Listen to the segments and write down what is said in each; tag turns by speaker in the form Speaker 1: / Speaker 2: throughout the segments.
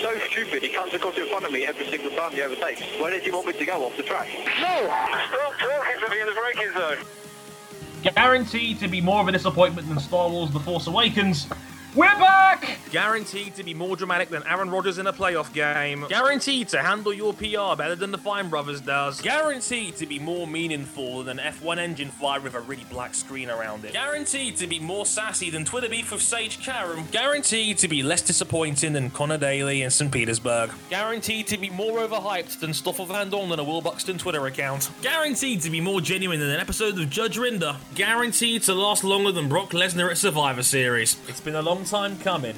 Speaker 1: so stupid. He comes across in front of me every single time he overtakes. Where did you want me to go off the track?
Speaker 2: No! Stop talking to me in the braking zone.
Speaker 3: Guaranteed to be more of a disappointment than Star Wars The Force Awakens. We're back!
Speaker 4: Guaranteed to be more dramatic than Aaron Rodgers in a playoff game. Guaranteed to handle your PR better than the Fine Brothers does. Guaranteed to be more meaningful than an F1 engine flyer with a really black screen around it. Guaranteed to be more sassy than Twitter beef with Sage Karam. Guaranteed to be less disappointing than Connor Daly in St. Petersburg. Guaranteed to be more overhyped than Stoffel Van Dorn in a Will Buxton Twitter account. Guaranteed to be more genuine than an episode of Judge Rinder. Guaranteed to last longer than Brock Lesnar at Survivor Series. It's been a long time coming,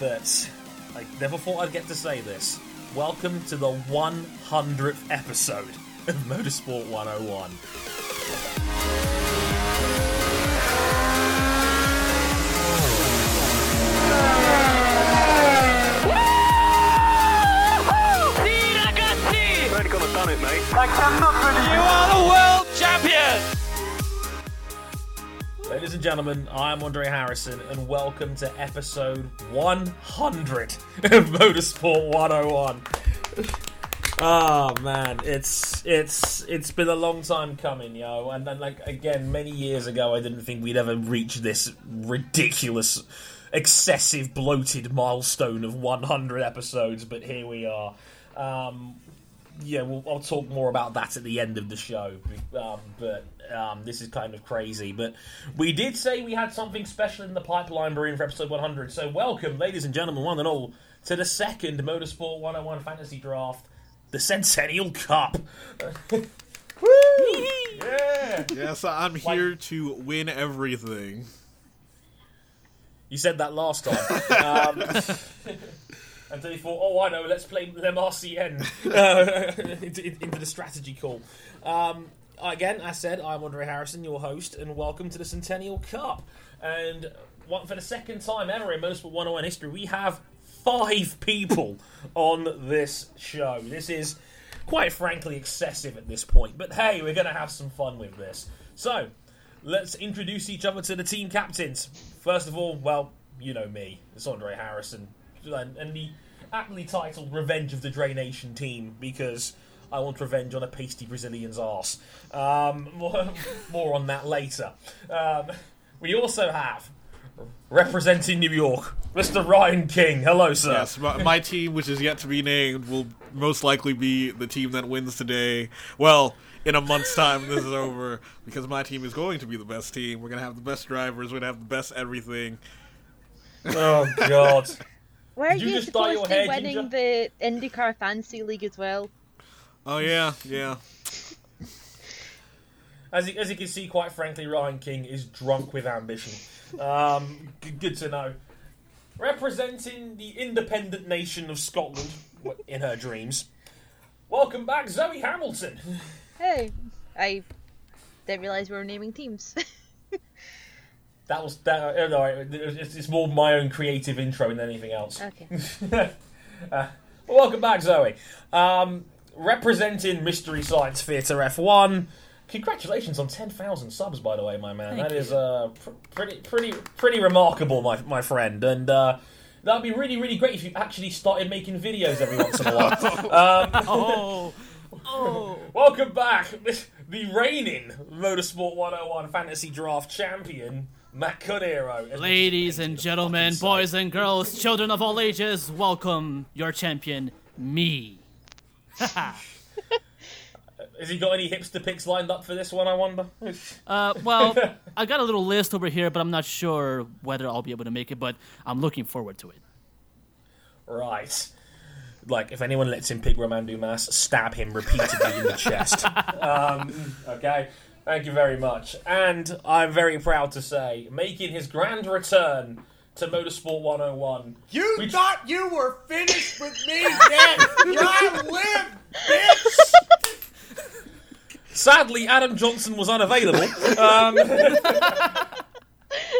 Speaker 4: but I never thought I'd get to say this. Welcome to the 100th episode of Motorsport 101.
Speaker 1: You've only got to done it, mate.
Speaker 3: Ladies and gentlemen, I am Andre Harrison, and welcome to episode 100 of Motorsport 101. Ah man, it's it's it's been a long time coming, yo. And then, like again, many years ago, I didn't think we'd ever reach this ridiculous, excessive, bloated milestone of 100 episodes. But here we are. Um, yeah, we'll, I'll talk more about that at the end of the show. Um, but um, this is kind of crazy. But we did say we had something special in the pipeline brewing for episode 100. So welcome, ladies and gentlemen, one and all, to the second Motorsport 101 Fantasy Draft, the Centennial Cup.
Speaker 5: Yes, I'm here to win everything.
Speaker 3: You said that last time. Um, and so he thought, oh, I know, let's play Le Marcien uh, into, into the strategy call. Um, again, I said, I'm Andre Harrison, your host, and welcome to the Centennial Cup. And one, for the second time ever in Motorsport 101 history, we have five people on this show. This is quite frankly excessive at this point, but hey, we're going to have some fun with this. So, let's introduce each other to the team captains. First of all, well, you know me. It's Andre Harrison. And, and the aptly titled Revenge of the Draination team because I want revenge on a pasty Brazilian's arse. Um, more, more on that later. Um, we also have, representing New York, Mr. Ryan King. Hello, sir.
Speaker 5: Yes, my, my team, which is yet to be named, will most likely be the team that wins today. Well, in a month's time, this is over because my team is going to be the best team. We're gonna have the best drivers. We're gonna have the best everything.
Speaker 3: Oh, God.
Speaker 6: Were
Speaker 3: you
Speaker 6: you,
Speaker 3: just dye your
Speaker 6: supposed to
Speaker 3: hair
Speaker 6: be winning the IndyCar Fancy League as well?
Speaker 5: Oh yeah, yeah.
Speaker 3: as you, as you can see, quite frankly, Ryan King is drunk with ambition. Um, g- good to know. Representing the independent nation of Scotland w- in her dreams. Welcome back, Zoe Hamilton.
Speaker 6: Hey, I didn't realise we were naming teams.
Speaker 3: That was that. Uh, no, it- it's, it's more my own creative intro than anything else.
Speaker 6: okay.
Speaker 3: uh, welcome back, Zoe. Um, representing Mystery Science Theatre F1. Congratulations on ten thousand subs, by the way, my man. that is uh, pr- pretty, pretty, pretty remarkable, my my friend. And uh, that'd be really, really great if you actually started making videos every once in a while.
Speaker 4: Oh, oh.
Speaker 3: welcome back, the reigning Motorsport 101 Fantasy Draft Champion, Matt Cudero. as we
Speaker 7: Ladies
Speaker 3: get into
Speaker 7: and
Speaker 3: the
Speaker 7: gentlemen,
Speaker 3: fucking
Speaker 7: boys and girls, children of all ages, welcome your champion, me.
Speaker 3: Has he got any hipster picks lined up for this one? I wonder.
Speaker 7: Uh, well, I got a little list over here, but I'm not sure whether I'll be able to make it, but I'm looking forward to it.
Speaker 3: Right. Like, if anyone lets him pick Romandu Mass, stab him repeatedly in the chest. Um, okay. Thank you very much. And I'm very proud to say, making his grand return to Motorsport 101.
Speaker 8: You
Speaker 3: We-
Speaker 8: thought you were finished with me yet? I live, bitch!
Speaker 3: Sadly, Adam Johnson was unavailable. um,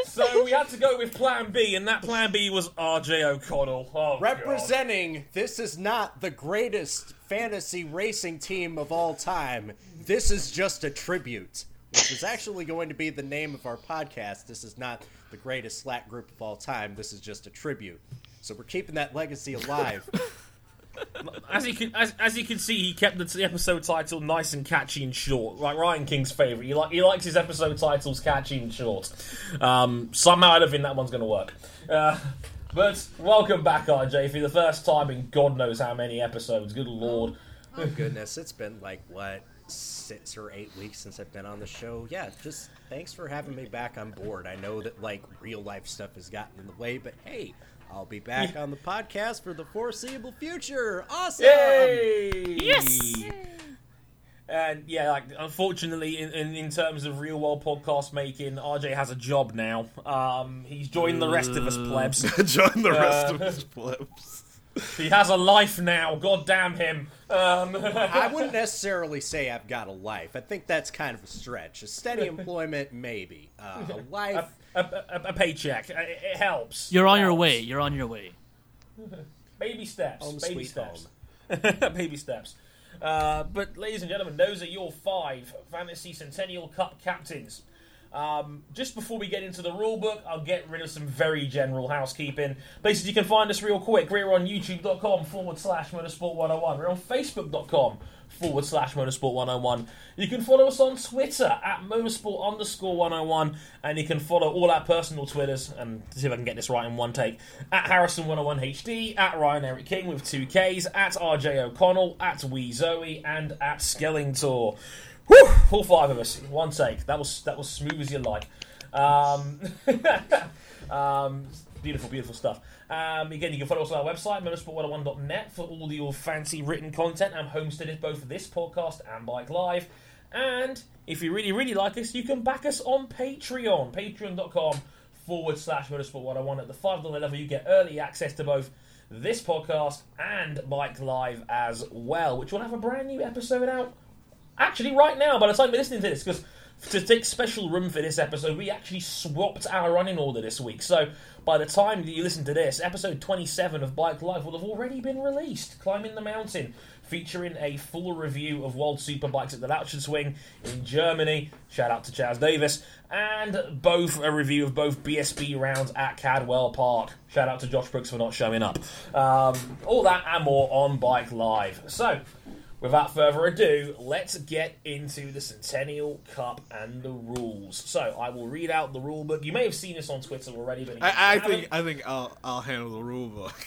Speaker 3: so we had to go with plan B, and that plan B was RJ O'Connell. Oh, God.
Speaker 8: Representing, this is not the greatest fantasy racing team of all time. This is just a tribute, which is actually going to be the name of our podcast. This is not the greatest Slack group of all time. This is just a tribute. So we're keeping that legacy alive.
Speaker 3: As you can, as, as you can see, he kept the t- episode title nice and catchy and short, like Ryan King's favorite. He like he likes his episode titles catchy and short. Um, somehow, I don't think that one's going to work. Uh, but welcome back, RJ, for the first time in God knows how many episodes. Good lord.
Speaker 8: oh goodness, it's been like what six or eight weeks since I've been on the show. Yeah, just thanks for having me back on board. I know that like real life stuff has gotten in the way, but hey, I'll be back on the podcast for the foreseeable future. Awesome.
Speaker 3: Um, Yes. And yeah, like unfortunately, in, in, in terms of real world podcast making, RJ has a job now. Um, he's joined the rest of us plebs.
Speaker 5: Join the rest of his plebs.
Speaker 3: He has a life now. God damn him. Um,
Speaker 8: I wouldn't necessarily say I've got a life. I think that's kind of a stretch. A steady employment, maybe. Uh, a life.
Speaker 3: a, a, a paycheck. It, it helps.
Speaker 7: You're on
Speaker 3: It
Speaker 7: your
Speaker 3: helps.
Speaker 7: way. You're on your way.
Speaker 3: Baby steps.
Speaker 8: Home
Speaker 3: baby
Speaker 8: sweet
Speaker 3: steps. baby steps. Uh, but, ladies and gentlemen, those are your five Fantasy Centennial Cup captains. Um, just before we get into the rule book, I'll get rid of some very general housekeeping. Places you can find us real quick. We're on youtube.com forward slash motorsport101. We're on facebook.com forward slash motorsport101. You can follow us on Twitter at motorsport underscore 101. And you can follow all our personal Twitters, and see if I can get this right in one take, at Harrison101HD, at Ryan Eric King with two Ks, at RJ O'Connell, at Wee Zoe, and at Skellingtor. Whew, all five of us, in one take. That was that was smooth as you like. Um, um, beautiful, beautiful stuff. Um, again, you can follow us on our website, motorsport101.net, for all your fancy written content. I'm homesteaded both for this podcast and Bike Live. And if you really, really like us, you can back us on Patreon, patreon.com forward slash motorsport101. At the $5 level, you get early access to both this podcast and Bike Live as well, which will have a brand new episode out actually right now by the time you're listening to this because to take special room for this episode we actually swapped our running order this week so by the time that you listen to this episode 27 of bike life will have already been released climbing the mountain featuring a full review of world superbikes at the Lauchen swing in germany shout out to chaz davis and both a review of both bsb rounds at cadwell park shout out to josh brooks for not showing up um, all that and more on bike live so Without further ado, let's get into the Centennial Cup and the rules. So I will read out the rule book. You may have seen this on Twitter already, but in case
Speaker 5: I, I
Speaker 3: you
Speaker 5: think
Speaker 3: haven't-
Speaker 5: I think I'll I'll handle the rule book.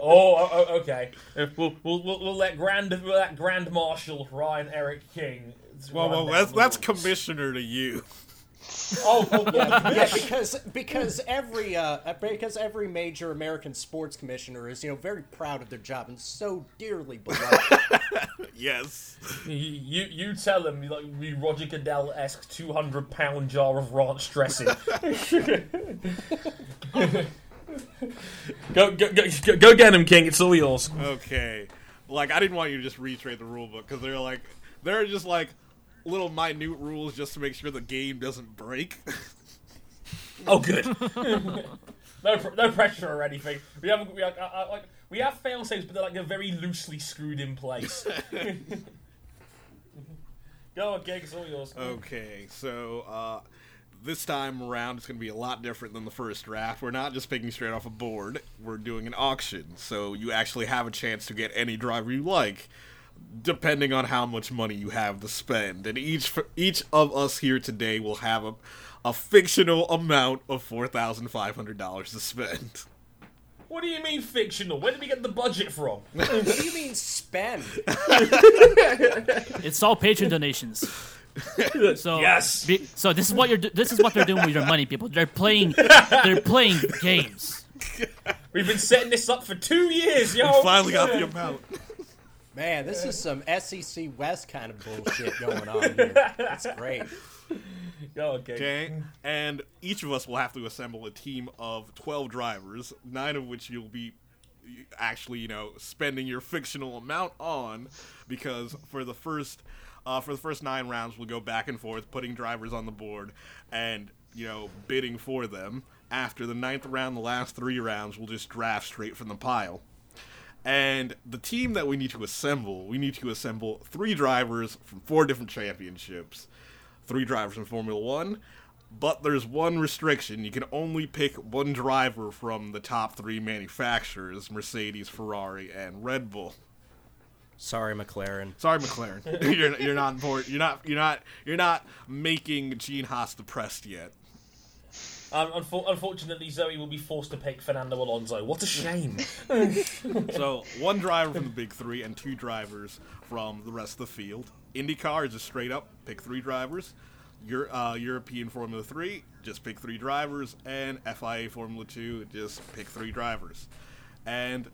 Speaker 3: Oh, oh, oh, okay. We'll, we'll, we'll, we'll let Grand we'll let Grand Marshal Ryan Eric King.
Speaker 5: Well,
Speaker 3: run
Speaker 5: well,
Speaker 3: down
Speaker 5: that's
Speaker 3: the
Speaker 5: that's
Speaker 3: rules.
Speaker 5: commissioner to you.
Speaker 3: Oh, well, well,
Speaker 8: yeah, because because every uh, because every major American sports commissioner is you know very proud of their job and so dearly beloved.
Speaker 5: Yes.
Speaker 3: you, you you tell him you like you Roger Goodell esque two hundred pound jar of ranch dressing. go, go go go go get him, King. It's all yours.
Speaker 5: Okay. Like I didn't want you to just retrade the rule book because they're like there are just like little minute rules just to make sure the game doesn't break.
Speaker 3: Oh, good. no, pr- no pressure or anything. We haven't. We, like, I, I, like, we have fail safes, but they're like they're very loosely screwed in place. Go on, Gig. It's all yours.
Speaker 5: Oh. Okay, so uh, this time around, it's going to be a lot different than the first draft. We're not just picking straight off a board, we're doing an auction. So you actually have a chance to get any driver you like, depending on how much money you have to spend. And each each of us here today will have a, a fictional amount of $4,500 to spend.
Speaker 3: What do you mean fictional? Where did we get the budget from?
Speaker 8: what do you mean spend?
Speaker 7: It's all Patreon donations. So
Speaker 3: Yes.
Speaker 7: be- so this is what you're. Do- this is what they're doing with your money, people. They're playing. They're playing games.
Speaker 3: We've been setting this up for two years, yo.
Speaker 5: Finally got the amount.
Speaker 8: Man, this is some SEC West kind of bullshit going on here. That's great.
Speaker 3: Go on, Gig.
Speaker 5: Okay, and each of us will have to assemble a team of 12 drivers, nine of which you'll be actually, you know, spending your fictional amount on because for the first uh, for the first 9 rounds we'll go back and forth putting drivers on the board and, you know, bidding for them. After the ninth round, the last 3 rounds we'll just draft straight from the pile. And the team that we need to assemble, we need to assemble three drivers from four different championships, three drivers from Formula One, But there's one restriction. You can only pick one driver from the top three manufacturers Mercedes, Ferrari, and Red Bull.
Speaker 8: Sorry, McLaren.
Speaker 5: Sorry, McLaren. you're, you're not bored. You're not. You're not. You're not making Gene Haas depressed yet.
Speaker 3: Um, unfor- unfortunately, Zoe will be forced to pick Fernando Alonso. What a shame.
Speaker 5: So one driver from the big three and two drivers from the rest of the field. IndyCar is just straight up pick three drivers. Your uh, European Formula Three just pick three drivers, and FIA Formula Two just pick three drivers, and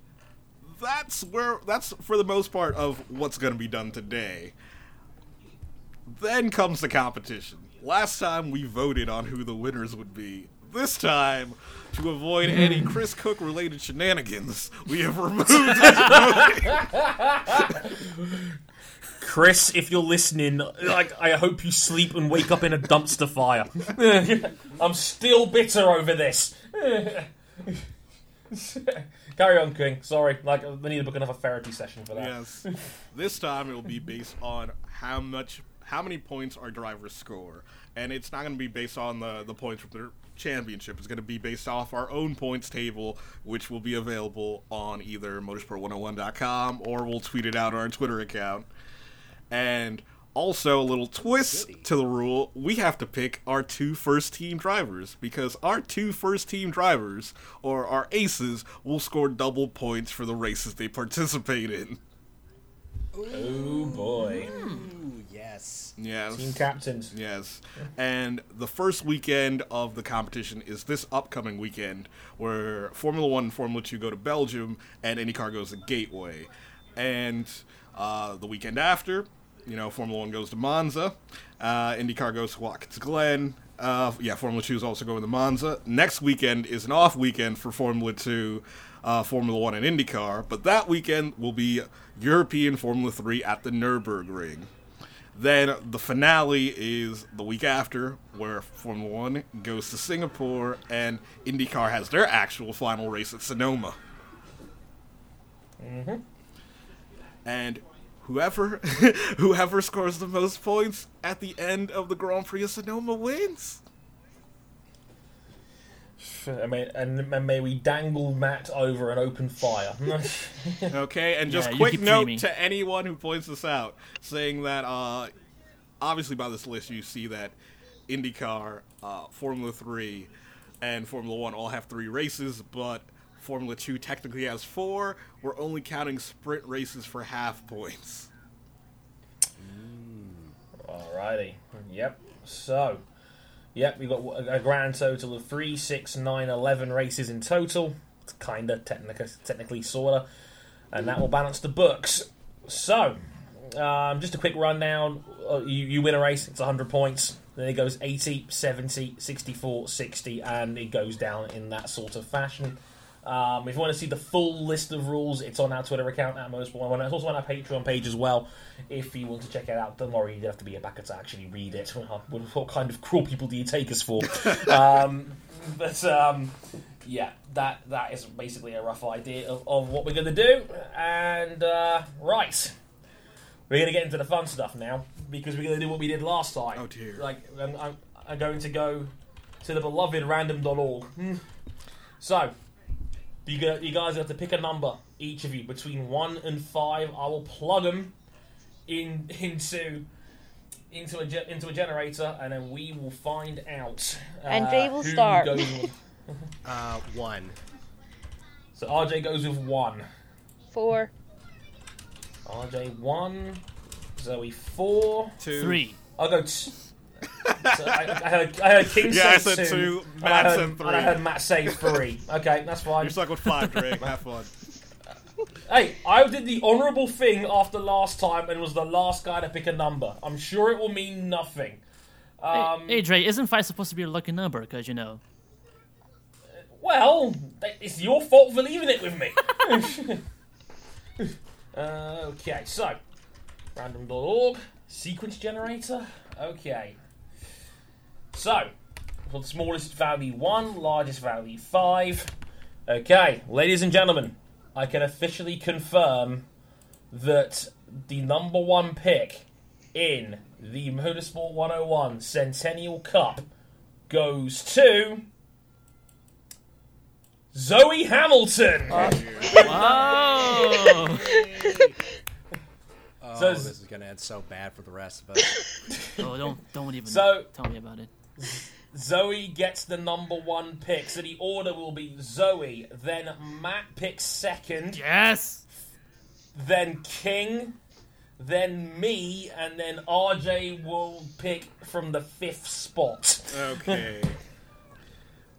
Speaker 5: that's where that's for the most part of what's going to be done today. Then comes the competition. Last time we voted on who the winners would be. This time, to avoid any Chris Cook related shenanigans, we have removed
Speaker 3: Chris, if you're listening, like I hope you sleep and wake up in a dumpster fire. I'm still bitter over this. Carry on, King. Sorry, like we need to book another therapy session for that.
Speaker 5: Yes. this time it will be based on how much, how many points our drivers score, and it's not going to be based on the the points from their championship. It's going to be based off our own points table, which will be available on either motorsport101.com or we'll tweet it out on our Twitter account. And also a little twist to the rule: we have to pick our two first team drivers because our two first team drivers or our aces will score double points for the races they participate in.
Speaker 3: Oh boy,
Speaker 8: Ooh, yes.
Speaker 5: Yes.
Speaker 3: team captains.
Speaker 5: Yes. And the first weekend of the competition is this upcoming weekend where Formula One and Formula Two go to Belgium and IndyCar goes to Gateway. And uh, the weekend after, you know, Formula One goes to Monza, uh, IndyCar goes to Watkins Glen. Uh, yeah, Formula Two is also going to Monza. Next weekend is an off weekend for Formula Two, uh, Formula One, and IndyCar. But that weekend will be European Formula Three at the Nürburgring. Then the finale is the week after, where Formula One goes to Singapore and IndyCar has their actual final race at Sonoma. And whoever whoever scores the most points at the end of the Grand Prix of Sonoma wins.
Speaker 3: I mean, and, and may we dangle Matt over an open fire.
Speaker 5: Okay, and just
Speaker 7: Yeah, you
Speaker 5: quick
Speaker 7: keep
Speaker 5: note
Speaker 7: dreaming.
Speaker 5: to anyone who points this out, saying that uh, obviously by this list you see that IndyCar, uh, Formula Three, and Formula One all have three races, but Formula Two technically has four. We're only counting sprint races for half points.
Speaker 3: Alrighty. Yep. So, yep, we've got a a grand total of three, six, nine, eleven races in total. It's kinda, technica, technically, sorta, and that will balance the books. So, um, just a quick rundown. Uh, you, you win a race, it's 100 points. Then it goes 80, 70, 64, 60, and it goes down in that sort of fashion. Um, if you want to see the full list of rules, it's on our Twitter account at Motorsport One. It's also on our Patreon page as well. If you want to check it out, don't worry, you'd have to be a backer to actually read it. What kind of cruel people do you take us for? um, but um, yeah, that that is basically a rough idea of, of what we're going to do. And uh, right, we're going to get into the fun stuff now because we're going to do what we did last time.
Speaker 5: Oh, dear.
Speaker 3: Like I'm, I'm, I'm going to go to the beloved random.org. Hmm. So, you, go, you guys have to pick a number, each of you, between one and five. I will plug them in into into a ge- into a generator, and then we will find out. Uh,
Speaker 6: And Jay will
Speaker 3: who
Speaker 6: start.
Speaker 3: goes with-
Speaker 8: Uh, one.
Speaker 3: so RJ goes with one.
Speaker 6: Four.
Speaker 3: RJ one. Zoe four.
Speaker 5: Two.
Speaker 7: Three.
Speaker 3: I'll go. T- so I, I heard I heard King
Speaker 5: Yeah, I
Speaker 3: say
Speaker 5: said two,
Speaker 3: and
Speaker 5: Matt
Speaker 3: I heard,
Speaker 5: said
Speaker 3: and I
Speaker 5: three.
Speaker 3: heard Matt say three. Okay, that's fine.
Speaker 5: You're stuck with five, Drake. Have fun.
Speaker 3: Hey, I did the honourable thing after last time and was the last guy to pick a number. I'm sure it will mean nothing. Um,
Speaker 7: hey, Dre, isn't five supposed to be your lucky number? Because, you know.
Speaker 3: well, th- it's your fault for leaving it with me. uh, okay, so random.org sequence generator. Okay, so for the smallest value one, largest value five. Okay, ladies and gentlemen, I can officially confirm that the number one pick in the Motorsport 101 Centennial oh Cup goes to Zoe Hamilton.
Speaker 7: Oh,
Speaker 8: Oh,
Speaker 3: So is-
Speaker 8: this is gonna end so bad for the rest of us.
Speaker 7: oh don't don't even
Speaker 3: So-
Speaker 7: tell me about it.
Speaker 3: Zoe gets the number one pick, so the order will be Zoe, then Matt picks second,
Speaker 7: Yes.
Speaker 3: then King, then me, and then RJ will pick from the fifth spot.
Speaker 5: Okay.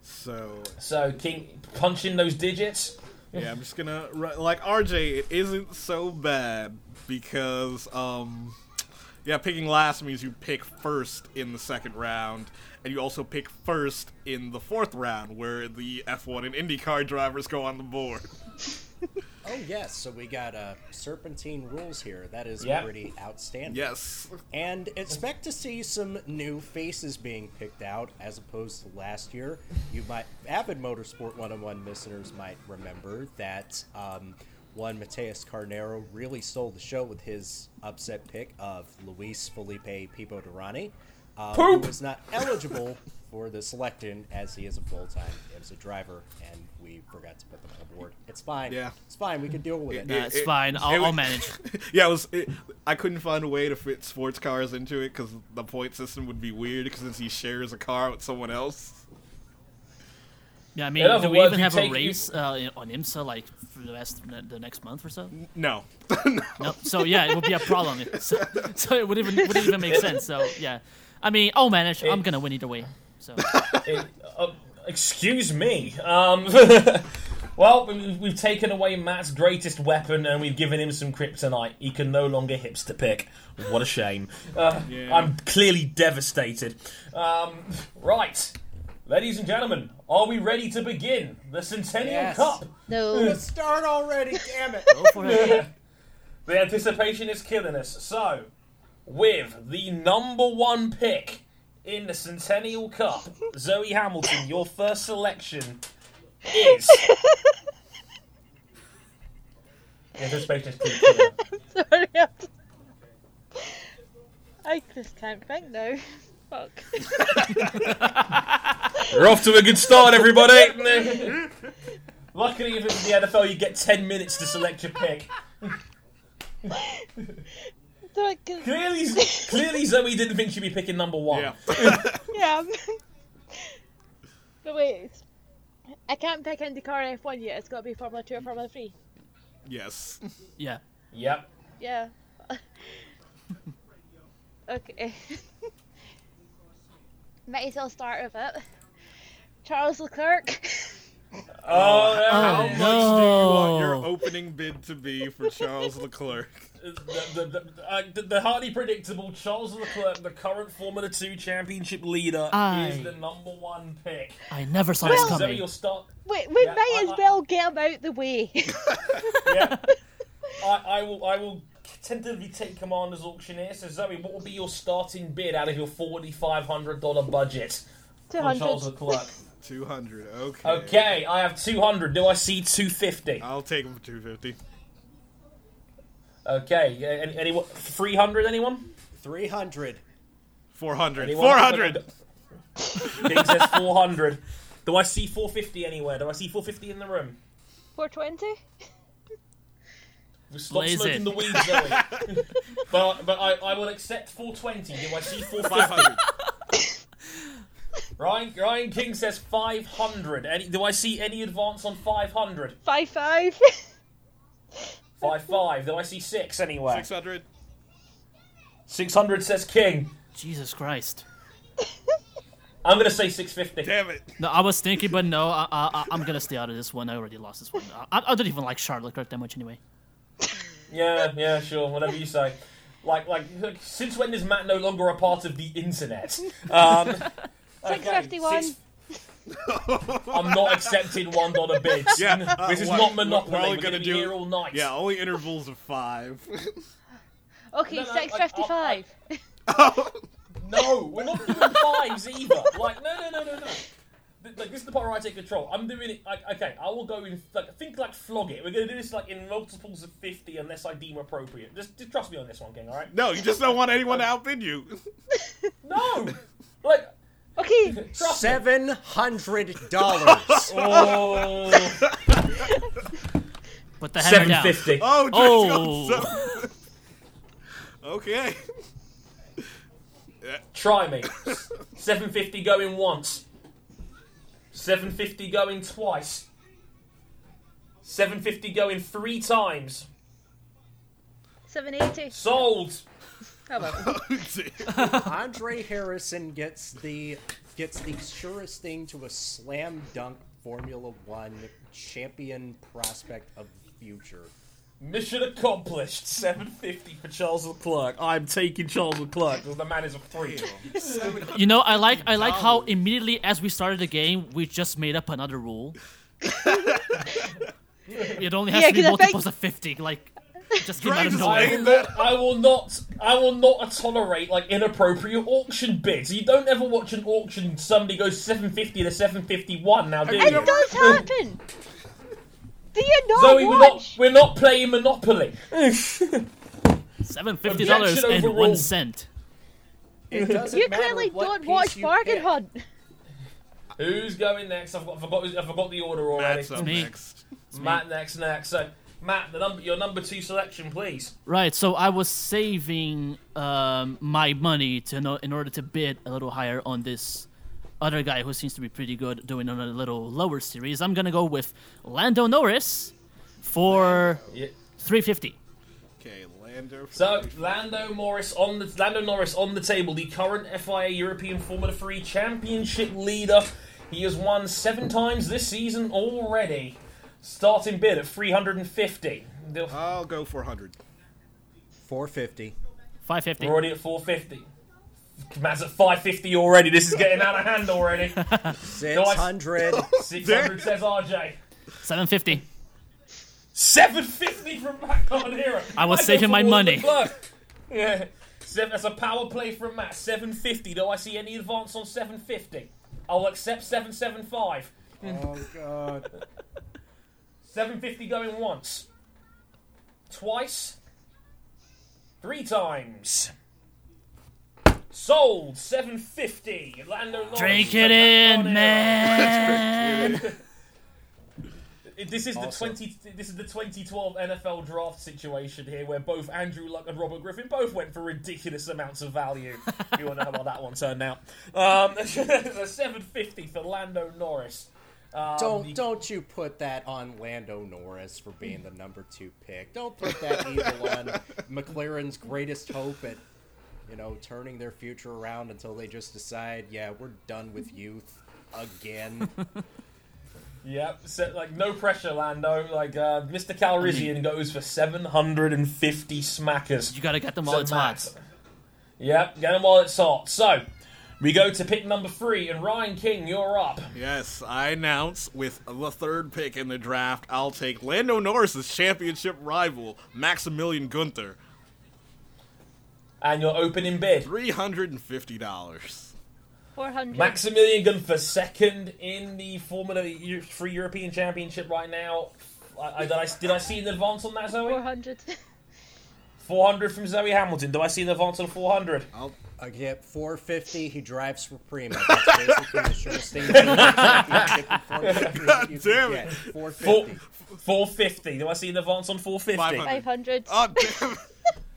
Speaker 5: so
Speaker 3: So King punching those digits.
Speaker 5: yeah, I'm just gonna ru- like RJ. It isn't so bad because um, yeah, picking last means you pick first in the second round, and you also pick first in the fourth round where the F1 and IndyCar drivers go on the board.
Speaker 8: oh yes, so we got uh, serpentine rules here. That is
Speaker 3: Yeah.
Speaker 8: pretty outstanding.
Speaker 5: Yes.
Speaker 8: And expect to see some new faces being picked out as opposed to last year. You might, avid Motorsport 101 listeners might remember that um, one Mateus Carnero really stole the show with his upset pick of Luis Felipe Pipo Durrani, um, who
Speaker 3: Poop!
Speaker 8: was not eligible for the selection as he is a full time IMSA driver, and we forgot to put them on the board. It's fine.
Speaker 5: Yeah.
Speaker 8: It's fine. We can deal with it.
Speaker 5: Yeah.
Speaker 7: That's
Speaker 5: it-
Speaker 7: fine.
Speaker 5: it
Speaker 7: I'll,
Speaker 5: was-
Speaker 7: I'll manage.
Speaker 5: yeah, it was. It, I couldn't find a way to fit sports cars into it because the point system would be weird because he shares a car with someone else.
Speaker 7: Yeah, I mean,
Speaker 3: In other
Speaker 7: do we
Speaker 3: words,
Speaker 7: even
Speaker 3: you
Speaker 7: have a
Speaker 3: take- you-
Speaker 7: race uh, in- on IMSA like for the rest the next month or so?
Speaker 5: No.
Speaker 7: No. So yeah, it would be a problem. So, so it would even would even make sense. So yeah, I mean, I'll manage. I'm gonna win either way. So
Speaker 3: It- uh, excuse me. Um, well, we- we've taken away Matt's greatest weapon and we've given him some kryptonite. He can no longer hipster pick. What a shame. Uh, I'm clearly devastated. Um, right. Ladies and gentlemen, are we ready to begin the Centennial
Speaker 8: Yes.
Speaker 3: Cup?
Speaker 6: No.
Speaker 8: Start already, damn it.
Speaker 7: go for it.
Speaker 3: The anticipation is killing us. So, with the number one pick in the Centennial Cup, Zoe Hamilton, your first selection is. The anticipation is killing us.
Speaker 6: Sorry. I'm just- I just can't think now. Fuck.
Speaker 3: We're off to a good start, everybody. Luckily, if it's the NFL, you get ten minutes to select your pick.
Speaker 6: So I can-
Speaker 3: Clearly, clearly, Zoe didn't think she'd be picking number one.
Speaker 5: Yeah.
Speaker 6: yeah. I'm- but wait. it's- I can't pick IndyCar and F1 yet. It's got to be Formula 2 or Formula 3.
Speaker 5: yes.
Speaker 7: Yeah.
Speaker 3: Yep.
Speaker 6: Yeah. okay. Might as well start with it. Charles Leclerc.
Speaker 3: Oh, yeah.
Speaker 5: How much do you
Speaker 7: Oh.
Speaker 5: want your opening bid to be for Charles Leclerc?
Speaker 3: the, the, the, uh, the, the hardly predictable Charles Leclerc, the current Formula 2 championship leader,
Speaker 7: Aye.
Speaker 3: is the number one pick.
Speaker 7: I never saw
Speaker 3: Zoe,
Speaker 7: this
Speaker 3: so
Speaker 7: coming.
Speaker 3: you'll start.
Speaker 6: Wait, we
Speaker 3: Yeah,
Speaker 6: might
Speaker 3: I- I-
Speaker 6: as well get him out the way.
Speaker 3: Yeah. I, I will I will tentatively take command as auctioneer. So, Zoe, what will be your starting bid out of your $4,500 budget on Charles
Speaker 6: 200.
Speaker 3: Leclerc?
Speaker 5: 200. Okay.
Speaker 3: Okay, I have 200. Do I see 250?
Speaker 5: I'll take him for 250.
Speaker 3: Okay, yeah, any, anyone? 300, anyone?
Speaker 8: 300.
Speaker 5: 400.
Speaker 3: Anyone?
Speaker 5: 400.
Speaker 3: Bing says 400. Do I see 450 anywhere? Do I see 450 in the room?
Speaker 6: 420?
Speaker 3: Stop
Speaker 7: Blaze
Speaker 3: smoking
Speaker 7: it.
Speaker 3: the weed, Zoe. but but I, I will accept 420. Do I see 450?
Speaker 5: 500.
Speaker 3: Ryan, Ryan King says 500. Any, do I see any advance on 500?
Speaker 6: 5 5.
Speaker 3: 55. Do I see 6 anywhere?
Speaker 5: 600.
Speaker 3: 600 says King.
Speaker 7: Jesus Christ.
Speaker 3: I'm going to say 650.
Speaker 5: Damn it.
Speaker 7: No, I was thinking, but no, I, I, I- I'm gonna stay out of this one. I already lost this one. I, I don't even like Charlotte Kirk that much anyway.
Speaker 3: Yeah, yeah, sure. Whatever you say. Like, like, look, since when is Matt no longer a part of the internet? Um, okay,
Speaker 6: 651.
Speaker 3: six- I'm not accepting one dollar bids.
Speaker 5: Yeah, uh,
Speaker 3: this is
Speaker 5: what-
Speaker 3: not
Speaker 5: what-
Speaker 3: Monopoly.
Speaker 5: we're
Speaker 3: We're,
Speaker 5: only
Speaker 3: gonna,
Speaker 5: gonna
Speaker 3: be
Speaker 5: do-
Speaker 3: here all night.
Speaker 5: Yeah, only intervals of five.
Speaker 6: Okay,
Speaker 3: No, no, I- I-
Speaker 6: 655.
Speaker 3: No, we're not doing fives either. Like, no, no, no, no, no. Th- Like, this is the part where I take control. I'm doing it. Like, okay, I will go in. Like, think like flog it. We're gonna do this like in multiples of fifty, unless I deem appropriate. Just, just trust me on this one, gang. All right?
Speaker 5: no, you just don't want anyone to outbid you.
Speaker 3: No. Like,
Speaker 6: Okay,
Speaker 8: Seven hundred dollars.
Speaker 3: Oh,
Speaker 7: Put the hammer
Speaker 3: seven
Speaker 7: down.
Speaker 3: fifty.
Speaker 5: Oh,
Speaker 7: Oh.
Speaker 5: just oh. Okay.
Speaker 3: Try me. Seven fifty going once. Seven fifty going twice. Seven fifty going three times.
Speaker 6: 780.
Speaker 3: Sold.
Speaker 6: Oh, well.
Speaker 8: Andre Harrison gets the gets the surest thing to a slam dunk Formula One champion prospect of the future.
Speaker 3: Mission accomplished. Seven fifty for Charles Leclerc. I'm taking Charles Leclerc because the man is a freak.
Speaker 7: You know, I like I like how immediately as we started the game, we just made up another rule. it only has
Speaker 6: Yeah,
Speaker 7: to be
Speaker 6: 'cause I think-
Speaker 7: multiples of fifty. Like, just came out
Speaker 5: Right,
Speaker 7: of
Speaker 5: just
Speaker 7: nowhere.
Speaker 3: I will not. I will not. I will not tolerate like inappropriate auction bids. You don't ever watch an auction. Somebody goes seven fifty to seven fifty one. Now, do
Speaker 5: I
Speaker 6: it
Speaker 3: you?
Speaker 5: don't-
Speaker 6: does happen! Do you not
Speaker 3: Zoe, we're not.
Speaker 6: watch?
Speaker 3: We're not playing Monopoly.
Speaker 7: Seven fifty dollars and
Speaker 3: Objection
Speaker 7: one
Speaker 3: overruled.
Speaker 7: cent.
Speaker 8: It doesn't
Speaker 6: You
Speaker 8: matter
Speaker 6: clearly
Speaker 8: what
Speaker 6: don't
Speaker 8: piece
Speaker 6: watch
Speaker 8: you
Speaker 6: Bargain
Speaker 8: pick.
Speaker 6: Hunt.
Speaker 3: Who's going next? I've got, I forgot. I forgot the order already.
Speaker 5: That's up
Speaker 7: me.
Speaker 5: next.
Speaker 3: Matt next. Next. So, Matt, the number, your number two selection, please.
Speaker 7: Right. So I was saving um, my money to know in order to bid a little higher on this other guy who seems to be pretty good doing on a little lower series. I'm gonna go with Lando Norris for
Speaker 3: Yeah.
Speaker 7: three fifty.
Speaker 5: Okay, Lando.
Speaker 3: So Lando Morris on the Lando Norris on the table, the current FIA European Formula Three Championship leader. He has won seven times this season already. Starting bid at 350. They're
Speaker 5: I'll go 400.
Speaker 8: 450.
Speaker 7: Five fifty.
Speaker 3: already at 450. Matt's at 550 already. This is getting out of hand already.
Speaker 8: 600.
Speaker 3: 600 says RJ.
Speaker 7: Seven fifty.
Speaker 3: 750 from Matt Cardera.
Speaker 7: I was saving my money.
Speaker 3: Yeah. Seven, that's a power play from Matt. 750. Do I see any advance on 750? I'll accept 775.
Speaker 8: oh, God.
Speaker 3: 750 going once. Twice. Three times. Sold 750. Lando Norris.
Speaker 7: Drink it in, man.
Speaker 3: This is the
Speaker 8: Awesome.
Speaker 3: twenty. This is the 2012 NFL draft situation here, where both Andrew Luck and Robert Griffin both went for ridiculous amounts of value. you want to know how that one turned out? Um, the 750 for Lando Norris. Um,
Speaker 8: Don't
Speaker 3: the-
Speaker 8: don't you put that on Lando Norris for being the number two pick. Don't put that evil on McLaren's greatest hope at you know turning their future around until they just decide, yeah, we're done with youth again.
Speaker 3: Yep, so, like no pressure, Lando. Like uh, Mr. Calrissian goes for 750 smackers.
Speaker 7: Mm. You gotta get them while it's hot.
Speaker 3: Yep, get them while it's hot. So we go to pick number three, and Ryan King, you're up.
Speaker 5: Yes, I announce with the third pick in the draft, I'll take Lando Norris's championship rival, Maximilian Gunther.
Speaker 3: And you're opening bid.
Speaker 5: $350.
Speaker 6: 400.
Speaker 3: Maximilian Gunther, second in the Formula Eu- Free European Championship right now. I, I, did, I, did I see an advance on that, Zoe?
Speaker 6: 400.
Speaker 3: 400 from Zoe Hamilton. Do I see an advance on 400?
Speaker 5: I'll,
Speaker 8: I get 450. He drives for prima. That's basically the surest thing. you can get. God
Speaker 5: damn it.
Speaker 8: 450.
Speaker 3: 450. Do I see an advance on 450?
Speaker 6: 500.
Speaker 5: 500.
Speaker 3: Uh,
Speaker 5: oh,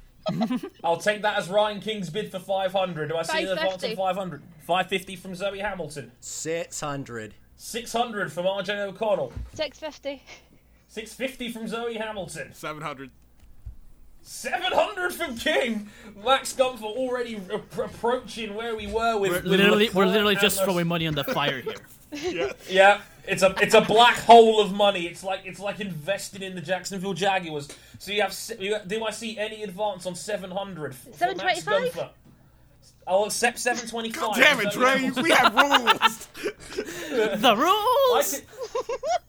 Speaker 5: damn it.
Speaker 3: I'll take that as Ryan King's bid for 500. Do I see an advance on
Speaker 6: 550?
Speaker 3: 500? 550 from Zoe Hamilton.
Speaker 8: 600.
Speaker 3: 600 from RJ O'Connell.
Speaker 6: 650.
Speaker 3: 650 from Zoe Hamilton.
Speaker 5: 700.
Speaker 3: 700 from King. Max Gunther already a- approaching where we were with. with
Speaker 7: Literally, we're
Speaker 3: Leclerc
Speaker 7: literally
Speaker 3: and
Speaker 7: just
Speaker 3: Lewis.
Speaker 7: throwing money on the fire here.
Speaker 3: Yeah, it's a it's a black hole of money. It's like it's like investing in the Jacksonville Jaguars. So you have se- you- do I see any advance on 700? for Max
Speaker 6: 725?
Speaker 3: Gunther? I'll accept 725.
Speaker 5: Damn it,
Speaker 3: Zoe
Speaker 5: Dre,
Speaker 3: Hamilton.
Speaker 5: we have rules.
Speaker 7: The
Speaker 3: I
Speaker 7: rules.
Speaker 3: can-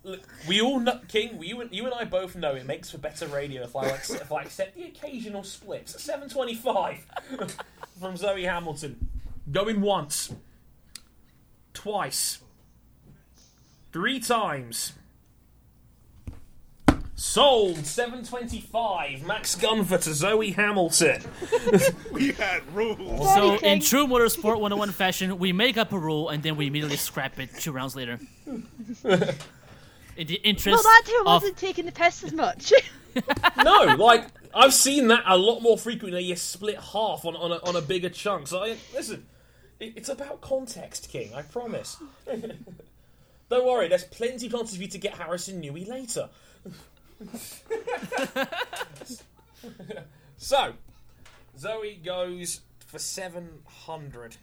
Speaker 3: Look, we all know, King. We, you, and, you and I both know it makes for better radio if I ac- if I accept the occasional splits. Seven twenty-five from Zoe Hamilton, going once, twice, three times, Sold 725. Max Gunver to Zoe Hamilton.
Speaker 5: We had rules.
Speaker 7: So,
Speaker 6: Daddy
Speaker 7: in
Speaker 6: cake.
Speaker 7: true Motorsport 101 fashion, we make up a rule and then we immediately scrap it two rounds later. In the
Speaker 6: Well,
Speaker 7: interest
Speaker 6: that who
Speaker 7: of
Speaker 6: wasn't taking the piss as much.
Speaker 3: no, like I've seen that a lot more frequently. You split half on on a, on a bigger chunk. So I, listen, it, it's about context, King. I promise. Don't worry, there's plenty of chances for you to get Harrison Newey later. so, Zoe goes for 700.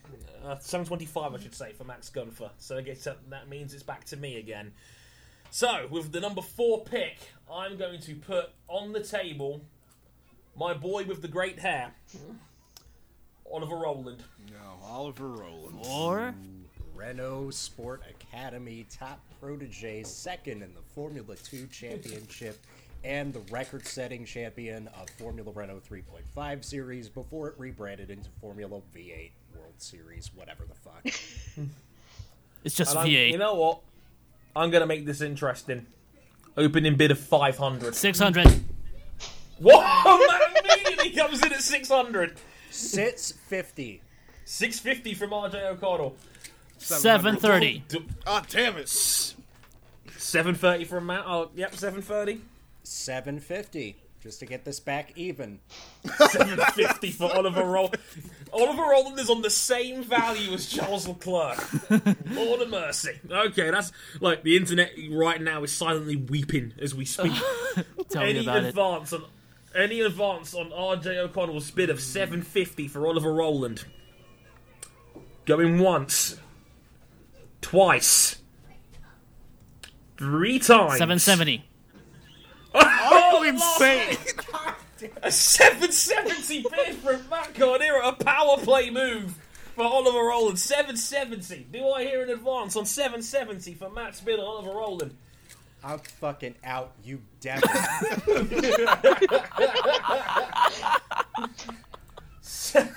Speaker 3: Uh, 725, I should say, for Max Gunfer. So I guess that, that means it's back to me again. So, with the number four pick, I'm going to put on the table my boy with the great hair, Oliver Rowland.
Speaker 5: No, Oliver Rowland.
Speaker 7: or
Speaker 8: Renault Sport Academy top protege, second in the Formula 2 championship and the record setting champion of Formula Renault 3.5 Series before it rebranded into Formula V8 World Series, whatever the fuck.
Speaker 7: it's just
Speaker 3: And I'm-
Speaker 7: V8.
Speaker 3: you know what? I'm going to make this interesting. Opening bid of 500.
Speaker 7: 600.
Speaker 3: Whoa, man, immediately comes in at 600.
Speaker 8: Sits 50.
Speaker 3: 650 from RJ O'Connell.
Speaker 7: 730.
Speaker 3: D-
Speaker 5: Ah, damn it.
Speaker 3: 730 from Matt. Oh, yep, 730.
Speaker 8: 750. Just to get this back even.
Speaker 3: 750 for Oliver Rowland. Oliver Rowland is on the same value as Charles Leclerc. Lord of mercy. Okay, that's like the internet right now is silently weeping as we speak.
Speaker 7: Tell me
Speaker 3: any
Speaker 7: about it.
Speaker 3: advance on any advance on RJ O'Connell's bid of 750 for Oliver Rowland. Going once, twice, three times.
Speaker 7: 770.
Speaker 5: Oh, insane.
Speaker 3: 770 bid from Matt Cordero, a power play move for Oliver Rowland. 770. Do I hear an advance on 770 for Matt's bid on Oliver Rowland?
Speaker 8: I'm fucking out, you devil.
Speaker 3: 7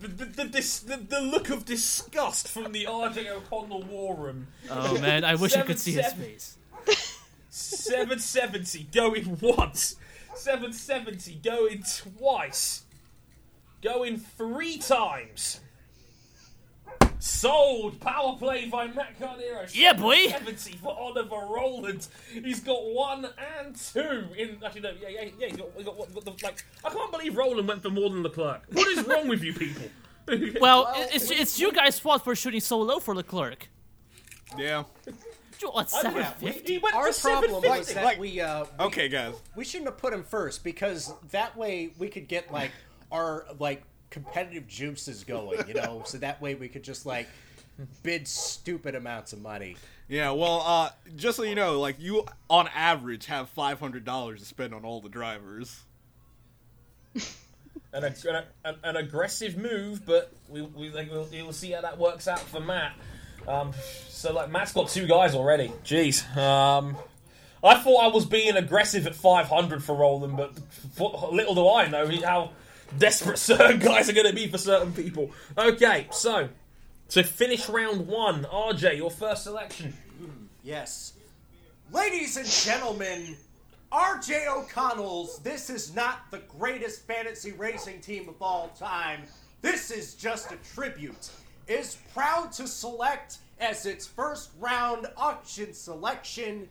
Speaker 3: the, the, the, dis- the, the look of disgust from the RJ O'Connell war room.
Speaker 7: Oh man, I wish I could see his
Speaker 3: 770.
Speaker 7: face.
Speaker 3: 770 going once, 770 going twice, going three times. Sold! Power play by Matt Carnero.
Speaker 7: Yeah, boy.
Speaker 3: 70 for Oliver Rowland. He's got one and two in. Actually, no, yeah, yeah, yeah. He's got, he's got, what- what the, like, I can't believe Rowland went for more than Leclerc. What is wrong with you people?
Speaker 7: Well, it's it's you guys' fault for shooting so low for Leclerc.
Speaker 5: Yeah.
Speaker 7: You want
Speaker 3: I'm-
Speaker 7: 750?
Speaker 3: he went
Speaker 8: Our
Speaker 3: for
Speaker 8: problem was
Speaker 3: 750.
Speaker 8: that
Speaker 5: Like-
Speaker 8: we, uh,
Speaker 5: Okay, guys.
Speaker 8: we shouldn't have put him first because that way we could get like our like competitive juices going, you know. so that way we could just like bid stupid amounts of money.
Speaker 5: Yeah, well, uh, just so you know, like you on average have five hundred dollars to spend on all the drivers.
Speaker 3: an, ag- an, an, an aggressive move, but we, we like, we'll, we'll see how that works out for Matt. Um, so like Matt's got two guys already. Jeez. Um, I thought I was being aggressive at 500 for Roland, but f- little do I know how desperate certain guys are going to be for certain people. Okay, so to finish round one, RJ, your first selection.
Speaker 8: Yes. Ladies and gentlemen, RJ O'Connell's This Is Not the Greatest Fantasy Racing Team of All Time. This is just a tribute. Is proud to select as its first round auction selection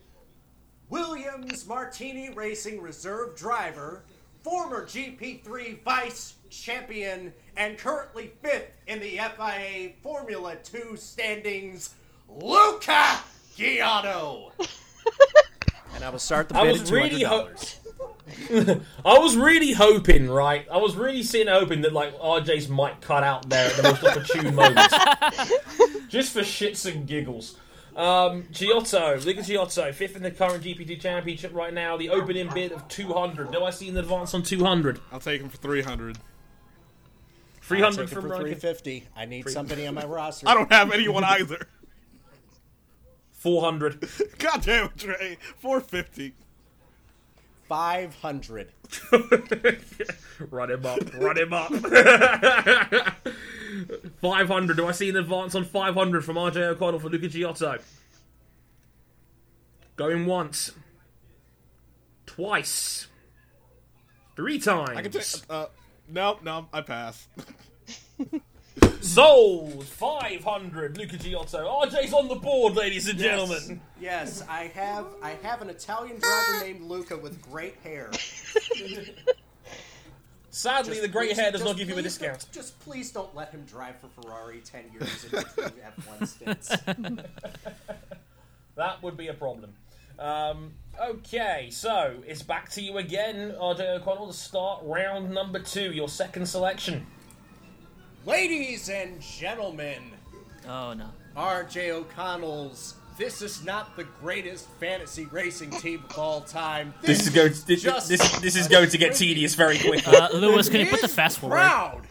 Speaker 8: Williams Martini Racing Reserve driver, former GP3 vice champion, and currently fifth in the FIA Formula 2 standings, Luca Giotto. and I will start the
Speaker 3: I bid was at really ho- I was really hoping, right? I was really sitting there hoping that like RJ's might cut out there at the most opportune moment, just for shits and giggles. Um, Giotto, look at Giotto, fifth in the current GP2 championship right now. The opening bid of 200. Do I see an advance on 200?
Speaker 5: I'll take him for three hundred.
Speaker 3: 300 from Ryan.
Speaker 8: 350. I need somebody on my roster.
Speaker 5: I don't have anyone either.
Speaker 3: 400.
Speaker 5: God damn it, Trey. Four fifty.
Speaker 8: 500.
Speaker 3: Run him up. Run him up. 500. Do I see an advance on 500 from RJ O'Connell for Luca Giotto? Going once.
Speaker 4: Twice. Three times.
Speaker 5: I can take. Uh, no, no, I pass.
Speaker 3: Sold 500. Luca Giotto. RJ's on the board, ladies and gentlemen.
Speaker 8: Yes, I have I have an Italian driver named Luca with great hair.
Speaker 3: Sadly, the great
Speaker 8: Please-
Speaker 3: hair does
Speaker 8: just
Speaker 3: not give him a
Speaker 8: please don't-
Speaker 3: discount.
Speaker 8: Just please don't let him drive for Ferrari ten years in between F1 stints.
Speaker 3: That would be a problem. Um, okay, so it's back to you again, RJ O'Connell, to start round number two, your second selection.
Speaker 8: Ladies and gentlemen,
Speaker 7: Oh no.
Speaker 8: RJ O'Connell's. This is not the greatest fantasy racing team of all time.
Speaker 3: This is going. This,
Speaker 8: just
Speaker 3: this, this is going to get
Speaker 8: a
Speaker 3: tedious very quickly.
Speaker 7: Uh, Lewis, can you put the
Speaker 8: is
Speaker 7: fast forward?
Speaker 8: Proud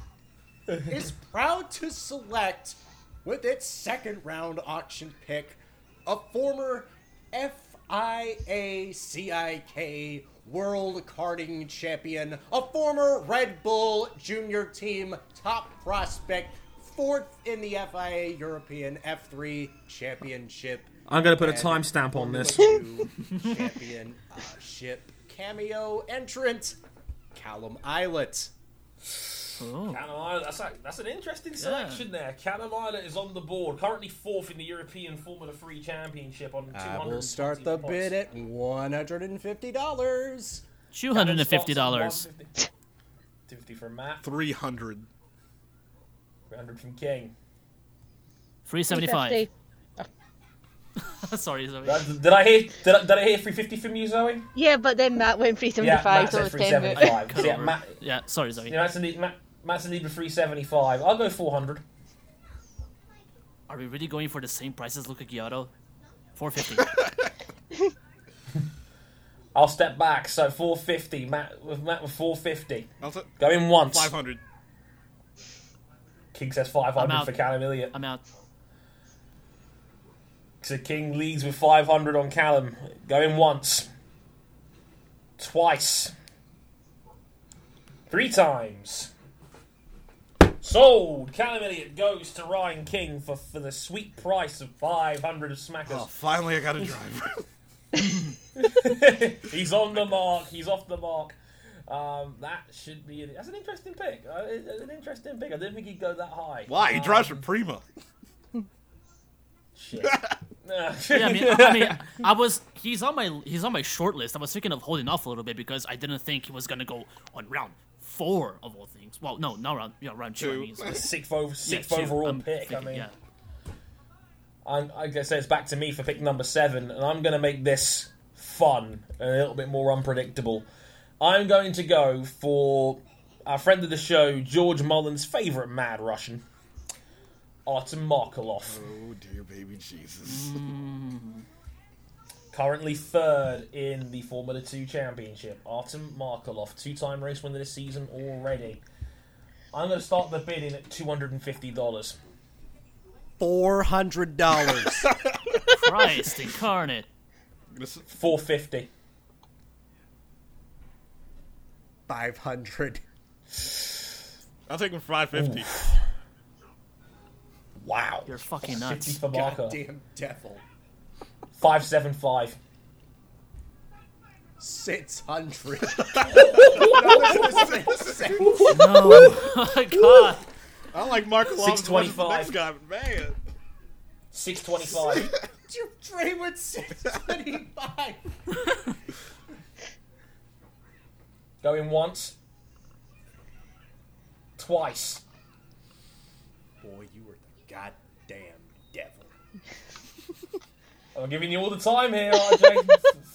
Speaker 8: is proud to select with its second round auction pick a former FIACIK World Karting Champion, a former Red Bull Junior Team top prospect, fourth in the FIA European F3 Championship
Speaker 4: I'm going to put a timestamp on this.
Speaker 8: two championship cameo entrant, Callum Islet.
Speaker 7: Oh.
Speaker 3: Canamila, that's, a, that's an interesting selection there. Canamila is on the board, currently fourth in the European Formula 3 Championship on 200.
Speaker 8: I will Uh, start the bid at one hundred and fifty dollars.
Speaker 7: Two hundred and fifty dollars.
Speaker 3: 50 from Matt,
Speaker 5: Three hundred.
Speaker 3: 300 from King.
Speaker 7: Three seventy-five.
Speaker 6: 350.
Speaker 7: sorry, sorry.
Speaker 3: Uh, Did I hear? Did I, did I hear 350 from you, Zoe?
Speaker 6: Yeah, but then Matt went 375,
Speaker 3: Matt
Speaker 6: so
Speaker 3: said
Speaker 6: it's 10 votes.
Speaker 3: 375. So, yeah, Matt,
Speaker 7: Yeah, sorry, sorry.
Speaker 3: yeah, Matt's in need. Matt, Matt's in need of 375. I'll go 400.
Speaker 7: Are we really going for the same price as Luca Giotto? Four fifty.
Speaker 3: I'll step back. So 450. Matt with Matt with 450.
Speaker 5: I'll say
Speaker 3: Go in once.
Speaker 5: five hundred.
Speaker 3: King says
Speaker 7: I'm
Speaker 3: 500
Speaker 7: out.
Speaker 3: for Callum Elliott.
Speaker 7: I'm out.
Speaker 3: So King leads with 500 on Callum. Going once. Twice. Three times. Sold. Callum Elliott goes to Ryan King for, for the sweet price of 500 of
Speaker 5: Oh,
Speaker 3: Smackers.
Speaker 5: finally, I got a driver.
Speaker 3: He's on the mark. He's off the mark. Um, that should be that's an interesting pick. Uh, it- it's an interesting pick. I didn't think he'd go that high.
Speaker 5: Why? He
Speaker 3: Um,
Speaker 5: drives for Prima.
Speaker 3: Shit.
Speaker 7: Yeah, I mean, I, I mean, I was he's on my he's on my short list. I was thinking of holding off a little bit because I didn't think he was gonna go on round four of all things. Well, no, not round yeah round two. I
Speaker 5: Two.
Speaker 7: mean, sorry.
Speaker 3: sixth, ov-
Speaker 7: Yeah,
Speaker 3: sixth
Speaker 7: two,
Speaker 3: overall
Speaker 7: I'm
Speaker 3: pick. I
Speaker 7: thinking,
Speaker 3: mean,
Speaker 7: yeah.
Speaker 3: I'm, I guess it's back to me for pick number seven, and I'm going to make this fun and a little bit more unpredictable. I'm going to go for our friend of the show, George Mullen's favourite mad Russian, Artem Markolov.
Speaker 5: Oh dear, baby Jesus.
Speaker 3: Currently third in the Formula 2 Championship. Artem Markolov, two time race winner this season already. I'm going to start the bidding at $250.
Speaker 8: Four hundred dollars.
Speaker 7: Christ incarnate.
Speaker 5: This is
Speaker 3: 450
Speaker 8: Five hundred.
Speaker 5: I'll take him for five fifty.
Speaker 3: Wow.
Speaker 7: You're fucking
Speaker 3: 50
Speaker 7: nuts.
Speaker 3: for Marco.
Speaker 8: Goddamn devil.
Speaker 3: 575.
Speaker 8: Six hundred.
Speaker 7: No, God.
Speaker 5: I like Mark Lawson. Six
Speaker 3: 625.
Speaker 5: twenty-five. Next guy, but man.
Speaker 3: 625.
Speaker 8: you dream with six twenty-five.
Speaker 3: Going once. Twice.
Speaker 8: Boy, you were the goddamn devil.
Speaker 3: I'm giving you all the time here, RJ.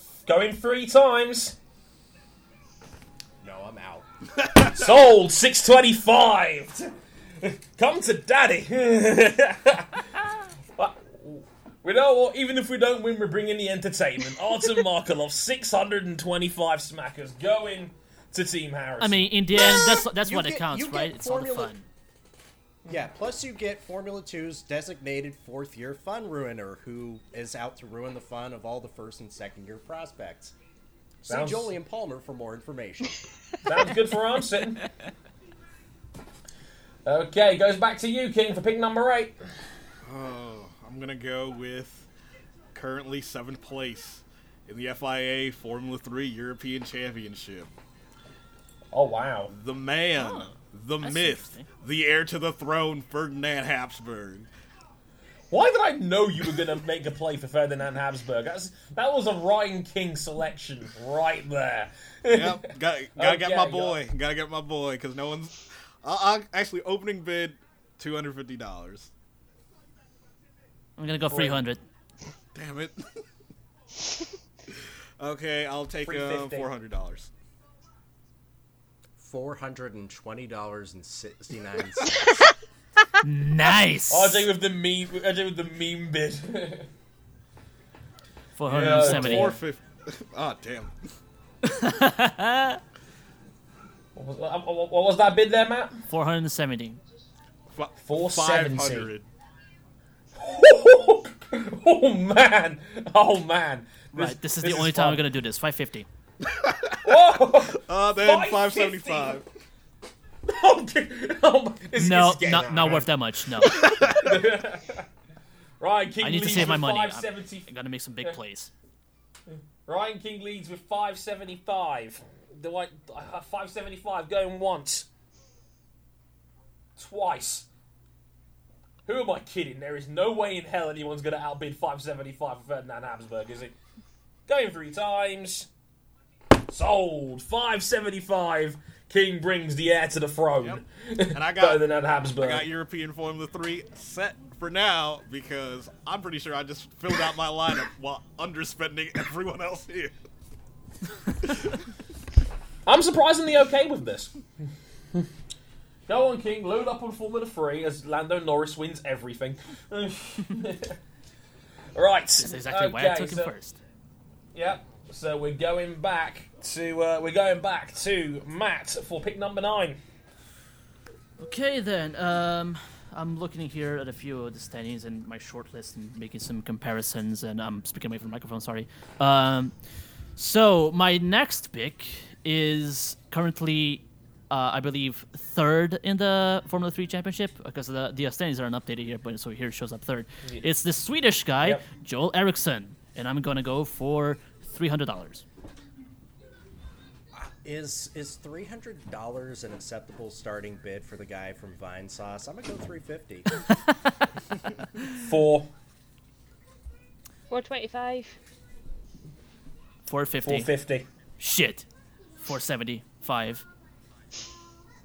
Speaker 3: Going three times.
Speaker 8: No, I'm out.
Speaker 3: Sold 625. Come to daddy. But we know what, even if we don't win, we're bringing the entertainment. Artem Markolov, 625 smackers going to Team Harris.
Speaker 7: I mean, in the end, that's that's
Speaker 8: You
Speaker 7: what
Speaker 8: get-
Speaker 7: it counts,
Speaker 8: you get
Speaker 7: right? It's all the
Speaker 8: formula-
Speaker 7: fun.
Speaker 8: Yeah, plus you get Formula 2's designated fourth year fun ruiner, who is out to ruin the fun of all the first and second year prospects. See
Speaker 3: Sounds-
Speaker 8: Jolie and Palmer for more information.
Speaker 3: Sounds good for where I'm sitting. Okay, goes back to you, King, for pick number eight.
Speaker 5: Oh, I'm gonna go with currently seventh place in the FIA Formula 3 European Championship.
Speaker 3: Oh wow.
Speaker 5: The man, the
Speaker 7: Oh, that's
Speaker 5: myth,
Speaker 7: interesting.
Speaker 5: the heir to the throne, Ferdinand Habsburg.
Speaker 3: Why did I know you were going to make a play for Ferdinand Habsburg? That's that was a Ryan King selection right there.
Speaker 5: Yep, got, gotta get my
Speaker 3: Okay,
Speaker 5: boy. Gotta get my boy, because no one's. I, I, actually, opening bid, $250.
Speaker 7: I'm gonna go 300.
Speaker 5: Damn it. okay, I'll take uh,
Speaker 3: $350.
Speaker 5: $400.
Speaker 8: Four hundred and twenty dollars and sixty nine cents.
Speaker 7: Nice.
Speaker 3: RJ with the meme. RJ with the meme bid.
Speaker 7: 470.
Speaker 3: Yeah.
Speaker 5: $450. Ah, damn.
Speaker 3: what, was, what- what was that bid there, Matt?
Speaker 7: 470.
Speaker 5: Fi-
Speaker 3: 470.
Speaker 5: 500.
Speaker 3: oh man! Oh man! This-
Speaker 7: Right, this is the
Speaker 3: this
Speaker 7: only
Speaker 3: is
Speaker 7: time
Speaker 3: fun.
Speaker 7: we're gonna do this. 550.
Speaker 3: Whoa!
Speaker 5: Uh, then
Speaker 3: 550.
Speaker 5: 575.
Speaker 3: Okay. oh my, this,
Speaker 7: No,
Speaker 3: this is getting out
Speaker 7: not
Speaker 3: of
Speaker 7: not
Speaker 3: hand.
Speaker 7: worth that much. No,
Speaker 3: Ryan King
Speaker 7: I need to
Speaker 3: leads
Speaker 7: save my
Speaker 3: with
Speaker 7: money. I'm-
Speaker 3: 570.
Speaker 7: I gotta make some big plays.
Speaker 3: Ryan King leads with 575. Do I, uh, 575 going once. Twice. Who am I kidding? There is no way in hell anyone's going to outbid 575 for Ferdinand Habsburg, is it? Going three times. Sold. 575. King brings the heir to the throne.
Speaker 5: And I got,
Speaker 3: Ferdinand Habsburg.
Speaker 5: I got European Formula 3 set for now because I'm pretty sure I just filled out my lineup while underspending everyone else here.
Speaker 3: I'm surprisingly okay with this. Go on, King. Load up on Formula 3 as Lando Norris wins everything. right.
Speaker 7: That's exactly why I
Speaker 3: okay,
Speaker 7: took him
Speaker 3: so-
Speaker 7: first.
Speaker 3: Yep. So we're going back to uh, we're going back to Matt for pick number nine.
Speaker 7: Okay then. Um, I'm looking here at a few of the standings and my short list and making some comparisons. And I'm speaking away from the microphone. Sorry. Um, so my next pick is currently, uh, I believe, third in the Formula Three Championship because the the standings aren't updated here, but so here it shows up third. It's the Swedish guy
Speaker 3: Yep.
Speaker 7: Joel Eriksson, and I'm gonna go for three hundred dollars.
Speaker 8: Is is three hundred dollars an acceptable starting bid for the guy from Vine Sauce? I'm gonna go three fifty.
Speaker 3: Four,
Speaker 6: 425.
Speaker 7: Four fifty.
Speaker 3: four fifty.
Speaker 7: Shit. Four seventy five.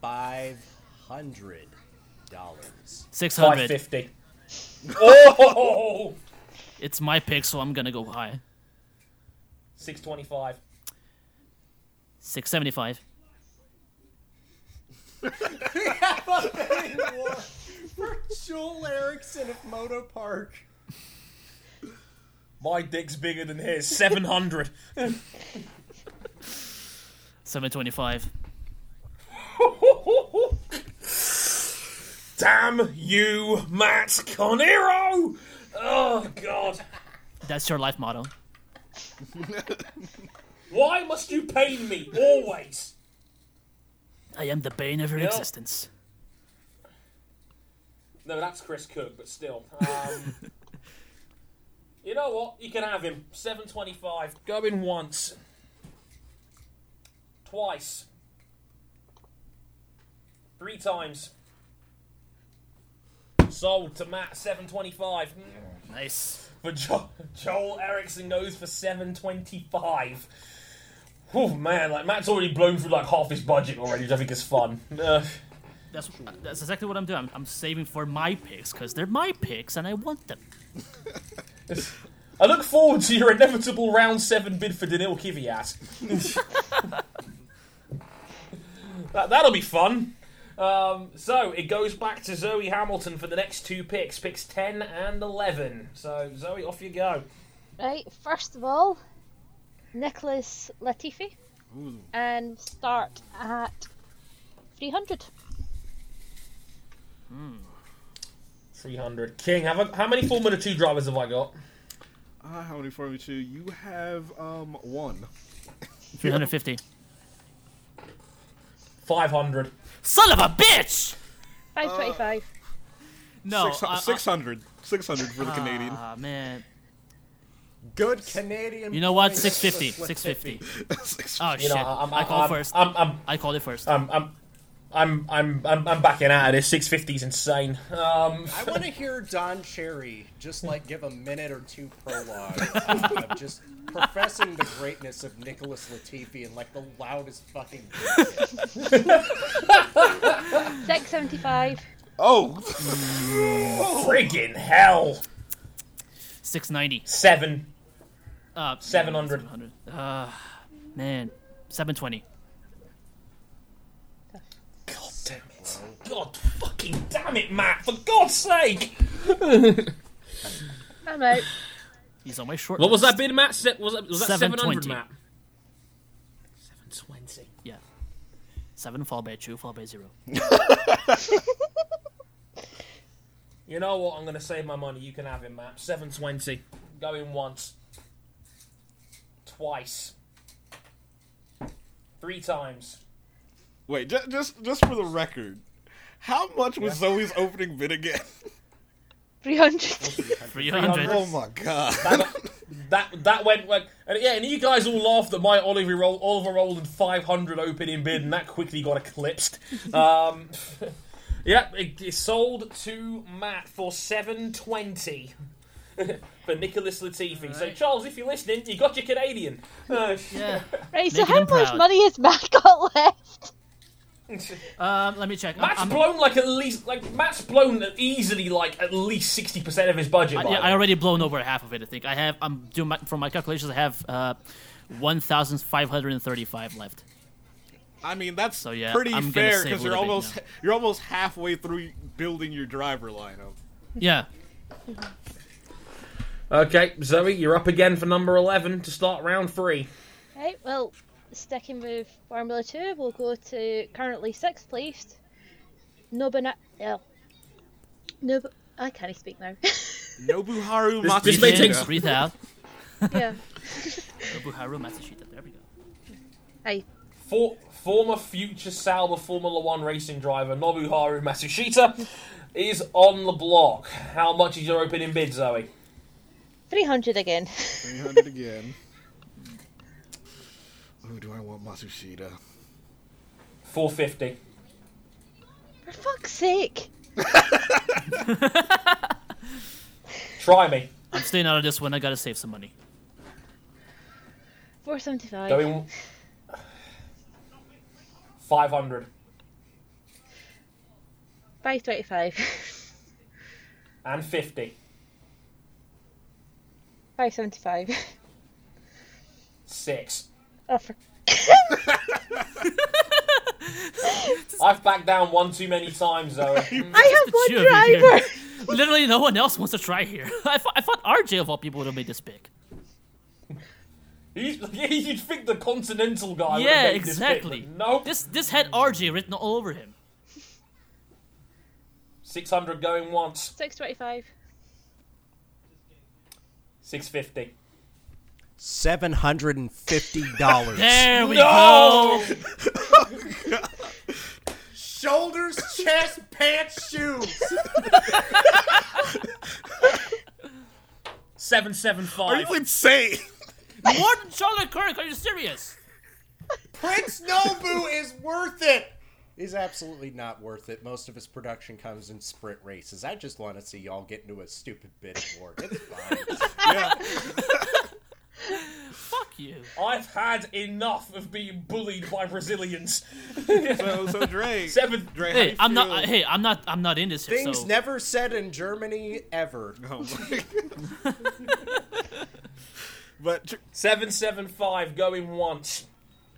Speaker 8: Five hundred dollars.
Speaker 7: Six
Speaker 3: Five
Speaker 7: hundred.
Speaker 3: fifty. Oh,
Speaker 7: It's my pick, so I'm gonna go high.
Speaker 3: 625.
Speaker 7: Six seventy-five.
Speaker 8: for Joel Erickson of Moto Park.
Speaker 3: My dick's bigger than his. 700.
Speaker 7: Seven twenty-five.
Speaker 3: Damn you, Matt Conero! Oh, God.
Speaker 7: That's your life motto.
Speaker 3: Why must you pain me always?
Speaker 7: I am the bane of your
Speaker 3: Yeah.
Speaker 7: existence.
Speaker 3: No, that's Chris Cook, but still. Um, you know what? You can have him. 725. Go in once. Twice. Three times. Sold to Matt, Mm. 725.
Speaker 7: Nice.
Speaker 3: For jo- Joel Erickson goes for 725. Oh man, like Matt's already blown through like half his budget already, which I think is fun. Uh, Ugh.
Speaker 7: That's that's exactly what I'm doing. I'm, I'm saving for my picks because they're my picks and I want them.
Speaker 3: I look forward to your inevitable round seven bid for Danil Kvyat. that, that'll be fun. Um, so it goes back to Zoe Hamilton for the next two picks, picks ten and eleven. So Zoe, off you go.
Speaker 6: Right, first of all, Nicholas Latifi. And start at 300.
Speaker 3: Three hundred. King, have I, how many Formula Two drivers have I got?
Speaker 5: Uh, how many Formula 2? You have um one.
Speaker 7: Three hundred fifty.
Speaker 3: Five hundred.
Speaker 7: Son of a bitch!
Speaker 6: 525.
Speaker 7: No.
Speaker 5: Oh,
Speaker 7: uh,
Speaker 5: Six- 600. 600 for the Canadian.
Speaker 7: Ah man.
Speaker 8: Good Canadian.
Speaker 7: You know what?
Speaker 8: boys.
Speaker 7: 650.
Speaker 8: Let's- let's
Speaker 7: 650.
Speaker 5: Six-
Speaker 7: Oh,
Speaker 3: You
Speaker 7: shit.
Speaker 3: know, I'm,
Speaker 7: I
Speaker 3: I'm,
Speaker 7: called
Speaker 3: I'm,
Speaker 7: first.
Speaker 3: I'm, I'm,
Speaker 7: I called it first.
Speaker 3: I'm, I'm, I'm, I'm, I'm, I'm backing out of this. 650's insane. Um,
Speaker 8: I want to hear Don Cherry just like give a minute or two prologue of just professing the greatness of Nicholas Latifi in like the loudest fucking. voice.
Speaker 7: Oh.
Speaker 6: 675.
Speaker 5: Oh,
Speaker 3: friggin' hell.
Speaker 7: 690.
Speaker 3: Seven.
Speaker 7: Uh,
Speaker 3: 700.
Speaker 7: 700. Uh, man. 720.
Speaker 3: God fucking damn it, Matt! For God's sake!
Speaker 6: I'm out.
Speaker 7: He's on my short
Speaker 4: What was
Speaker 7: list.
Speaker 4: that bid, Matt? Se- was that, was that 700,
Speaker 7: 720.
Speaker 4: Matt? 720.
Speaker 7: Yeah. 7 fall by 2, fall by 0.
Speaker 3: You know what? I'm gonna save my money. You can have him, Matt. 720. Go in once. Twice. Three times.
Speaker 5: wait, just, just just for the record, how much was Zoe's opening bid again?
Speaker 6: 300.
Speaker 7: 300.
Speaker 5: Oh my god!
Speaker 3: That that went like and yeah, and you guys all laughed at my Oliver roll Oliver Rowland 500 opening bid, and that quickly got eclipsed. Um, yep, it, it sold to Matt for 720 for Nicholas Latifi. So Charles, if you're listening, you got your Canadian. Uh,
Speaker 7: Yeah.
Speaker 6: Right, so
Speaker 7: Making
Speaker 6: how
Speaker 7: him
Speaker 6: much
Speaker 7: proud.
Speaker 6: money has Matt got left?
Speaker 7: Um, let me check. I'm-
Speaker 3: Matt's
Speaker 7: I'm-
Speaker 3: blown like at least like Matt's blown easily like at least 60 percent of his budget.
Speaker 7: I,
Speaker 3: by
Speaker 7: yeah,
Speaker 3: the
Speaker 7: I
Speaker 3: way.
Speaker 7: already blown over half of it. I think I have. I'm doing my, from my calculations. I have uh, one thousand five hundred and thirty-five left.
Speaker 5: I mean, that's
Speaker 7: So, yeah,
Speaker 5: pretty
Speaker 7: I'm gonna
Speaker 5: fair
Speaker 7: save a
Speaker 5: because you're
Speaker 7: little bit
Speaker 5: almost
Speaker 7: now.
Speaker 5: you're almost halfway through building your driver lineup.
Speaker 7: Yeah.
Speaker 3: Okay, Zoe, you're up again for number 11 to start round three.
Speaker 6: Right, well, sticking with Formula 2, we'll go to currently sixth placed Nobuna. Uh, Nob- I can't speak now.
Speaker 5: Nobuharu
Speaker 3: This- this
Speaker 5: Matsushita.
Speaker 3: may
Speaker 7: Breathe
Speaker 3: take
Speaker 7: in, breathe out.
Speaker 6: yeah.
Speaker 7: Nobuharu Matsushita. There we go.
Speaker 6: Aye.
Speaker 3: For, former future Sauber Formula One racing driver Nobuharu Matsushita is on the block. How much is your opening bid, Zoe?
Speaker 6: 300 again.
Speaker 5: 300 again. Who do I want Matsushita?
Speaker 3: 450.
Speaker 6: For fuck's sake.
Speaker 3: Try me.
Speaker 7: I'm staying out of this one. I gotta save some money.
Speaker 6: 475.
Speaker 3: Go in. 500.
Speaker 6: 525.
Speaker 3: And 50.
Speaker 6: 575.
Speaker 3: Six.
Speaker 6: Oh, for.
Speaker 3: I've backed down one too many times, Zoe. Mm.
Speaker 6: I have
Speaker 7: Hmm. the two
Speaker 6: one
Speaker 7: of you
Speaker 6: driver!
Speaker 7: Literally, no one else wants to try here. I, thought I thought RJ of all people would have made this pick.
Speaker 3: You- You'd think the Continental guy would
Speaker 7: yeah,
Speaker 3: have made
Speaker 7: exactly.
Speaker 3: this pick, but nope.
Speaker 7: This this had RJ written all over him.
Speaker 3: 600 going once.
Speaker 6: 625.
Speaker 3: 650.
Speaker 8: Seven hundred and fifty dollars.
Speaker 7: There we
Speaker 3: No!
Speaker 8: Shoulders, chest, pants, shoes.
Speaker 3: 775.
Speaker 5: Are you insane?
Speaker 7: go. More than Charlotte Kirk. Are you serious?
Speaker 8: Prince Nobu is worth it. He's absolutely not worth it. Most of his production comes in sprint races. I just want to see y'all get into a stupid bid war. It's fine.
Speaker 7: Fuck you.
Speaker 4: Oh,
Speaker 3: I've had enough of being bullied by Brazilians.
Speaker 5: so, so Dre.
Speaker 3: Seven.
Speaker 5: Dre,
Speaker 7: Hey,
Speaker 5: how
Speaker 7: I'm
Speaker 5: do you
Speaker 7: not.
Speaker 5: feel-
Speaker 7: I- hey, I'm not. I'm not in this. Here,
Speaker 8: Things
Speaker 7: so.
Speaker 8: never said in Germany ever.
Speaker 5: Oh my God. but Dr-
Speaker 3: 775 going once,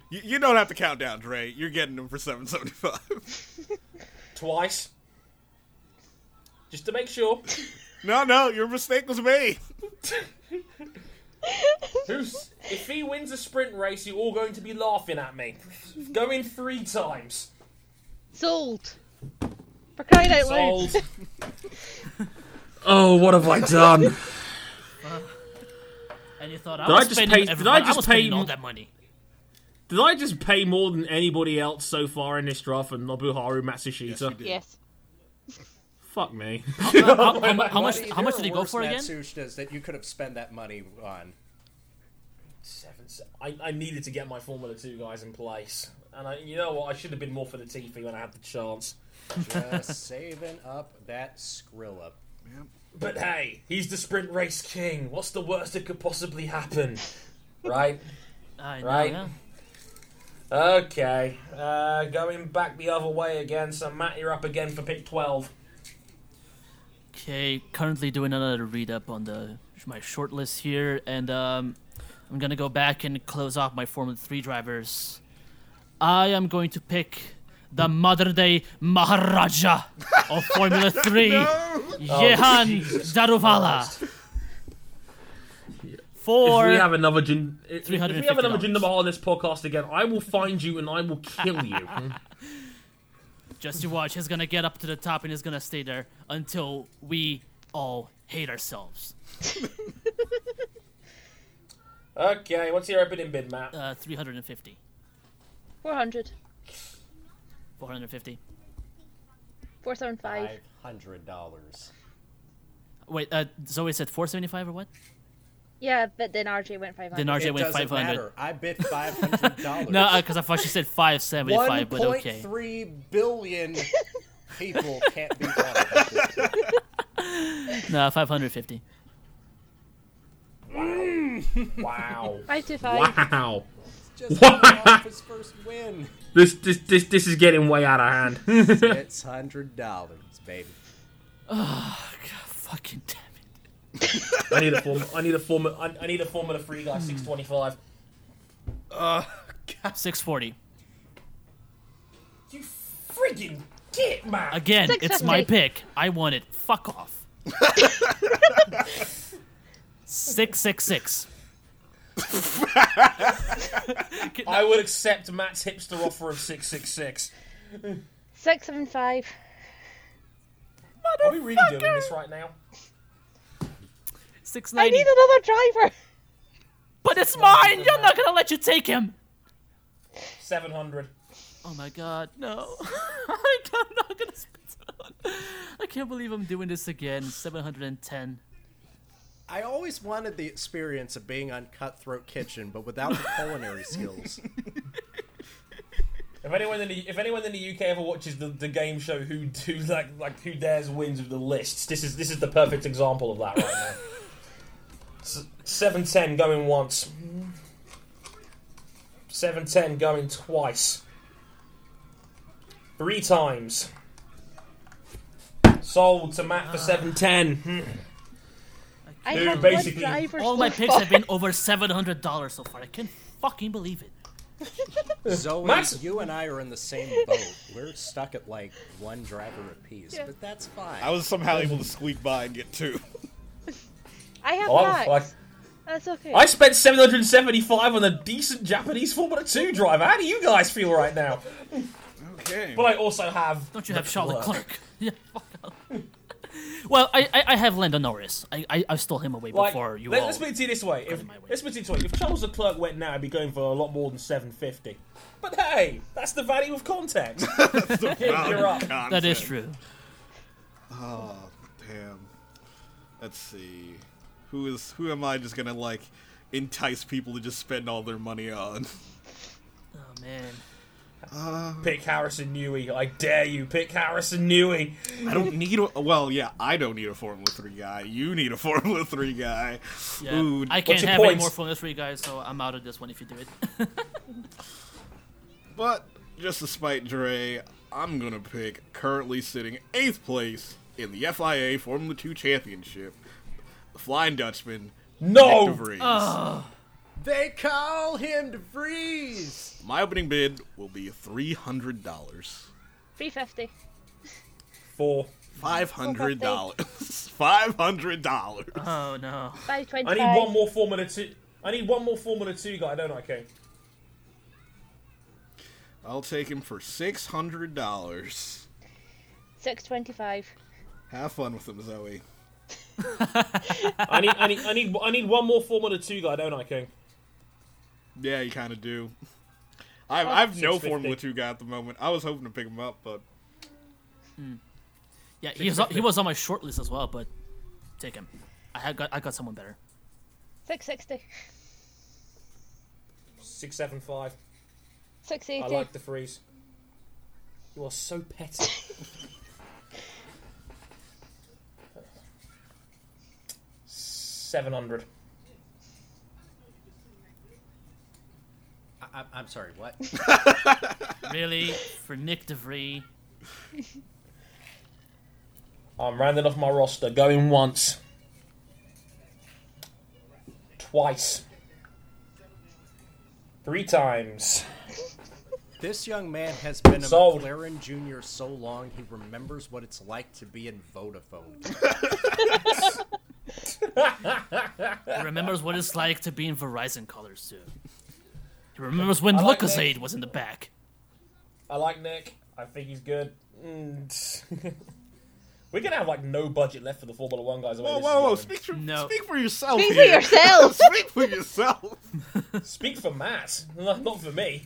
Speaker 5: you, you don't have to count down, Dre. You're getting them for 775.
Speaker 3: twice. Just to make sure.
Speaker 5: no, no, your mistake was made.
Speaker 3: Who's, if he wins a sprint race, you're all going to be laughing at me. Going three times.
Speaker 6: Sold. For crying out loud.
Speaker 3: Sold. oh, what have I done?
Speaker 7: And you thought I
Speaker 4: Did I
Speaker 7: was
Speaker 4: just
Speaker 7: spending
Speaker 4: pay- did I
Speaker 7: everyone-
Speaker 4: just
Speaker 7: was
Speaker 4: pay
Speaker 7: spending all
Speaker 4: m-
Speaker 7: that money.
Speaker 4: Did I just pay more than anybody else so far in this draft for Nobuharu Matsushita?
Speaker 5: Yes, you did.
Speaker 6: Yes.
Speaker 9: Fuck me.
Speaker 7: How, how- how-
Speaker 3: Why- why
Speaker 7: how much? How much did he go for again?
Speaker 8: Matsushita's that you could have spent that money on.
Speaker 3: Seven, se- I, I needed to get my Formula Two guys in place, and I, you know what? I should have been more for the Tiffy when I had the chance.
Speaker 8: Just saving up that Skrilla.
Speaker 3: But hey, he's the sprint race king. What's the worst that could possibly happen? right?
Speaker 7: I know,
Speaker 3: Right.
Speaker 7: yeah.
Speaker 3: Okay. Uh, going back the other way again. So Matt, you're up again for pick twelve.
Speaker 7: Okay, currently doing another read up on the my short list here, and um, I'm gonna go back and close off my Formula Three drivers. I am going to pick the modern day Maharaja of Formula Three, Jehan
Speaker 3: Oh, Jesus
Speaker 7: Daruvala. For
Speaker 4: if we have another gin, if we have another
Speaker 7: $350.
Speaker 4: gin on this podcast again, I will find you and I will kill you.
Speaker 7: just you watch, he's gonna get up to the top and he's gonna stay there until we all hate ourselves.
Speaker 3: Okay. What's your opening bid, Matt?
Speaker 7: Uh, 350,
Speaker 6: 400.
Speaker 7: 450.
Speaker 6: 475.
Speaker 8: Five hundred dollars.
Speaker 7: Wait, uh, Zoe said 475 or what?
Speaker 6: Yeah, but then RJ went 500.
Speaker 7: Then RJ
Speaker 8: It
Speaker 7: went
Speaker 8: doesn't
Speaker 7: 500.
Speaker 8: matter. I bid five hundred dollars.
Speaker 7: No, because I thought she said 575, but okay.
Speaker 8: 1.3 billion people can't be bothered.
Speaker 7: No, 550.
Speaker 3: Wow.
Speaker 6: 525.
Speaker 4: wow,
Speaker 8: Just coming off his first win.
Speaker 4: this this this this is getting way out of hand.
Speaker 8: It's hundred dollars, baby.
Speaker 7: Fucking damn it.
Speaker 3: I need a form. I need a form. I, I need a Formula Three guy. Six twenty-five.
Speaker 7: 640.
Speaker 3: You friggin' git, Matt.
Speaker 7: Again, it's my
Speaker 6: 650.
Speaker 7: pick. I want it. Fuck off. 666.
Speaker 3: I would accept Matt's hipster offer of six six six.
Speaker 6: 675.
Speaker 3: Are we really doing this right now?
Speaker 6: I
Speaker 7: 690.
Speaker 6: need another driver.
Speaker 7: But it's mine! You're not gonna let you take him!
Speaker 3: Seven hundred.
Speaker 7: Oh my god, no. I'm not gonna spend it on. I can't believe I'm doing this again. 710.
Speaker 8: I always wanted the experience of being on Cutthroat Kitchen, but without the culinary skills.
Speaker 3: If anyone in the if anyone in the UK ever watches the, the game show who do like like who dares wins with the lists, this is this is the perfect example of that right now. S- Seven ten going once. Seven ten going twice. Three times. Sold to Matt for seven ten.
Speaker 6: I
Speaker 3: Dude,
Speaker 6: have one
Speaker 3: basically,
Speaker 6: driver.
Speaker 7: All
Speaker 6: so
Speaker 7: my picks
Speaker 6: far.
Speaker 7: have been over $700 so far. I can't fucking believe it.
Speaker 8: Zoe,
Speaker 3: Max-
Speaker 8: you and I are in the same boat. We're stuck at like one driver apiece, but that's fine.
Speaker 5: I was somehow able to squeak by and get two.
Speaker 6: I have
Speaker 3: Oh,
Speaker 6: packs.
Speaker 3: like,
Speaker 6: That's okay.
Speaker 3: I spent seven hundred and seventy five on a decent Japanese Formula Two driver. How do you guys feel right now?
Speaker 5: Okay.
Speaker 3: But I also have
Speaker 7: Don't you have Charlotte
Speaker 3: Leclerc.
Speaker 7: Clark? Yeah, fuck off. well, I, I, I have Lando Norris. I, I, I stole him away
Speaker 3: Like,
Speaker 7: before you
Speaker 3: let,
Speaker 7: all.
Speaker 3: us put it to you this way: if,
Speaker 7: in my way.
Speaker 3: let's put it this way: if Charles Leclerc went now, he'd be going for a lot more than seven fifty. But hey, that's the value of context. Kid, you're up.
Speaker 7: That is true.
Speaker 5: Damn. Let's see. Who is who am I just gonna like entice people to just spend all their money on?
Speaker 7: Oh man,
Speaker 3: Pick Harrison Newey. I dare you. Pick Harrison Newey.
Speaker 5: I don't need a well, yeah, I don't need a Formula Three guy. You need a Formula Three guy.
Speaker 7: yeah.
Speaker 5: Ooh,
Speaker 7: I
Speaker 5: what's
Speaker 7: can't
Speaker 3: your
Speaker 7: have any
Speaker 3: points?
Speaker 7: more from the three guys, so I'm out of this one if you do it.
Speaker 5: But just to spite Dre, I'm gonna pick currently sitting eighth place in the FIA Formula Two Championship, the Flying Dutchman. Nick
Speaker 3: No.
Speaker 5: de Vries.
Speaker 8: They call him to freeze.
Speaker 5: My opening bid will be three hundred dollars.
Speaker 6: 350.
Speaker 3: Four.
Speaker 5: Five hundred dollars. Five hundred dollars.
Speaker 7: oh no.
Speaker 6: 525.
Speaker 3: I need one more Formula Two. I need one more Formula Two guy, don't I, King?
Speaker 5: I'll take him for six hundred dollars.
Speaker 6: 625.
Speaker 5: Have fun with him, Zoe.
Speaker 3: I need, I need, I need, I need one more Formula Two guy, don't I, King?
Speaker 5: Yeah, you kind of do. I've, I've no
Speaker 3: 650.
Speaker 5: Formula Two guy at the moment. I was hoping to pick him up, but
Speaker 7: Yeah, he was, on- he was on my short list as well, but take him. I had got I got someone better.
Speaker 6: 660.
Speaker 3: Six seven five. I
Speaker 6: 680.
Speaker 3: like the freeze. You are so petty. Seven hundred.
Speaker 8: I, I'm sorry, what?
Speaker 7: Really, for Nick DeVry,
Speaker 3: I'm rounding off my roster. Going once. Twice. Three times.
Speaker 8: This young man has been a
Speaker 3: Sold.
Speaker 8: McLaren Jr. so long he remembers what it's like to be in Vodafone.
Speaker 7: he remembers what it's like to be in Verizon colors too. He remembers when
Speaker 3: I like
Speaker 7: Lucasade
Speaker 3: Nick.
Speaker 7: was in the back.
Speaker 3: I like Nick. I think he's good. Mm. We're gonna have like no budget left for the Formula One guys. the way
Speaker 5: Whoa,
Speaker 3: this
Speaker 5: whoa, whoa!
Speaker 3: is going.
Speaker 5: Speak for,
Speaker 7: No.
Speaker 5: speak for yourself.
Speaker 6: Speak for
Speaker 5: here.
Speaker 6: yourself.
Speaker 5: speak for yourself.
Speaker 3: Speak for Matt, not for me.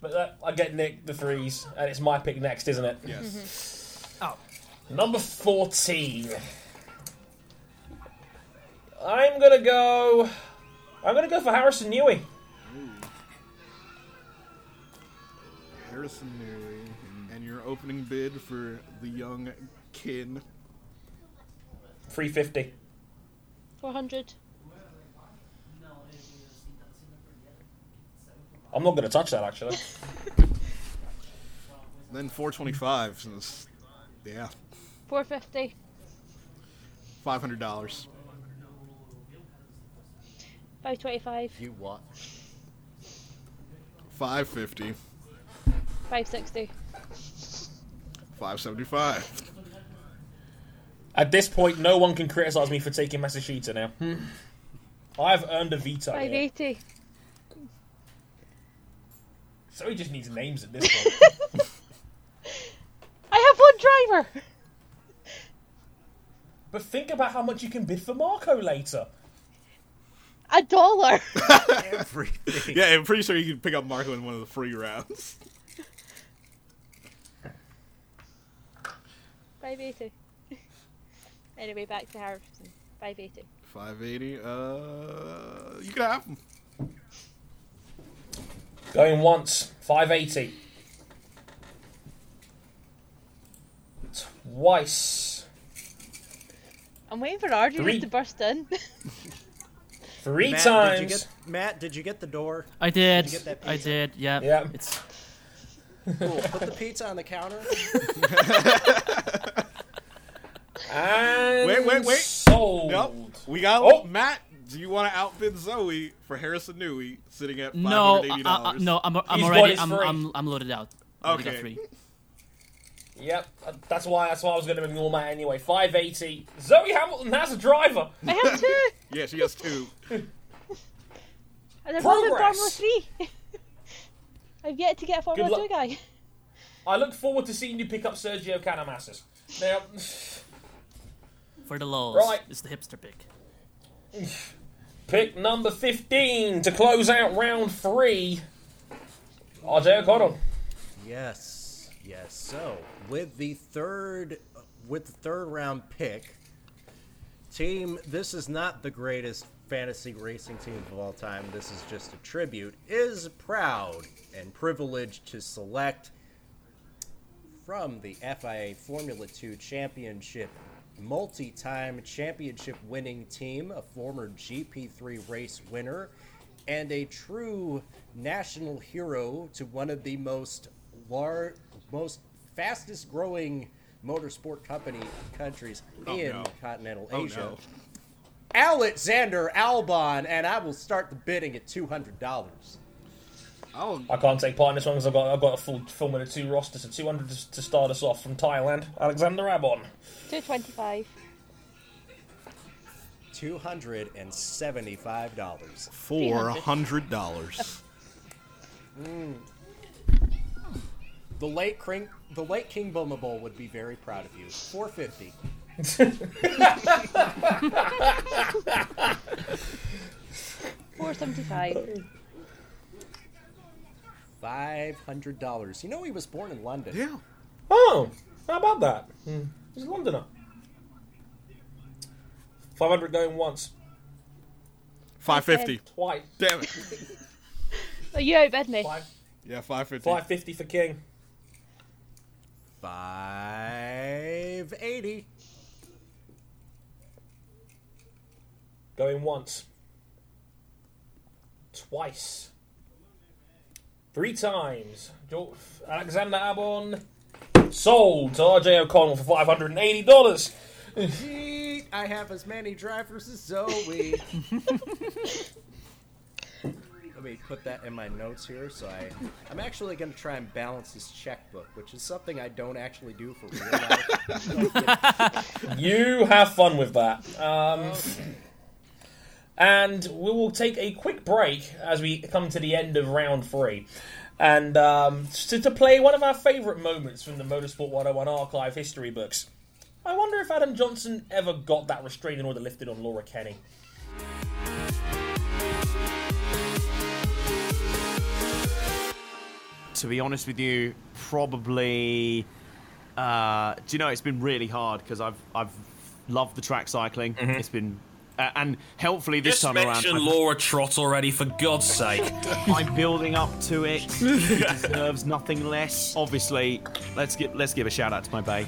Speaker 3: but uh, I get Nick the threes, and it's my pick next, isn't it?
Speaker 5: Yes.
Speaker 3: Number 14. I'm gonna go. I'm gonna go for Harrison Newey.
Speaker 5: Harrison Newey and your opening bid for the young kin.
Speaker 3: 350.
Speaker 6: 400.
Speaker 3: I'm not gonna touch that actually.
Speaker 5: Then 425 since yeah,
Speaker 6: 450.
Speaker 5: five hundred dollars.
Speaker 6: 525.
Speaker 8: You what?
Speaker 5: Five fifty.
Speaker 6: 560.
Speaker 3: Oh,
Speaker 5: Five seventy five.
Speaker 3: At this point, no one can criticize me for taking Masashita now. I've earned a veto. here.
Speaker 6: 580.
Speaker 3: So he just needs names at this point.
Speaker 6: I have one driver.
Speaker 3: but think about how much you can bid for Marco later.
Speaker 6: A dollar.
Speaker 8: Everything.
Speaker 5: Yeah, I'm pretty sure you can pick up Marco in one of the free rounds.
Speaker 6: 580. Anyway, back to Harrison. 580.
Speaker 5: Five eighty. Uh, you can have him.
Speaker 3: Going once, 580. Twice,
Speaker 6: I'm waiting for Arjun
Speaker 3: Three.
Speaker 6: to burst in.
Speaker 3: three
Speaker 8: Matt,
Speaker 3: times.
Speaker 8: Did you get, Matt, did you get the door?
Speaker 7: I did.
Speaker 8: you get that
Speaker 7: I
Speaker 8: pizza?
Speaker 7: did. Yeah.
Speaker 3: Yeah.
Speaker 7: It's
Speaker 8: Cool. Put the pizza on the counter.
Speaker 3: And
Speaker 5: Wait, wait, wait.
Speaker 3: Sold.
Speaker 5: Nope. We got
Speaker 3: Oh.
Speaker 5: Matt. Do you want to outbid Zoe for Harrison Newey sitting at five
Speaker 7: no,
Speaker 5: hundred
Speaker 7: I,
Speaker 5: eighty
Speaker 7: I,
Speaker 5: dollars?
Speaker 7: no. I'm, I'm
Speaker 3: He's got
Speaker 7: already.
Speaker 3: his
Speaker 7: I'm,
Speaker 3: free.
Speaker 7: I'm I'm loaded out. I already
Speaker 5: Okay.
Speaker 7: Got three.
Speaker 3: Yep, that's why. That's why I was going to ignore Matt anyway. 580. Zoe Hamilton has a driver.
Speaker 6: I have two.
Speaker 5: Yeah, she has two.
Speaker 6: And I'm on
Speaker 3: Progress.
Speaker 6: Formula 3. I've yet to get a Formula
Speaker 3: luck.
Speaker 6: 2 guy.
Speaker 3: I look forward to seeing you pick up Sergio Canamassis. Now,
Speaker 7: For the lulz.
Speaker 3: Right.
Speaker 7: It's the hipster pick.
Speaker 3: pick number 15 to close out round three. RJ O'Connell.
Speaker 8: Yes, yes. So with the third, with the third round pick, team. This is not the greatest fantasy racing team of all time. This is just a tribute. Is proud and privileged to select from the FIA Formula Two Championship. Multi time championship winning team, a former GP3 race winner, and a true national hero to one of the most lar- most fastest growing motorsport company countries in
Speaker 5: no.
Speaker 8: continental
Speaker 5: Oh,
Speaker 8: Asia.
Speaker 5: no.
Speaker 8: Alexander Albon, and I will start the bidding at two hundred dollars.
Speaker 5: I'll
Speaker 3: I can't take part in this one because I've got, I've got a full Formula 2 roster, so 200 to, to start us off from Thailand. Alexander Abon.
Speaker 6: 225.
Speaker 8: Two hundred and seventy-five dollars.
Speaker 5: four hundred dollars.
Speaker 8: The late King, the late King Bulma Bowl would be very proud of you. Four fifty.
Speaker 3: Oh,
Speaker 6: Four seventy five.
Speaker 8: Five hundred dollars. You know he was born in London.
Speaker 5: Yeah.
Speaker 3: Oh! How about that? He's a Londoner. 500 going once,
Speaker 5: 550.
Speaker 3: twice,
Speaker 5: Damn it.
Speaker 6: Oh, you outbid me.
Speaker 3: five,
Speaker 5: Yeah, 550.
Speaker 3: 550 for King.
Speaker 8: 580.
Speaker 3: Going once. Twice. Three times. Jo- Alexander Abon sold to RJ O'Connell for $580.
Speaker 8: Yeet, I have as many drivers as Zoe. Let me put that in my notes here. So I, I'm actually going to try and balance this checkbook, which is something I don't actually do for real life.
Speaker 3: You have fun with that. Um, and we will take a quick break as we come to the end of round three. And um, to, to play one of our favourite moments from the Motorsport 101 archive history books. I wonder if Adam Johnson ever got that restraining order lifted on Laura Kenny.
Speaker 9: to be honest with you, probably. Uh, do you know it's been really hard because I've I've loved the track cycling. It's been uh, and helpfully this
Speaker 4: Mm-hmm. Just
Speaker 9: time around
Speaker 4: mention
Speaker 9: I've-
Speaker 4: Laura Trot already, for God's sake.
Speaker 9: I'm building up to it. He deserves nothing less. Obviously, let's give let's give a shout out to my bae.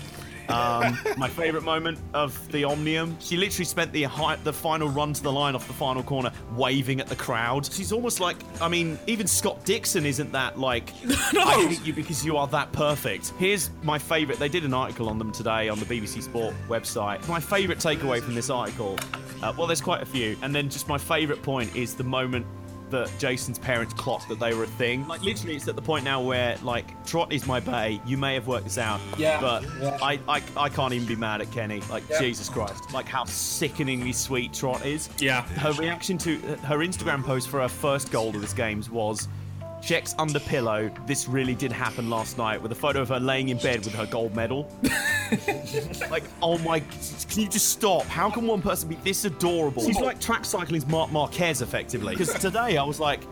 Speaker 9: Um, my favourite moment of the Omnium. She literally spent the hi- the final run to the line off the final corner, waving at the crowd. She's almost like, I mean, even Scott Dixon isn't that like. I hate you because you are that perfect. Here's my favourite. They did an article on them today on the BBC Sport website. My favourite takeaway from this article. Uh, well, there's quite a few, and then just my favourite point is the moment that Jason's parents clocked that they were a thing. Like literally, it's at the point now where like Trot is my bae. You may have worked this out,
Speaker 3: Yeah,
Speaker 9: But
Speaker 3: yeah.
Speaker 9: I, I I can't even be mad at Kenny. Like Jesus Christ, like how sickeningly sweet Trot is.
Speaker 4: Yeah.
Speaker 9: Her reaction to her Instagram post for her first goal of this games was. Checks under pillow. This really did happen last night with a photo of her laying in bed with her gold medal. Like, oh my, can you just stop? How can one person be this adorable? She's like track cycling's Mark Marquez, effectively. Because today I was like,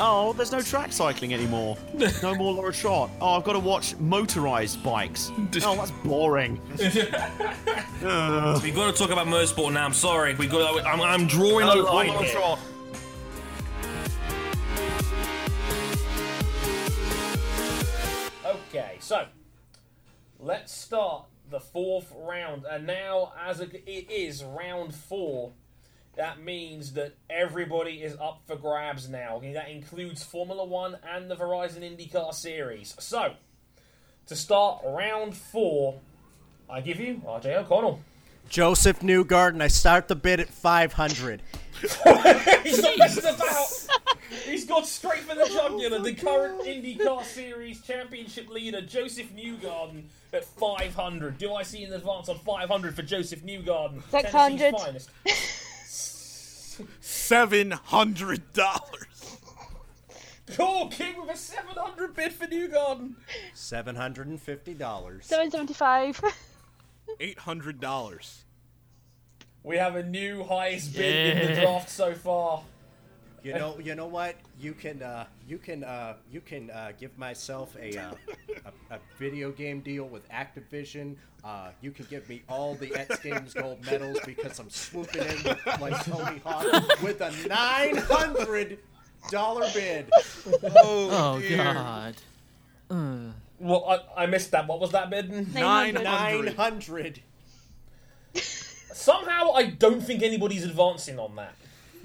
Speaker 9: oh, there's no track cycling anymore. No more Laura Trot. Oh, I've got to watch motorized bikes. Oh, that's boring.
Speaker 4: We've got to talk about motorsport now. I'm sorry. We got. I'm, I'm drawing a line
Speaker 9: Laura
Speaker 4: here.
Speaker 9: Trot.
Speaker 3: Okay, so let's start the fourth round, and now as it it is round four, that means that everybody is up for grabs now. Okay, That includes Formula One and the Verizon IndyCar Series. So to start round four, I give you RJ O'Connell.
Speaker 8: Joseph Newgarden, I start the bid at 500.
Speaker 3: He's not messing about. He's gone straight for the jugular. The current IndyCar Series Championship leader, Joseph Newgarden, at 500. Do I see an advance on 500 for Joseph Newgarden?
Speaker 6: 600.
Speaker 3: Tennessee's finest.
Speaker 5: $700.
Speaker 3: Cool King with a 700 bid for Newgarden.
Speaker 8: $750.
Speaker 6: Seven seventy-five.
Speaker 5: $800.
Speaker 3: We have a new highest bid in the
Speaker 7: Yeah.
Speaker 3: draft so far.
Speaker 8: You know, you know what? You can, uh, you can, uh, you can uh, give myself a, uh, a, a video game deal with Activision. Uh, you can give me all the X Games gold medals because I'm swooping in with, like Tony Hawk with a nine hundred dollar bid.
Speaker 7: Oh god.
Speaker 3: Well, I, I missed that. What was that bid?
Speaker 8: Nine hundred.
Speaker 3: Somehow, I don't think anybody's advancing on that.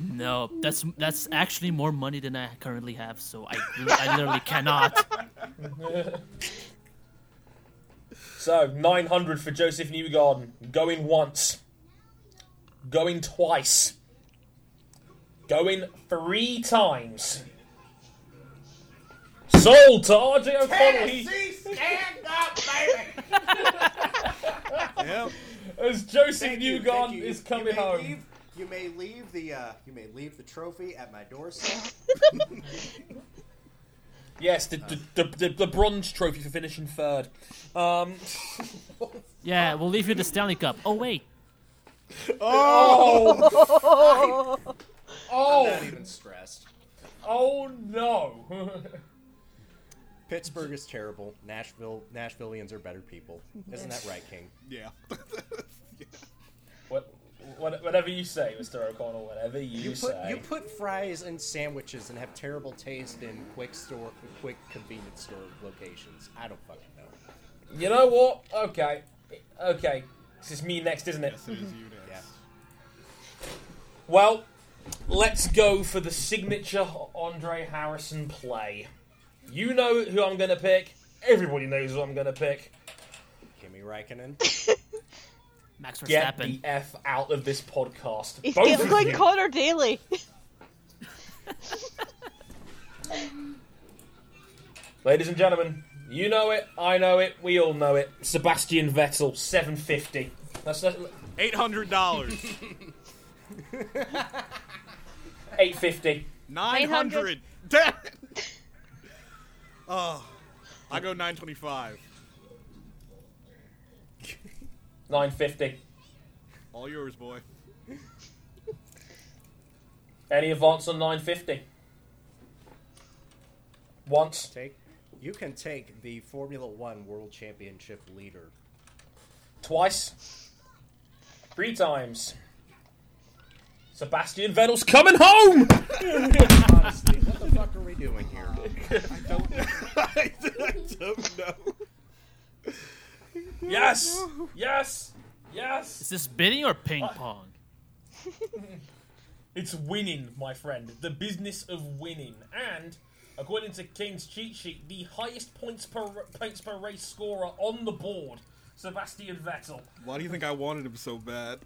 Speaker 7: No, that's that's actually more money than I currently have, so I really- I literally cannot.
Speaker 3: So, 900 for Joseph Newgarden. Going once. Going twice. Going three times. Sold to RJ O'Connell. He-
Speaker 5: Yep.
Speaker 3: as Joseph
Speaker 8: Thank you,
Speaker 3: Newgarden
Speaker 8: thank you.
Speaker 3: is
Speaker 8: You
Speaker 3: coming
Speaker 8: may
Speaker 3: home.
Speaker 8: Leave, you may leave the, uh, you may leave the trophy at my doorstep.
Speaker 3: Yes, the, the, the, the bronze trophy for finishing third. Um,
Speaker 7: Yeah, we'll leave you the Stanley Cup. Oh wait,
Speaker 3: oh,
Speaker 8: I'm
Speaker 3: oh,
Speaker 8: Oh, not even stressed.
Speaker 3: oh no.
Speaker 8: Pittsburgh is terrible. Nashville, Nashvilleians are better people. Isn't that right, King?
Speaker 5: Yeah.
Speaker 3: What, what, whatever you say, Mr. O'Connell, whatever you,
Speaker 8: You put
Speaker 3: say.
Speaker 8: you put fries in sandwiches and have terrible taste in quick store, quick convenience store locations. I don't fucking know.
Speaker 3: You know what? Okay. Okay. This is me next, isn't it?
Speaker 5: Yes, it is you next.
Speaker 8: Yeah.
Speaker 3: Well, let's go for the signature Andre Harrison play. You know who I'm going to pick. Everybody knows who I'm going to pick.
Speaker 8: Kimi Raikkonen.
Speaker 7: Max
Speaker 3: Get
Speaker 7: Verstappen.
Speaker 3: the F out of this podcast.
Speaker 6: He's
Speaker 3: Both
Speaker 6: getting
Speaker 3: of
Speaker 6: like
Speaker 3: you.
Speaker 6: Connor Daly.
Speaker 3: Ladies and gentlemen, you know it, I know it, we all know it. Sebastian Vettel, 750. That's, that's
Speaker 5: Eight hundred dollars.
Speaker 3: 850.
Speaker 6: 900.
Speaker 5: Nine hundred. Damn. it. Oh, I go nine twenty-five.
Speaker 3: 950.
Speaker 5: All yours, boy.
Speaker 3: Any advance on 950? Once.
Speaker 8: Take you can take the Formula One World Championship leader.
Speaker 3: twice, three times. Sebastian Vettel's coming home.
Speaker 8: Honestly, what the fuck are we doing here?
Speaker 5: I don't know.
Speaker 3: Yes, yes, yes.
Speaker 7: Is this bidding or ping pong?
Speaker 3: It's winning, my friend. The business of winning, and according to King's cheat sheet, the highest points per points per race scorer on the board, Sebastian Vettel.
Speaker 5: Why do you think I wanted him so bad?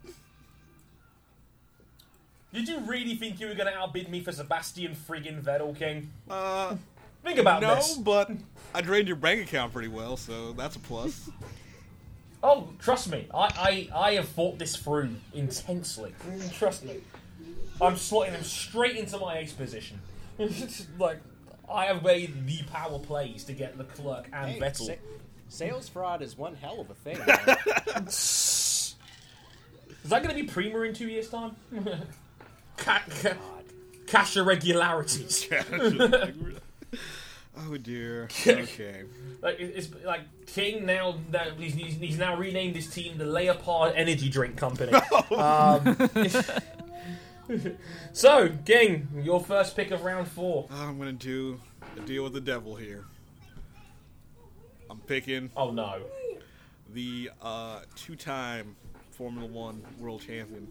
Speaker 3: Did you really think you were going to outbid me for Sebastian friggin' Vettel, King?
Speaker 5: Uh,
Speaker 3: Think about
Speaker 5: no,
Speaker 3: this.
Speaker 5: but I drained your bank account pretty well, so that's a plus.
Speaker 3: Oh, trust me, I, I, I have thought this through intensely. Trust me. I'm slotting him straight into my ace position. like, I have made the power plays to get Leclerc and
Speaker 8: Hey,
Speaker 3: Vettel.
Speaker 8: sa- sales fraud is one hell of a thing. man.
Speaker 3: Is that going to be Prima in two years' time? ca- ca- cash irregularities.
Speaker 5: oh dear. Okay.
Speaker 3: like, it- it's like King now, now he's, he's he's now renamed his team the Leopard Energy Drink Company. um, so, King, your first pick of round four.
Speaker 5: I'm gonna do a deal with the devil here. I'm picking
Speaker 3: Oh no.
Speaker 5: the uh, two-time Formula One world champion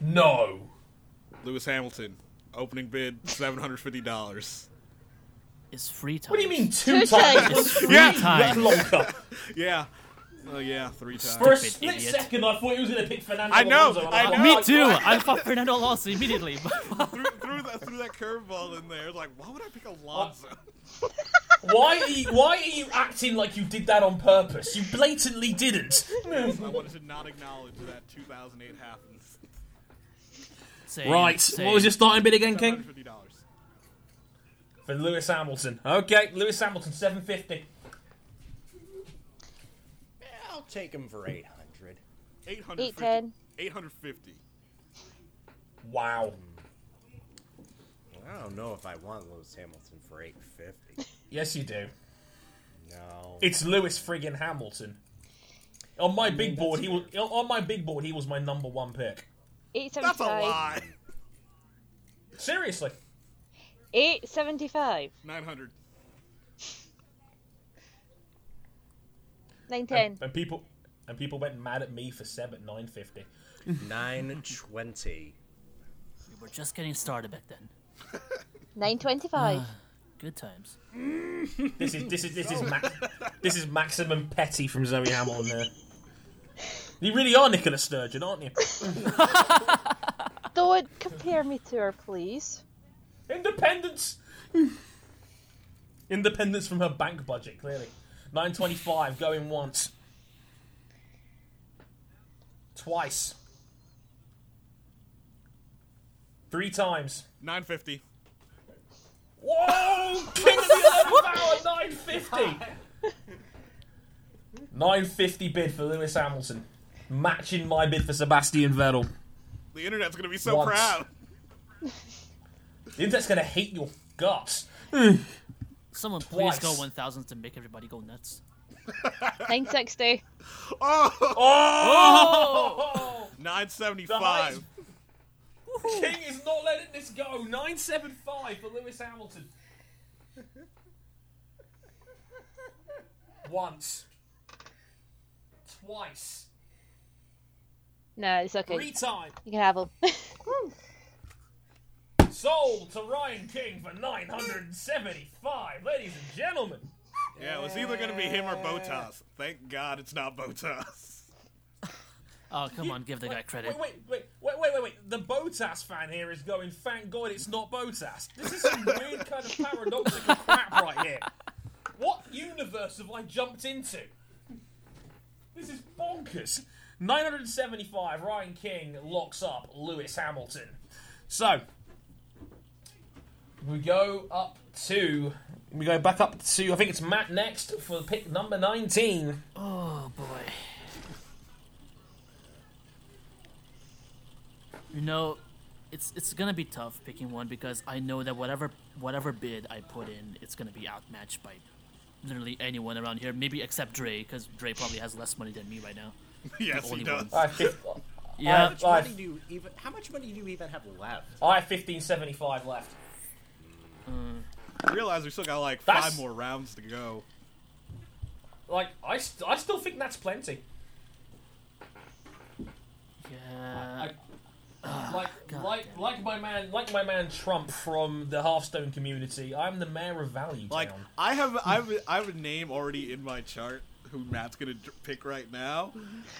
Speaker 3: No.
Speaker 5: Lewis Hamilton. Opening bid seven hundred fifty dollars.
Speaker 7: It's free time.
Speaker 3: What do you mean two,
Speaker 6: Two
Speaker 3: times?
Speaker 6: times.
Speaker 7: Free
Speaker 5: Yeah,
Speaker 7: time.
Speaker 3: Longer.
Speaker 5: Yeah. Oh yeah, three times.
Speaker 3: For a
Speaker 7: Stupid
Speaker 3: split
Speaker 7: idiot.
Speaker 3: second, I thought he was going to pick Fernando
Speaker 5: I know,
Speaker 3: Alonso. and
Speaker 5: I
Speaker 3: was
Speaker 5: know.
Speaker 3: like,
Speaker 7: Me too. I thought Fernando Alonso immediately.
Speaker 5: threw, threw that threw that curveball in there. It's Like, why would I pick Alonso?
Speaker 3: Why are, you, why are you acting like you did that on purpose? You blatantly didn't.
Speaker 5: I wanted to not acknowledge that 2008 happens.
Speaker 7: Same, same.
Speaker 3: starting bid again,
Speaker 5: $750.
Speaker 3: For Lewis Hamilton. Okay, Lewis Hamilton, 750.
Speaker 8: I'll take him for eight hundred.
Speaker 5: 850.
Speaker 6: $810.
Speaker 5: 850.
Speaker 3: Wow.
Speaker 8: I don't know if I want Lewis Hamilton for eight fifty.
Speaker 3: Yes, you do.
Speaker 8: No.
Speaker 3: It's Lewis friggin' Hamilton. On my big board, he was on my big board. He was my number one pick.
Speaker 5: That's a
Speaker 6: 875.
Speaker 5: lie.
Speaker 3: Seriously,
Speaker 6: 875.
Speaker 5: 900.
Speaker 6: 910.
Speaker 3: and people and people went mad at me for seven nine fifty.
Speaker 8: Nine twenty.
Speaker 7: We're just getting started back then.
Speaker 6: 925.
Speaker 7: Good times.
Speaker 3: This is this is this is ma- this is maximum petty from Zoe Hamill there. You really are Nicola Sturgeon, aren't you?
Speaker 6: Don't compare me to her, please.
Speaker 3: Independence. Independence from her bank budget, clearly. Nine twenty-five going once, twice, three times.
Speaker 5: 950.
Speaker 3: Whoa! King of the 11th hour, 950! 950 bid for Lewis Hamilton. Matching my bid for Sebastian Vettel.
Speaker 5: The internet's going to be so
Speaker 3: Once.
Speaker 5: proud.
Speaker 3: The internet's gonna hate your guts.
Speaker 7: Someone please
Speaker 3: Twice.
Speaker 7: go 1000 to make everybody go nuts.
Speaker 6: 960.
Speaker 3: Nice.
Speaker 5: 975.
Speaker 3: King is not letting this go. 975 for Lewis Hamilton. Once. Twice.
Speaker 6: No, it's okay.
Speaker 3: Three times.
Speaker 6: You can have them.
Speaker 3: Sold to Ryan King for 975. Ladies and gentlemen.
Speaker 5: Yeah, it was either going to be him or Botas. Thank God it's not Botas.
Speaker 7: Oh, come on, give the guy credit.
Speaker 3: Wait, wait, wait, wait, wait, wait, wait. The Botas fan here is going, thank God it's not Botas. This is some weird kind of paradoxical crap right here. What universe have I jumped into? This is bonkers. 975, Ryan King locks up Lewis Hamilton. So, we go up to. We go back up to. I think it's Matt next for pick number 19.
Speaker 7: Oh boy. You know, it's it's gonna be tough picking one because I know that whatever whatever bid I put in, it's gonna be outmatched by literally anyone around here. Maybe except Dre, because Dre probably has less money than me right now. Uh,
Speaker 5: yes, he
Speaker 7: only
Speaker 5: does.
Speaker 3: I think-
Speaker 7: Yeah.
Speaker 3: I-
Speaker 8: How much
Speaker 3: I-
Speaker 8: money do you even? How much money do you even have left?
Speaker 3: I have 1575 left.
Speaker 5: I realize we still got like
Speaker 3: That's-
Speaker 5: five more rounds to go.
Speaker 3: Like, I, st- I still think that's plenty.
Speaker 7: Yeah.
Speaker 3: I- Like,
Speaker 7: God
Speaker 3: like,
Speaker 7: damn it.
Speaker 3: like my man, like my man Trump from the Hearthstone community. I'm the mayor of Value
Speaker 5: Like
Speaker 3: Town.
Speaker 5: I have, I have, I have a name already in my chart who Matt's gonna d- pick right now.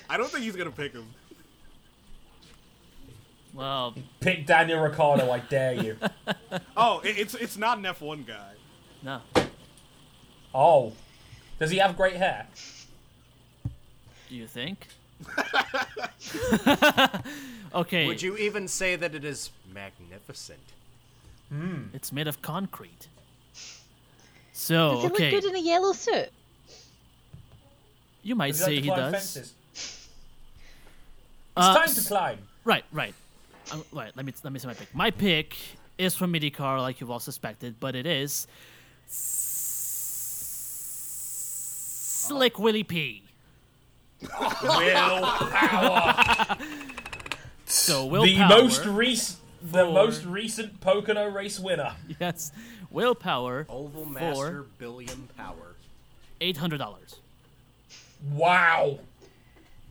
Speaker 5: I don't think he's gonna pick him.
Speaker 7: Well,
Speaker 3: Pick Daniel Ricciardo, I dare you.
Speaker 5: Oh, it, it's it's not an F one guy.
Speaker 7: no.
Speaker 3: Oh, does he have great hair?
Speaker 7: Do you think? okay.
Speaker 8: Would you even say that it is magnificent?
Speaker 7: It's made of concrete. So
Speaker 6: Does he
Speaker 7: okay,
Speaker 6: look good in a yellow suit?
Speaker 7: you might
Speaker 3: Does he
Speaker 7: say
Speaker 3: like to
Speaker 7: he
Speaker 3: climb
Speaker 7: does.
Speaker 3: fences?
Speaker 7: Uh,
Speaker 3: Time to climb.
Speaker 7: Right, right. Um, right, let me let me say my pick. My pick is from MIDICAR, like you've all suspected, but it is Slick Willie P.
Speaker 3: Will Power,
Speaker 7: So Will
Speaker 3: the
Speaker 7: Power,
Speaker 3: most recent, the most recent Pocono race winner.
Speaker 7: yes, Will Power,
Speaker 8: Oval Master Billiam Power.
Speaker 7: eight hundred dollars.
Speaker 3: Wow,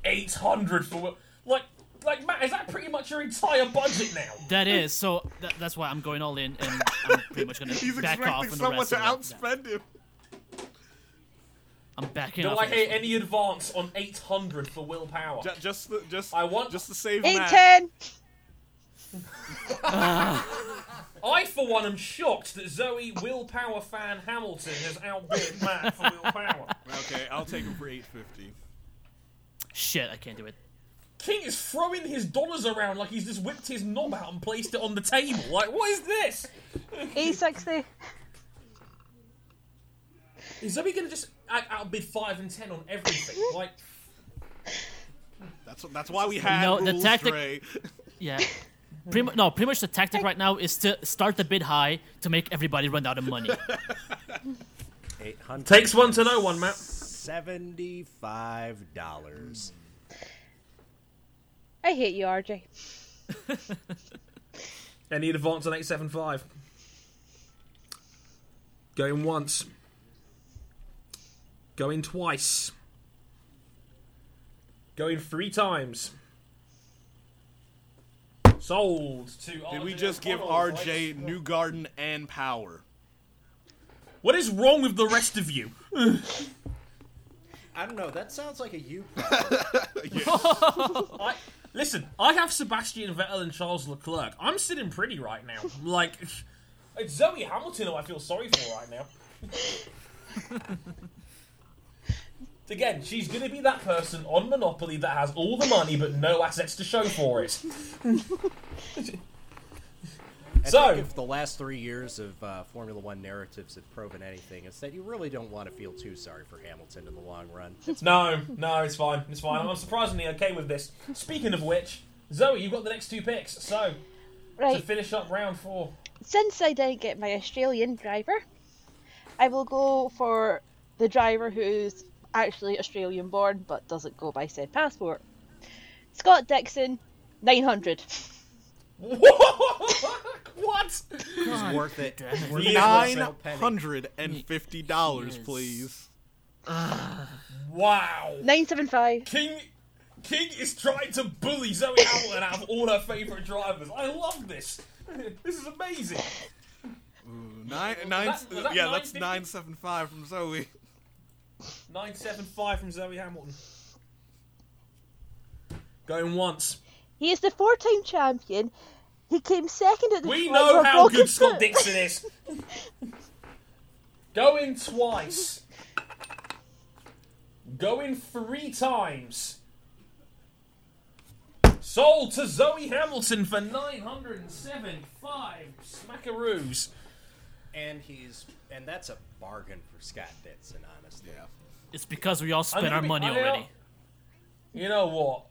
Speaker 3: eight hundred for Will- like, like Matt. Is that pretty much your entire budget now?
Speaker 7: That is so. That, that's why I'm going all in, and I'm pretty much gonna
Speaker 5: He's
Speaker 7: back off
Speaker 5: expecting
Speaker 7: and
Speaker 5: someone
Speaker 7: rest
Speaker 5: to
Speaker 7: of it. Yeah,
Speaker 5: outspend him.
Speaker 7: I'm backing
Speaker 3: Do
Speaker 7: off.
Speaker 3: I
Speaker 7: on this
Speaker 3: hear
Speaker 7: one.
Speaker 3: any advance on 800 for willpower?
Speaker 5: Ju- Just, the, just,
Speaker 3: I want-
Speaker 5: just to save Matt.
Speaker 6: 810!
Speaker 3: I, for one, am shocked that Zoe Willpower fan Hamilton has outbid Matt for willpower.
Speaker 5: Okay, I'll take him for eight fifty.
Speaker 7: Shit, I can't do it.
Speaker 3: King is throwing his dollars around like he's just whipped his knob out and placed it on the table. Like, what is this?
Speaker 6: 860.
Speaker 3: Is Zoe going to just out- outbid 5 and 10 on everything? Like,
Speaker 5: That's that's why we had
Speaker 7: know, the
Speaker 5: rules,
Speaker 7: tactic-
Speaker 5: Dre.
Speaker 7: Yeah. Pretty mu- no, pretty much the tactic right now is to start the bid high to make everybody run out of money.
Speaker 8: Eight hundred
Speaker 3: takes one to know one, Matt.
Speaker 8: seventy-five dollars.
Speaker 6: I hate you, RJ.
Speaker 3: Any advance on 875? Going once. Going twice. Going three times. Sold to
Speaker 5: Did
Speaker 3: RJ
Speaker 5: we just give
Speaker 3: O'Connell.
Speaker 5: RJ New Garden and power?
Speaker 3: What is wrong with the rest of you?
Speaker 8: I don't know. That sounds like a you.
Speaker 3: I, listen, I have Sebastian Vettel and Charles Leclerc. I'm sitting pretty right now. Like, it's Zoe Hamilton who I feel sorry for right now. Again, she's going to be that person on Monopoly that has all the money but no assets to show for it.
Speaker 8: I
Speaker 3: So-
Speaker 8: think if the last three years of uh, Formula One narratives have proven anything, it's that you really don't want to feel too sorry for Hamilton in the long run.
Speaker 3: No, no, it's fine. It's fine. I'm surprisingly okay with this. Speaking of which, Zoe, you've got the next two picks. So, to
Speaker 6: Right,
Speaker 3: finish up round four.
Speaker 6: since I didn't get my Australian driver, I will go for the driver who's actually Australian born but doesn't go by said passport. Scott Dixon, 900.
Speaker 3: what?
Speaker 7: God
Speaker 8: Worth it.
Speaker 7: damn it.
Speaker 8: Worth it.
Speaker 5: Nine
Speaker 8: Worth it.
Speaker 5: hundred and fifty dollars,
Speaker 7: Yes.
Speaker 5: please.
Speaker 3: Wow.
Speaker 6: 975.
Speaker 3: King King is trying to bully Zoe Hamilton out of all her favourite drivers. I love this. This is amazing.
Speaker 5: Nine, nine,
Speaker 3: that- was that
Speaker 5: yeah, that's
Speaker 3: 950?
Speaker 5: nine seven five from Zoe.
Speaker 3: 975 from Zoe Hamilton. Going once.
Speaker 6: He is the four time champion. He came second at the
Speaker 3: We
Speaker 6: Trial
Speaker 3: know
Speaker 6: of
Speaker 3: how
Speaker 6: Broken
Speaker 3: good Scott
Speaker 6: Foot.
Speaker 3: Dixon is. Going twice. Going three times. Sold to Zoe Hamilton for 907. Five smackaroos.
Speaker 8: And he's and that's a bargain for Scott Ditson, honestly.
Speaker 7: It's because we all spent
Speaker 3: gonna
Speaker 7: our
Speaker 3: be-
Speaker 7: money
Speaker 3: I-
Speaker 7: already.
Speaker 3: You know what?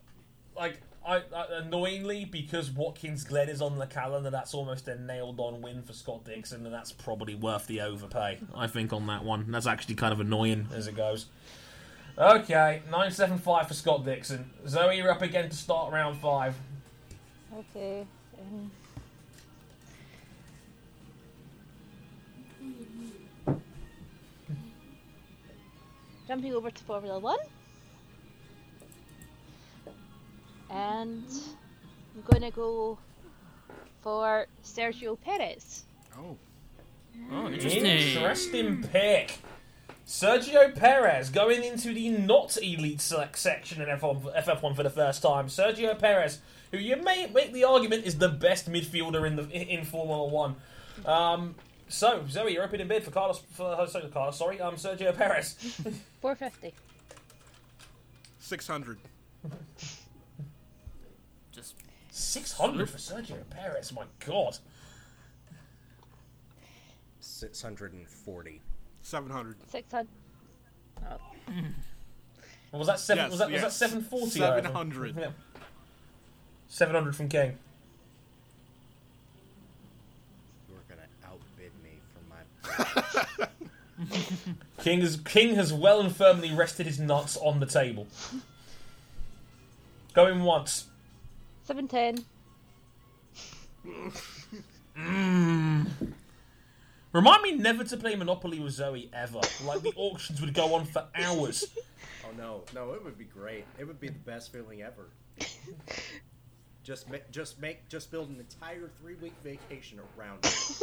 Speaker 3: Like, I, I annoyingly because Watkins Glen is on the calendar, that's almost a nailed-on win for Scott Dixon, and that's probably worth the overpay. I think on that one, that's actually kind of annoying as it goes. Okay, nine seven five for Scott Dixon. Zoe, you're up again to start round five.
Speaker 6: Okay. Um... Jumping over to Formula One. And I'm going to go for Sergio Perez.
Speaker 5: Oh,
Speaker 3: Interesting pick. Sergio Perez going into the not elite select section in F1, FF1 for the first time. Sergio Perez, who you may make the argument is the best midfielder in the in Formula One. Um, so Zoe, you're opening bid for Carlos for uh, sorry, Carlos, sorry, um, Sergio Perez.
Speaker 6: 450.
Speaker 5: six hundred.
Speaker 7: Just
Speaker 3: Six hundred for Sergio Perez. My God,
Speaker 8: Six hundred and forty.
Speaker 5: Seven hundred.
Speaker 6: 600.
Speaker 3: was that seven?
Speaker 5: Yes,
Speaker 3: was that
Speaker 5: yes.
Speaker 3: was that seven forty? uh,
Speaker 5: Seven hundred.
Speaker 3: Seven hundred from King.
Speaker 8: You're gonna outbid me for my
Speaker 3: King has King has well and firmly rested his nuts on the table. Going once.
Speaker 6: 710.
Speaker 3: Remind me never to play Monopoly with Zoe ever. Like the auctions would go on for hours.
Speaker 8: Oh no, no, it would be great. It would be the best feeling ever. just make, just make, just build an entire three-week vacation around it.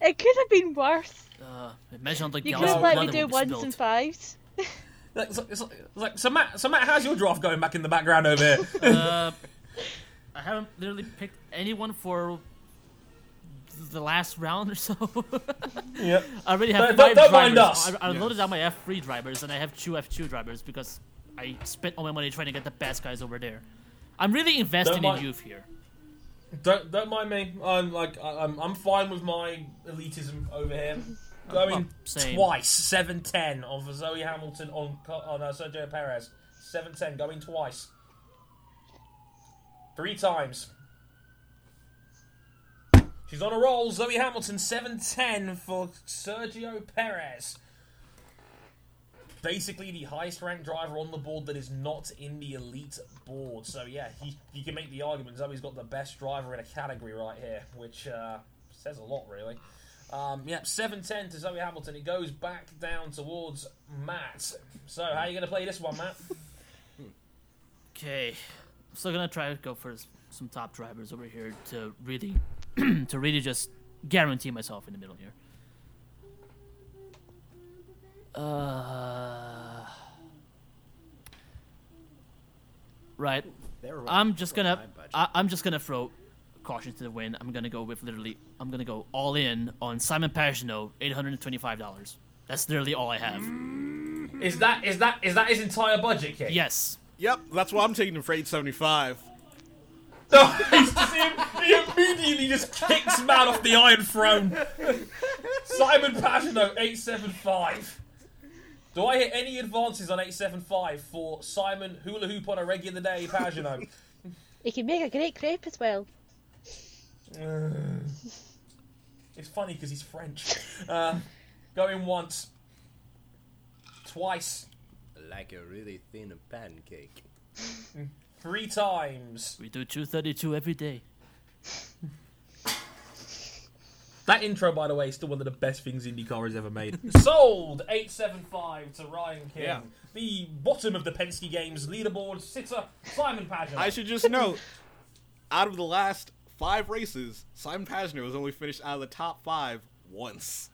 Speaker 6: It could have been worse.
Speaker 7: uh, imagine the
Speaker 6: You
Speaker 7: gallons
Speaker 6: could have
Speaker 7: of
Speaker 6: let
Speaker 7: blood
Speaker 6: me
Speaker 7: that
Speaker 6: do
Speaker 7: will be
Speaker 6: ones
Speaker 7: spilled.
Speaker 6: and fives.
Speaker 3: Like, so- so- like, so Matt, so Matt, how's your draft going back in the background over here?
Speaker 7: Uh, I haven't literally picked anyone for the last round or so.
Speaker 3: yep.
Speaker 7: I already
Speaker 3: Don't-
Speaker 7: have 5
Speaker 3: don't- don't mind
Speaker 7: drivers.
Speaker 3: us.
Speaker 7: I, I loaded out my F3 drivers and I have two F2 drivers because I spent all my money trying to get the best guys over there. I'm really investing
Speaker 3: mind-
Speaker 7: in youth here.
Speaker 3: Don't don't mind me. I'm like I- I'm I'm fine with my elitism over here. Going
Speaker 7: Same.
Speaker 3: twice, seven ten on Zoe Hamilton on Ca- on uh, Sergio Perez, seven ten going twice, three times. She's on a roll. Zoe Hamilton seven ten for Sergio Perez. Basically, the highest ranked driver on the board that is not in the elite board. So yeah, he, he can make the argument. Zoe's got the best driver in a category right here, which uh, says a lot, really. Um, yep, seven ten to Zoe Hamilton. It goes back down towards Matt. So how are you going to play this one, Matt?
Speaker 7: Okay, so gonna try to go for s- some top drivers over here to really, to really just guarantee myself in the middle here. Uh, right.
Speaker 8: There was
Speaker 7: I'm just gonna,
Speaker 8: my budget.
Speaker 7: I, I'm just gonna throw caution to the wind. I'm gonna go with literally, I'm gonna go all in on Simon Pagino, eight hundred and twenty-five dollars. That's literally all I have.
Speaker 8: Mm.
Speaker 3: Is that is that is that his entire budget, King?
Speaker 7: Yes.
Speaker 5: Yep, that's why I'm taking him for eight seventy five.
Speaker 3: No, he's just, he, he immediately just kicks Matt off the Iron Throne. Simon Pagino, 875. Do I hear any advances on 875 for Simon Hula Hoop on a regular day, Pagino?
Speaker 6: He can make a great crepe as well.
Speaker 3: it's funny because he's French. Uh, Going once. Twice.
Speaker 8: Like a really thin pancake.
Speaker 3: Three times.
Speaker 7: We do 232 every day.
Speaker 3: That intro, by the way, is still one of the best things IndyCar has ever made. Sold 875 to Ryan King.
Speaker 5: Yeah.
Speaker 3: The bottom of the Penske Games leaderboard sitter, Simon Pagenaud.
Speaker 5: I should just note, out of the last five races, Simon Pagino has only finished out of the top five once.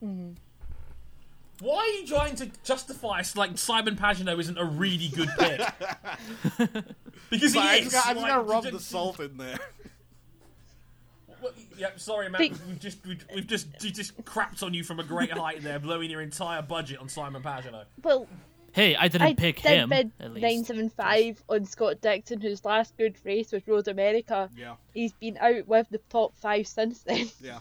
Speaker 3: Why are you trying to justify us like Simon Pagenaud isn't a really good pick? because he
Speaker 5: But I
Speaker 3: is.
Speaker 5: just got, I just
Speaker 3: like,
Speaker 5: got to rub
Speaker 3: j-
Speaker 5: the
Speaker 3: j-
Speaker 5: salt in there.
Speaker 3: Well, yeah, sorry, Matt.
Speaker 6: Be-
Speaker 3: We've just we've, we've just we just crapped on you from a great height there, blowing your entire budget on Simon Pagenaud.
Speaker 6: Well,
Speaker 7: Hey, I didn't
Speaker 6: I
Speaker 7: pick
Speaker 6: did
Speaker 7: him.
Speaker 6: bid
Speaker 7: At least.
Speaker 6: 975 on Scott Dixon, whose last good race was Road America.
Speaker 5: Yeah,
Speaker 6: He's been out with the top five since then.
Speaker 5: yeah.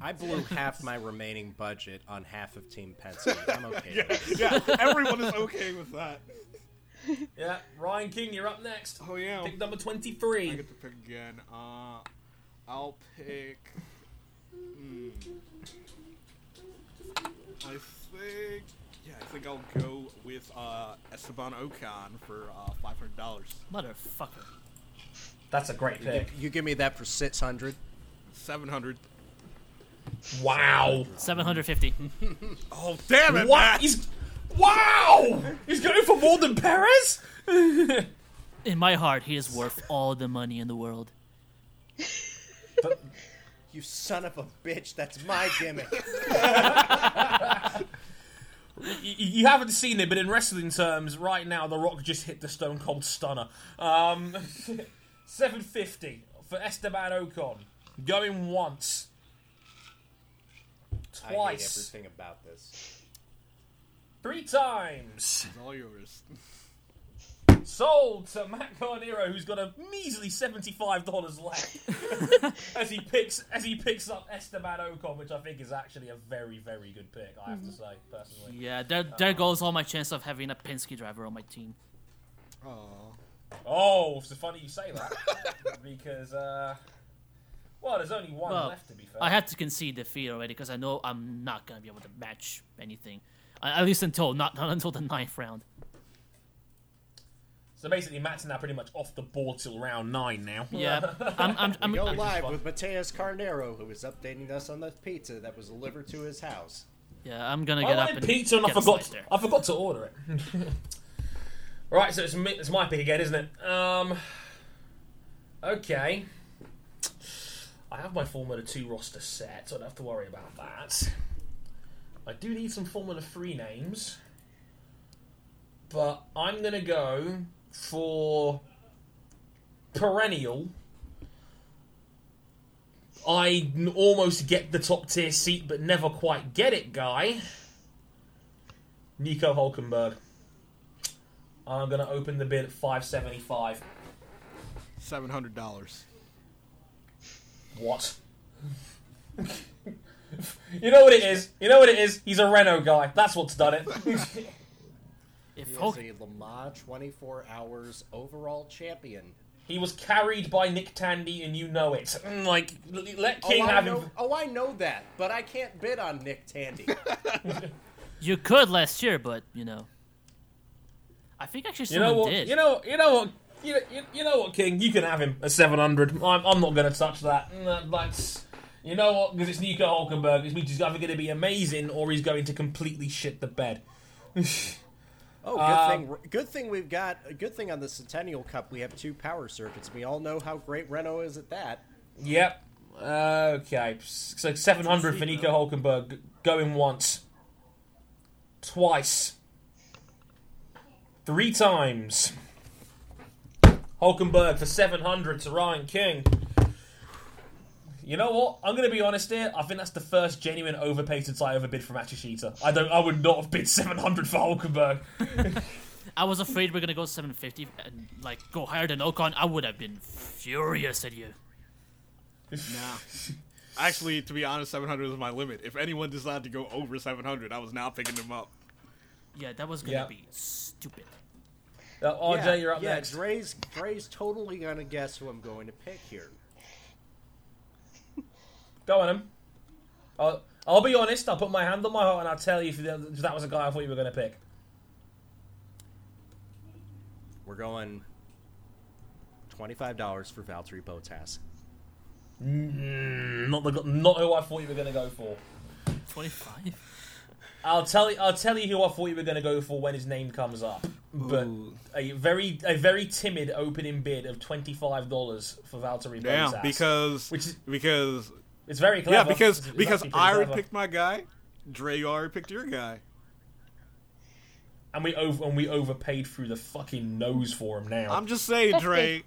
Speaker 8: I blew half my remaining budget on half of Team Penske. I'm okay. with it.
Speaker 5: Yeah, everyone is okay with that.
Speaker 3: Yeah, Ryan King, you're up next.
Speaker 5: Oh, yeah.
Speaker 3: Pick number
Speaker 5: I
Speaker 3: 23.
Speaker 5: get to pick again. Uh, I'll pick. hmm. I think. Yeah, I think I'll go with uh, Esteban Ocon for uh, five hundred dollars.
Speaker 7: Motherfucker.
Speaker 3: That's a great pick.
Speaker 8: You give me that for 600.
Speaker 5: Seven hundred.
Speaker 3: Wow.
Speaker 7: 750.
Speaker 5: Oh damn it!
Speaker 3: What?
Speaker 5: Matt!
Speaker 3: He's wow. He's going for more than Perez.
Speaker 7: In my heart, he is worth all the money in the world.
Speaker 8: You son of a bitch. That's my gimmick.
Speaker 3: you, you haven't seen it, but in wrestling terms, right now, The Rock just hit the Stone Cold Stunner. Um, 750 for Esteban Ocon. Going once.
Speaker 8: I hate
Speaker 3: Twice.
Speaker 8: everything about this.
Speaker 3: Three times.
Speaker 5: It's all yours.
Speaker 3: Sold to Matt Carnero, who's got a measly seventy-five dollars left as he picks as he picks up Esteban Ocon, which I think is actually a very, very good pick. I have
Speaker 8: Mhm.
Speaker 3: to say, personally.
Speaker 7: Yeah, there, there goes all my chance of having a Penske driver on my team.
Speaker 5: Oh.
Speaker 3: Oh, it's funny you say that because uh, well, there's only one
Speaker 7: Well,
Speaker 3: left to be fair.
Speaker 7: I had to concede defeat already because I know I'm not going to be able to match anything. Uh, At least until not, not until the ninth round.
Speaker 3: so basically, Matt's now pretty much off the board till round nine now.
Speaker 7: Yeah, I'm, I'm, I'm,
Speaker 8: Go
Speaker 7: I'm-
Speaker 8: live with Mateus Carnero, who is updating us on the pizza that was delivered to his house.
Speaker 7: yeah, I'm gonna
Speaker 3: I
Speaker 7: get up
Speaker 3: wanted
Speaker 7: and
Speaker 3: pizza and I
Speaker 7: get a
Speaker 3: forgot.
Speaker 7: slice there.
Speaker 3: I forgot to order it. right, so it's mi- it's my pick again, isn't it? Um, okay. I have my Formula Two roster set, so I don't have to worry about that. I do need some Formula Three names, but I'm gonna go for perennial. I n- almost get the top tier seat, but never quite get it, guy. Nico Hulkenberg. I'm going to open the bid at 575.
Speaker 5: Seven hundred dollars.
Speaker 3: What? you know what it is. You know what it is. He's a Renault guy. That's what's done it.
Speaker 7: If
Speaker 8: He
Speaker 7: Hulk-
Speaker 8: is a Le Mans 24 Hours overall champion.
Speaker 3: he was carried by Nick Tandy, and you know it. Mm, Like, l- let King
Speaker 8: oh, I
Speaker 3: have
Speaker 8: know,
Speaker 3: him.
Speaker 8: oh, I know that, but I can't bid on Nick Tandy.
Speaker 7: you could last year, but you know, I think actually
Speaker 3: You
Speaker 7: someone
Speaker 3: know what?
Speaker 7: did.
Speaker 3: You know. You know what. You, you, you know what, King? You can have him at 700. I'm, I'm not going to touch that. Mm, that- That's. You know what? Because it's Nico Hulkenberg. It means he's either going to be amazing or he's going to completely shit the bed.
Speaker 8: Oh, good
Speaker 3: Um,
Speaker 8: thing. Good thing we've got. a Good thing on the Centennial Cup we have two power circuits. We all know how great Renault is at that.
Speaker 3: Yep. Okay. So 700 for Nico Hulkenberg. Going once. Twice. Three times. Hulkenberg for 700 to Ryan King. You know what? I'm going to be honest here. I think that's the first genuine overpay since I overbid for Matsushita. I don't. I would not have bid 700 for Hulkenberg.
Speaker 7: I was afraid we are gonna go 750 and like go higher than Ocon. I would have been furious at you.
Speaker 5: Nah. Actually, to be honest, seven hundred is my limit. If anyone decided to go over seven hundred, I was not picking them up.
Speaker 7: Yeah, that was gonna
Speaker 3: Yeah.
Speaker 7: be stupid.
Speaker 3: Uh, RJ,
Speaker 8: yeah,
Speaker 3: you're up
Speaker 8: yeah,
Speaker 3: next.
Speaker 8: Dre's Dre's totally gonna guess who I'm going to pick here.
Speaker 3: Go on him. Oh, I'll be honest. I'll put my hand on my heart and I'll tell you if that if that was a guy I thought you were going to pick.
Speaker 8: We're going twenty-five dollars for Valtteri Botas.
Speaker 3: Mm, Not the not who I thought you were going to go for.
Speaker 7: 25?
Speaker 3: I'll tell you. I'll tell you who I thought you were going to go for when his name comes up. But a very a very timid opening bid of twenty five dollars for Valtteri
Speaker 5: Yeah,
Speaker 3: Bottas.
Speaker 5: because
Speaker 3: Which is-
Speaker 5: because
Speaker 3: it's very
Speaker 5: yeah,
Speaker 3: clever.
Speaker 5: because
Speaker 3: It's- it's
Speaker 5: because
Speaker 3: actually pretty
Speaker 5: I already
Speaker 3: clever.
Speaker 5: picked my guy. Dre, you already picked your guy.
Speaker 3: and we over and we overpaid through the fucking nose for him now.
Speaker 5: I'm just saying,
Speaker 6: Fifty.
Speaker 5: Dre.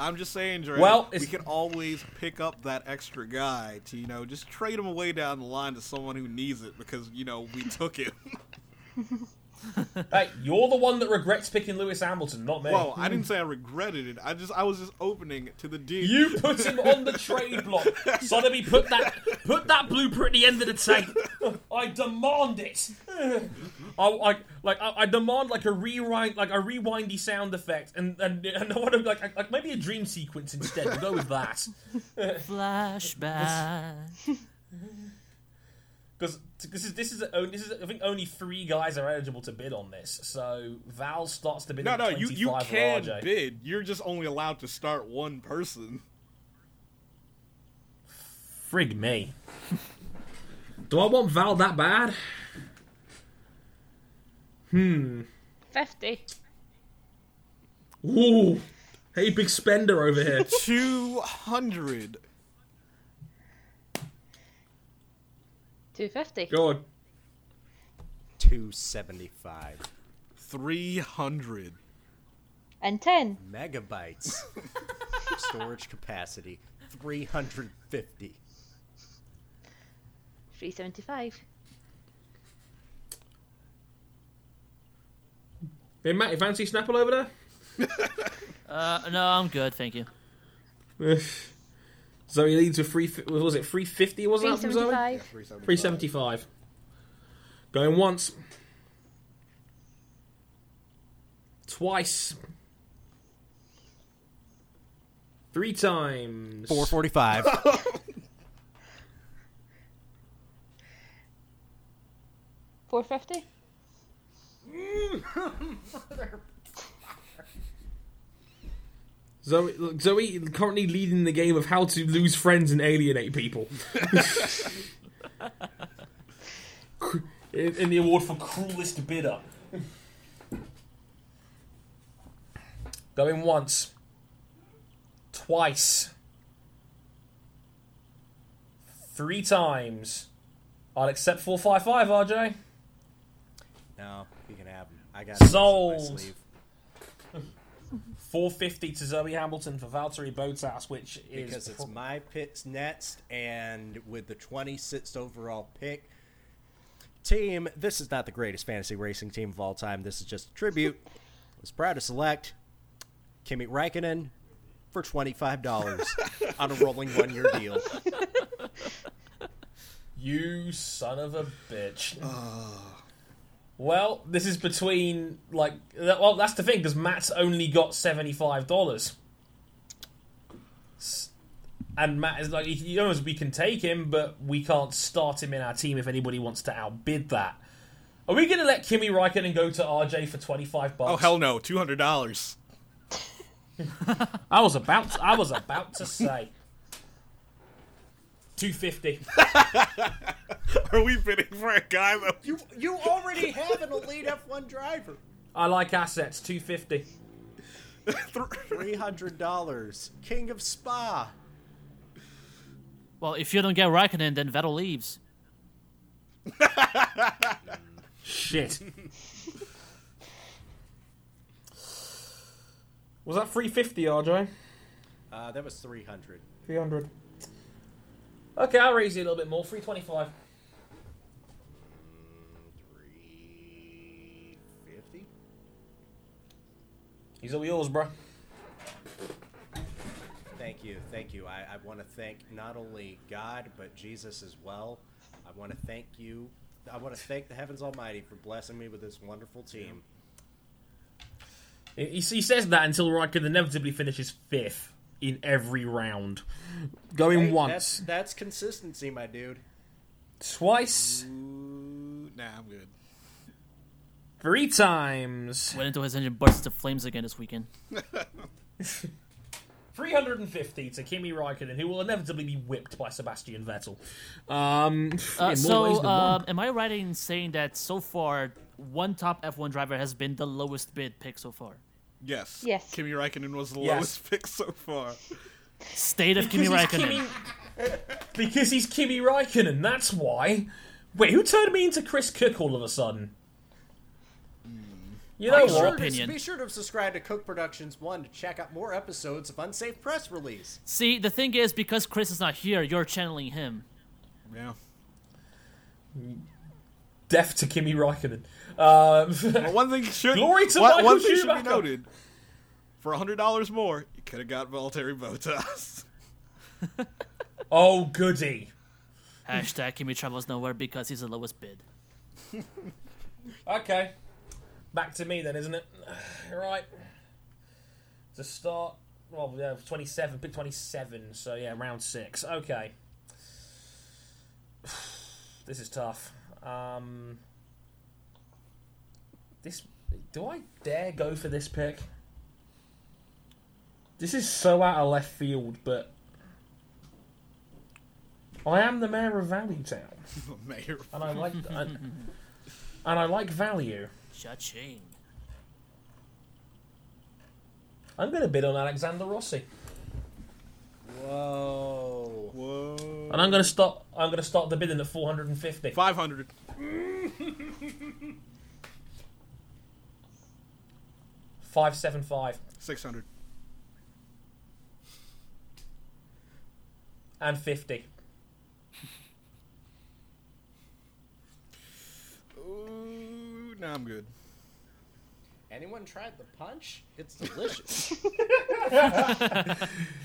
Speaker 5: I'm just saying, Dre.
Speaker 3: Well,
Speaker 5: we
Speaker 3: it's-
Speaker 5: could always pick up that extra guy to you know just trade him away down the line to someone who needs it because you know we took it.
Speaker 3: hey, you're the one that regrets picking Lewis Hamilton, not me.
Speaker 5: Whoa, I didn't say I regretted it. I just I was just opening to the deal.
Speaker 3: You put him on the trade block. Sotheby put that put that blueprint at the end of the tape. I demand it. I, I like I, I demand like a rewind like a rewindy sound effect and and, and I want to like, like maybe a dream sequence instead. We'll go with that
Speaker 7: Flashback.
Speaker 3: because this is this is only, this is I think only three guys are eligible to bid on this. So Val starts to bid.
Speaker 5: no,
Speaker 3: at
Speaker 5: no, you
Speaker 3: 25
Speaker 5: you
Speaker 3: for
Speaker 5: can
Speaker 3: RJ.
Speaker 5: bid. You're just only allowed to start one person.
Speaker 3: Frig me. Do I want Val that bad?
Speaker 6: 50.
Speaker 3: Ooh, hey, big spender over here.
Speaker 5: Two hundred.
Speaker 6: 250.
Speaker 3: Go on.
Speaker 8: Two seventy-five
Speaker 5: 300.
Speaker 6: And 10.
Speaker 8: megabytes storage capacity. Three hundred fifty.
Speaker 6: 375.
Speaker 3: Hey, Matt, you fancy Snapple over there?
Speaker 7: Uh, no, I'm good, thank you.
Speaker 3: Zoe leads with three. fi- Was it three fifty? Was that from Zoe?
Speaker 6: 375.
Speaker 3: Three seventy five. Going once. Twice. Three times.
Speaker 8: Four forty-five.
Speaker 6: Four fifty.
Speaker 3: Zoe, look, Zoe currently leading the game of how to lose friends and alienate people. Cr- in in the award for cruelest bidder. Going once. Twice. Three times. I'll accept 455, RJ.
Speaker 8: no, you can have them. I got 'em up my
Speaker 3: Sold.
Speaker 8: sleeve.
Speaker 3: 450 to Zoe Hamilton for Valtteri Bottas, which is.
Speaker 8: because it's
Speaker 3: pro-
Speaker 8: my picks next, and with the 26th overall pick. Team, this is not the greatest fantasy racing team of all time. This is just a tribute. I was proud to select Kimi Raikkonen for $25 on a rolling one year deal.
Speaker 3: You son of a bitch. well, this is between like that- well, that's the thing because Matt's only got seventy five dollars, and Matt is like, you know, we can take him, but we can't start him in our team if anybody wants to outbid that. Are we going to let Kimi Raikkonen go to RJ for twenty five bucks?
Speaker 5: Oh, hell no. $200.
Speaker 3: I was about to, I was about to say two fifty.
Speaker 5: Are we bidding for a guy that you.
Speaker 8: You already have an elite F1 driver.
Speaker 3: I like assets two fifty.
Speaker 8: $300. King of Spa.
Speaker 7: Well, if you don't get Raikkonen, then Vettel leaves.
Speaker 3: Shit. Was that 350, RJ?
Speaker 8: Uh, that was 300
Speaker 3: 300. Okay, I'll raise you a little bit more. 325.
Speaker 8: 350
Speaker 3: He's all yours, bro.
Speaker 8: Thank you, thank you. I, I want to thank not only God but Jesus as well. I want to thank you. I want to thank the heavens Almighty for blessing me with this wonderful team.
Speaker 3: He, he says that until Raikkonen inevitably finishes fifth. in every round. Going
Speaker 8: Hey,
Speaker 3: once,
Speaker 8: That's, that's consistency, my dude.
Speaker 3: twice,
Speaker 5: Ooh, nah, I'm good.
Speaker 3: three times.
Speaker 7: Went into his engine bursts to flames again this weekend.
Speaker 3: 350 to Kimi Raikkonen, who will inevitably be whipped by Sebastian Vettel. Um, in
Speaker 7: Uh,
Speaker 3: more ways
Speaker 7: so,
Speaker 3: than one.
Speaker 7: um, am I right in saying that so far, one top F1 driver has been the lowest bid pick so far?
Speaker 5: Yes.
Speaker 6: Yes.
Speaker 5: Kimi Raikkonen was the
Speaker 3: Yes.
Speaker 5: lowest pick so far.
Speaker 7: State of Kimi
Speaker 3: Because he's
Speaker 7: Raikkonen.
Speaker 3: Kimi- because he's Kimi Raikkonen, that's why. Wait, who turned me into Chris Cook all of a sudden? You know
Speaker 7: Hmm. Like,
Speaker 3: what?
Speaker 7: sure. Opinion.
Speaker 8: Be sure to subscribe to Cook Productions One to check out more episodes of Unsafe Press Release.
Speaker 7: See, the thing is, because Chris is not here, you're channeling him.
Speaker 5: Yeah.
Speaker 3: Death to Kimi Raikkonen. Um,
Speaker 5: But one thing should
Speaker 3: Glory to
Speaker 5: one,
Speaker 3: Michael
Speaker 5: one thing should be
Speaker 3: Schumacher.
Speaker 5: noted. For hundred dollars more, you could have got voluntary Botas.
Speaker 3: oh, goody.
Speaker 7: Hashtag Kimi travels nowhere because he's the lowest bid.
Speaker 3: Okay. Back to me then, isn't it? Right. To start, well, yeah, 27, pick 27, so yeah, round six. Okay. This is tough. Um, this. Do I dare go for this pick? This is so out of left field, but. I am the mayor of Valley Town,
Speaker 5: Mayor.
Speaker 3: and I like. and, and I like value.
Speaker 7: Cha-ching.
Speaker 3: I'm going to bid on Alexander Rossi,
Speaker 8: Whoa.
Speaker 5: Whoa.
Speaker 3: and I'm going to start. I'm going to start the bidding at 450.
Speaker 5: Five hundred.
Speaker 3: Five seven five
Speaker 5: Six hundred.
Speaker 3: and 50.
Speaker 5: Ooh, nah, I'm good.
Speaker 8: Anyone tried the punch? It's delicious.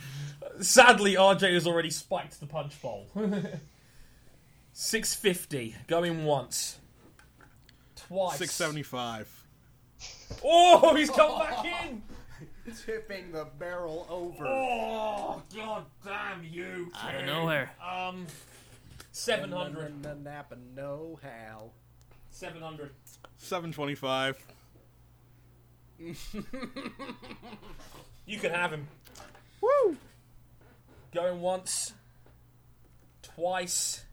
Speaker 3: Sadly, RJ has already spiked the punch bowl. 650 going once, twice.
Speaker 5: Six seventy five.
Speaker 3: Oh, he's come back in.
Speaker 8: Tipping the barrel over.
Speaker 3: Oh, god damn you!
Speaker 7: Out of nowhere.
Speaker 3: Um, 700.
Speaker 8: Na- na- na- Napa, no how.
Speaker 3: 700.
Speaker 5: Seven twenty five.
Speaker 3: You can have him. Woo! Going once, twice,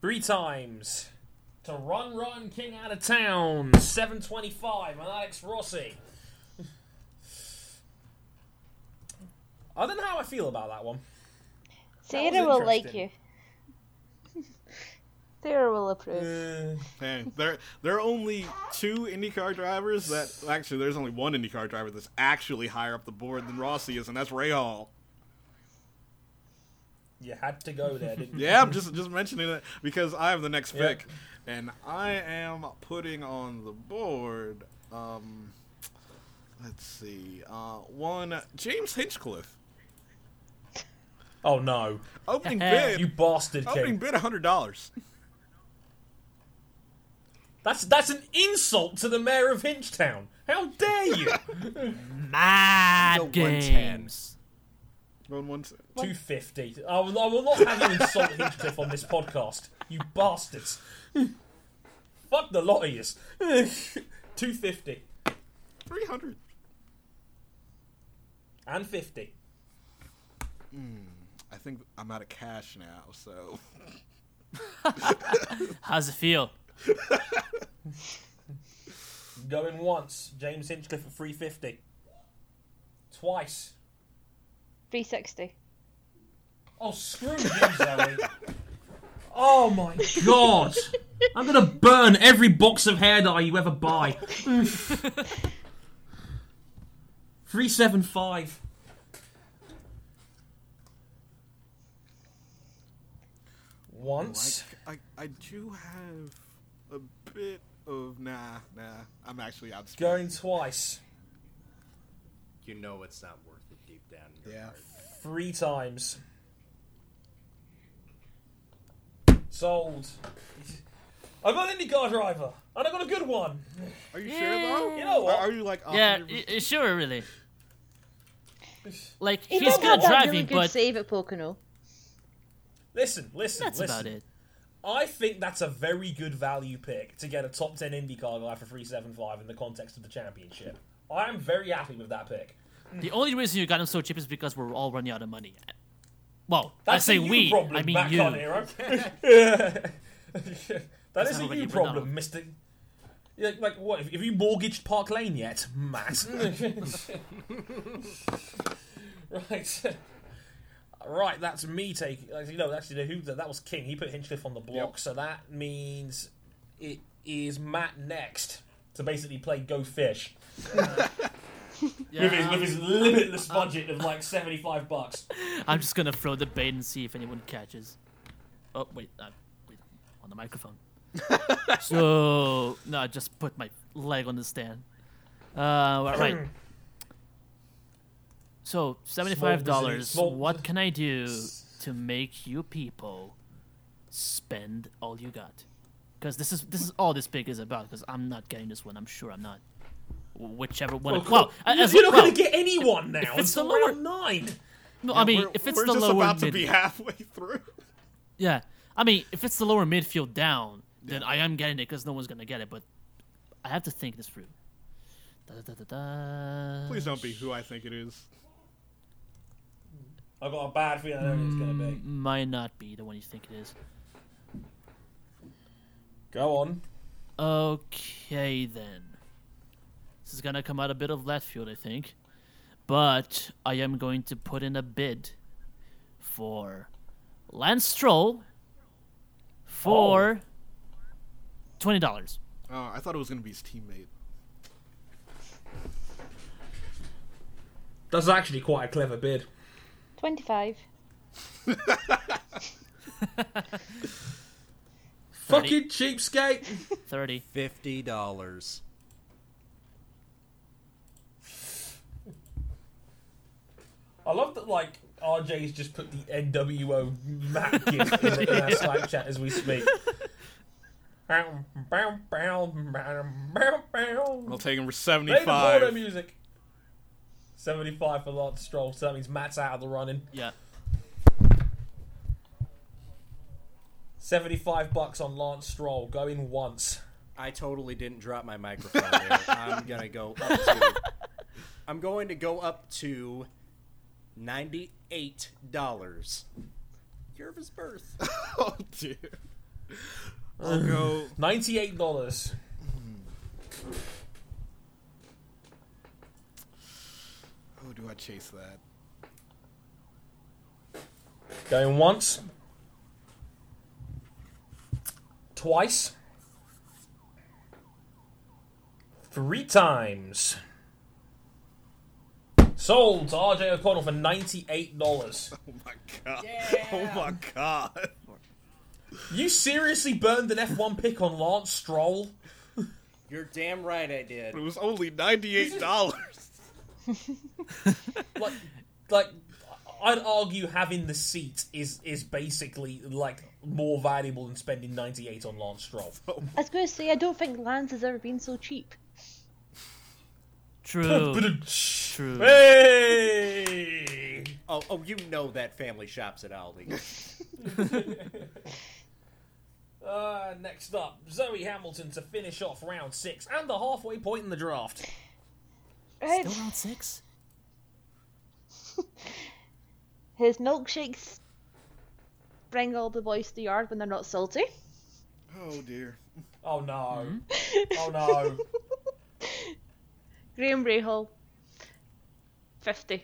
Speaker 3: three times. To run, run, king out of town. 725 on Alex Rossi. I don't know how I feel about that one.
Speaker 6: Sarah will like you.
Speaker 3: interesting.
Speaker 6: Sarah will approve.
Speaker 5: Hey, there there are only two IndyCar drivers that actually there's only one IndyCar driver that's actually higher up the board than Rossi is, and that's Ray Hall.
Speaker 3: You had to go there, didn't you?
Speaker 5: Yeah, I'm just just mentioning it because I have the next
Speaker 3: Yeah.
Speaker 5: pick, and I am putting on the board. Um, let's see, uh, one James Hinchcliffe
Speaker 3: Oh no.
Speaker 5: opening
Speaker 3: You
Speaker 5: bid,
Speaker 3: bastard
Speaker 5: opening
Speaker 3: king.
Speaker 5: bid hundred dollars.
Speaker 3: That's that's an insult to the mayor of Hinchtown. How dare you?
Speaker 8: The
Speaker 7: Mad
Speaker 8: 110.
Speaker 7: games.
Speaker 5: One one. two.
Speaker 3: 250. I will, I will not have you insult Heathcliff on this podcast, you bastards. Fuck the lot of you. 250
Speaker 5: Three hundred.
Speaker 3: and 50.
Speaker 5: I think I'm out of cash now, so
Speaker 7: How's it feel?
Speaker 3: Going once, James Hinchcliffe at 350. Twice.
Speaker 6: 360.
Speaker 3: Oh, screw you, Zoe. Oh my god. I'm gonna burn every box of hair dye you ever buy. 375. Once.
Speaker 5: I I do have a bit of nah nah. I'm actually out.
Speaker 3: Going twice.
Speaker 8: You know it's not worth it deep down. in your
Speaker 5: Yeah.
Speaker 8: heart.
Speaker 3: Three times. Sold. I've got an IndyCar driver, and I got a good one.
Speaker 5: Are you sure though?
Speaker 3: You know what?
Speaker 5: Are, are you like?
Speaker 7: Yeah,
Speaker 5: 100%
Speaker 7: y- y- sure, really. Like
Speaker 6: He
Speaker 7: he's
Speaker 6: did
Speaker 7: good
Speaker 6: have
Speaker 7: at
Speaker 6: that
Speaker 7: driving,
Speaker 6: really good
Speaker 7: but
Speaker 6: save at Pocono.
Speaker 3: Listen, listen,
Speaker 7: that's
Speaker 3: listen.
Speaker 7: about it.
Speaker 3: I think that's a very good value pick to get a top 10 IndyCar guy for 375 in the context of the championship. I am very happy with that pick.
Speaker 7: The only reason you got him so cheap is because we're all running out of money. Well,
Speaker 3: That's
Speaker 7: I
Speaker 3: a
Speaker 7: say
Speaker 3: you
Speaker 7: we.
Speaker 3: problem,
Speaker 7: I mean
Speaker 3: Matt
Speaker 7: you.
Speaker 3: Conero. that is
Speaker 7: sounds
Speaker 3: a
Speaker 7: like
Speaker 3: you
Speaker 7: you
Speaker 3: problem, Mister. Like, like what? Have you mortgaged Park Lane yet, Matt? right, right. That's me taking. Like, you know, actually, who that was King. He put Hinchcliffe on the block, so that means it is Matt next to basically play Go Fish
Speaker 7: Yeah,
Speaker 3: with his, with his limitless budget of like seventy-five bucks.
Speaker 7: I'm just gonna throw the bait and see if anyone catches. Oh wait, uh, wait on the microphone. so no, I just put my leg on the stand. Uh, wa- right. So seventy-five dollars.
Speaker 3: Small disease, small-
Speaker 7: What can I do to make you people spend all you got? Because this is this is all this pig is about. Because I'm not getting this one. I'm sure I'm not. Wh- Whichever one. Well,
Speaker 3: You're
Speaker 7: as,
Speaker 3: not
Speaker 7: well,
Speaker 3: going to get anyone now.
Speaker 7: it's
Speaker 3: It's
Speaker 7: the
Speaker 3: the
Speaker 7: lower-
Speaker 3: round nine.
Speaker 7: no, I mean,
Speaker 5: oh, we're,
Speaker 7: if it's
Speaker 5: we're
Speaker 7: the
Speaker 5: just
Speaker 7: lower
Speaker 5: about to
Speaker 7: mid-
Speaker 5: be halfway through.
Speaker 7: Yeah, I mean, if it's the lower midfield down, then I am getting it because no one's gonna get it. But I have to think this through. Da, da, da, da, da.
Speaker 5: Please don't be who I think it is.
Speaker 3: I've got a bad feeling I know who it's going to be.
Speaker 7: Might not be the one you think it is.
Speaker 3: Go on.
Speaker 7: Okay then. This is gonna come out a bit of left field, I think, but I am going to put in a bid for Lance Stroll for twenty dollars.
Speaker 5: Oh, I thought it was gonna be his teammate.
Speaker 3: That's actually quite a clever bid.
Speaker 6: 25.
Speaker 3: Fucking cheapskate.
Speaker 7: Thirty.
Speaker 8: Fifty dollars.
Speaker 3: I love that, like, RJ's just put the NWO map gift in, in our Slack chat as we speak. Bow, bow, bow, bow, bow,
Speaker 5: I'll
Speaker 3: bow.
Speaker 5: take him
Speaker 3: Play the porno
Speaker 5: for seventy-five.
Speaker 3: music. 75 for Lance Stroll, so that means Matt's out of the running.
Speaker 7: Yeah.
Speaker 3: 75 bucks on Lance Stroll, going once.
Speaker 8: I totally didn't drop my microphone. there. I'm gonna go up to. I'm going to go up to ninety-eight dollars. Year of his birth.
Speaker 5: Oh dear. I'll go.
Speaker 3: Ninety-eight dollars.
Speaker 5: Who oh, do I chase that?
Speaker 3: Going once. Twice. Three times. Sold to RJ O'Connell for ninety-eight dollars.
Speaker 5: Oh my god. Oh my god.
Speaker 3: You seriously burned an F one pick on Lance Stroll?
Speaker 8: You're damn right I did.
Speaker 5: It was only ninety-eight dollars.
Speaker 3: Like, like, I'd argue having the seat is is basically like more valuable than spending ninety-eight on Lance Stroll.
Speaker 6: I was going to say, I don't think Lance has ever been so cheap.
Speaker 7: True. True.
Speaker 3: Hey!
Speaker 8: Oh, oh, you know that family shops at Aldi.
Speaker 3: Uh, next up, Zoe Hamilton to finish off round six and the halfway point in the draft.
Speaker 6: Right?
Speaker 7: Still round six.
Speaker 6: His milkshakes bring all the boys to the yard when they're not salty.
Speaker 5: Oh dear.
Speaker 3: Oh no. Oh no.
Speaker 6: Graham Rahal. 50.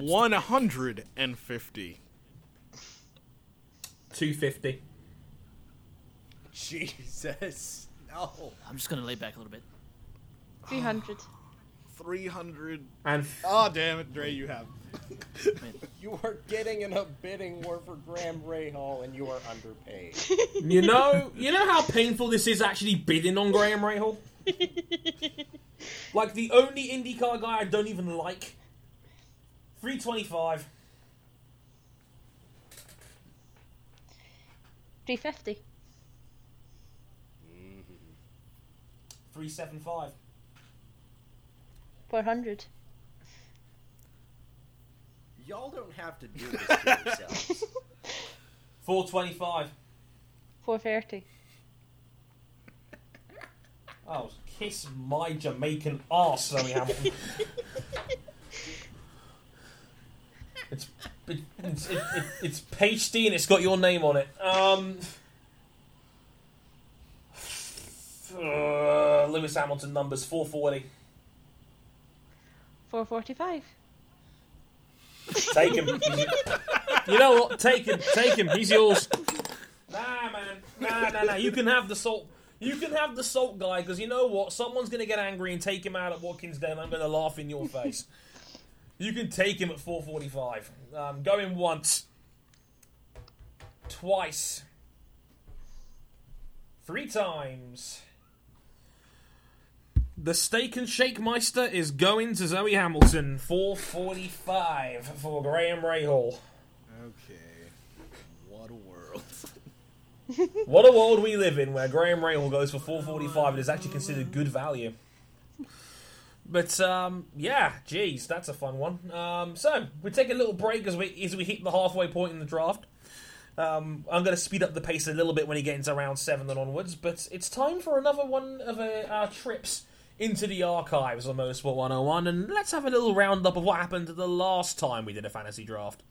Speaker 5: One hundred and fifty.
Speaker 3: 250.
Speaker 8: Jesus. No.
Speaker 7: I'm just gonna lay back a little bit.
Speaker 6: 300.
Speaker 5: Three hundred.
Speaker 3: And
Speaker 5: Oh damn it, Dre, you have.
Speaker 8: You are getting in a bidding war for Graham Rahal, and you are underpaid.
Speaker 3: you know, you know how painful this is actually bidding on Graham Rahal? like the only IndyCar guy I don't even like. 325.
Speaker 6: 350.
Speaker 3: 375.
Speaker 6: 400.
Speaker 8: Y'all don't have to do this to yourselves.
Speaker 3: 425.
Speaker 6: 4.30.
Speaker 3: Oh, kiss my Jamaican arse, Zoe Hamilton. it's, it, it's, it, it, it's pasty and it's got your name on it. Um, uh, Lewis Hamilton numbers 440.
Speaker 6: 4.45.
Speaker 3: Take him. you know what? Take him. Take him. He's yours. Nah, man. Nah, nah, nah. You can have the salt. You can have the salt guy because you know what? Someone's gonna get angry and take him out at Watkins Den. I'm gonna laugh in your face. You can take him at 4:45. Um, go in once, twice, three times. The Steak and Shake Meister is going to Zoe Hamilton, 445 for Graham Rahal.
Speaker 5: Okay. What a world.
Speaker 3: What a world we live in where Graham Rahal goes for 445 and is actually considered good value. But um, yeah, geez, that's a fun one. Um, so we take a little break as we as we hit the halfway point in the draft. Um, I'm going to speed up the pace a little bit when he gets into round seven and onwards. But it's time for another one of uh, our trips into the archives on Motorsport 101, and let's have a little roundup of what happened the last time we did a fantasy draft.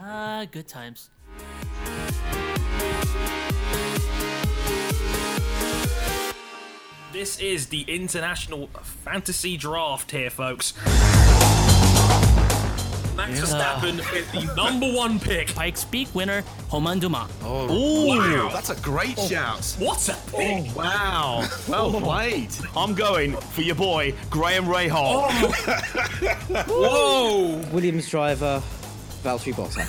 Speaker 7: Ah, good times.
Speaker 4: This is the international fantasy draft here, folks. Max Verstappen is the number one pick.
Speaker 7: Pikes Peak winner, Roman Dumas.
Speaker 9: Ooh,
Speaker 4: Wow.
Speaker 9: that's a great
Speaker 5: Oh.
Speaker 9: shout.
Speaker 4: What a pick!
Speaker 9: Wow, well played. I'm going for your boy, Graham Rahal.
Speaker 5: Oh.
Speaker 4: Whoa!
Speaker 10: Williams driver, Valtteri Bottas.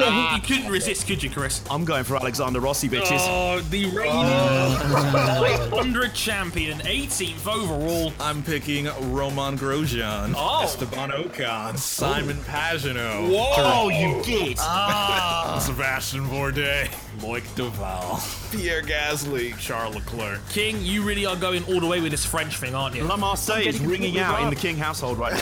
Speaker 9: Oh.
Speaker 4: you couldn't resist, could you, Chris?
Speaker 9: I'm going for Alexander Rossi, bitches.
Speaker 4: Oh, the reigning
Speaker 9: Oh.
Speaker 4: 500 champion, 18th overall.
Speaker 5: I'm picking Roman Grosjean,
Speaker 4: Oh.
Speaker 5: Esteban Ocon, Simon Pagino,
Speaker 9: Oh, you git.
Speaker 5: Oh, Sebastian Bourdais, Loic Duval, Pierre Gasly, Charles Leclerc.
Speaker 4: King, you really are going all the way with this French thing, aren't you?
Speaker 9: La Marseille is ringing out in the King household right now.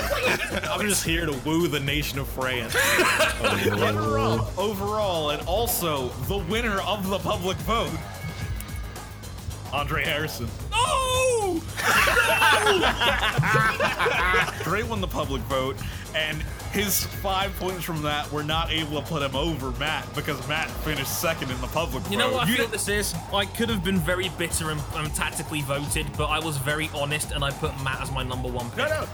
Speaker 5: I'm just here to woo the nation of France. overall, overall, and also the winner of the public vote, Andre Harrison.
Speaker 4: Oh!
Speaker 5: Dre won the public vote, and his five points from that were not able to put him over Matt because Matt finished second in the public
Speaker 4: You
Speaker 5: vote.
Speaker 4: know what I feel this is? I could have been very bitter and, and tactically voted, but I was very honest and I put Matt as my number one pick.
Speaker 5: No, no.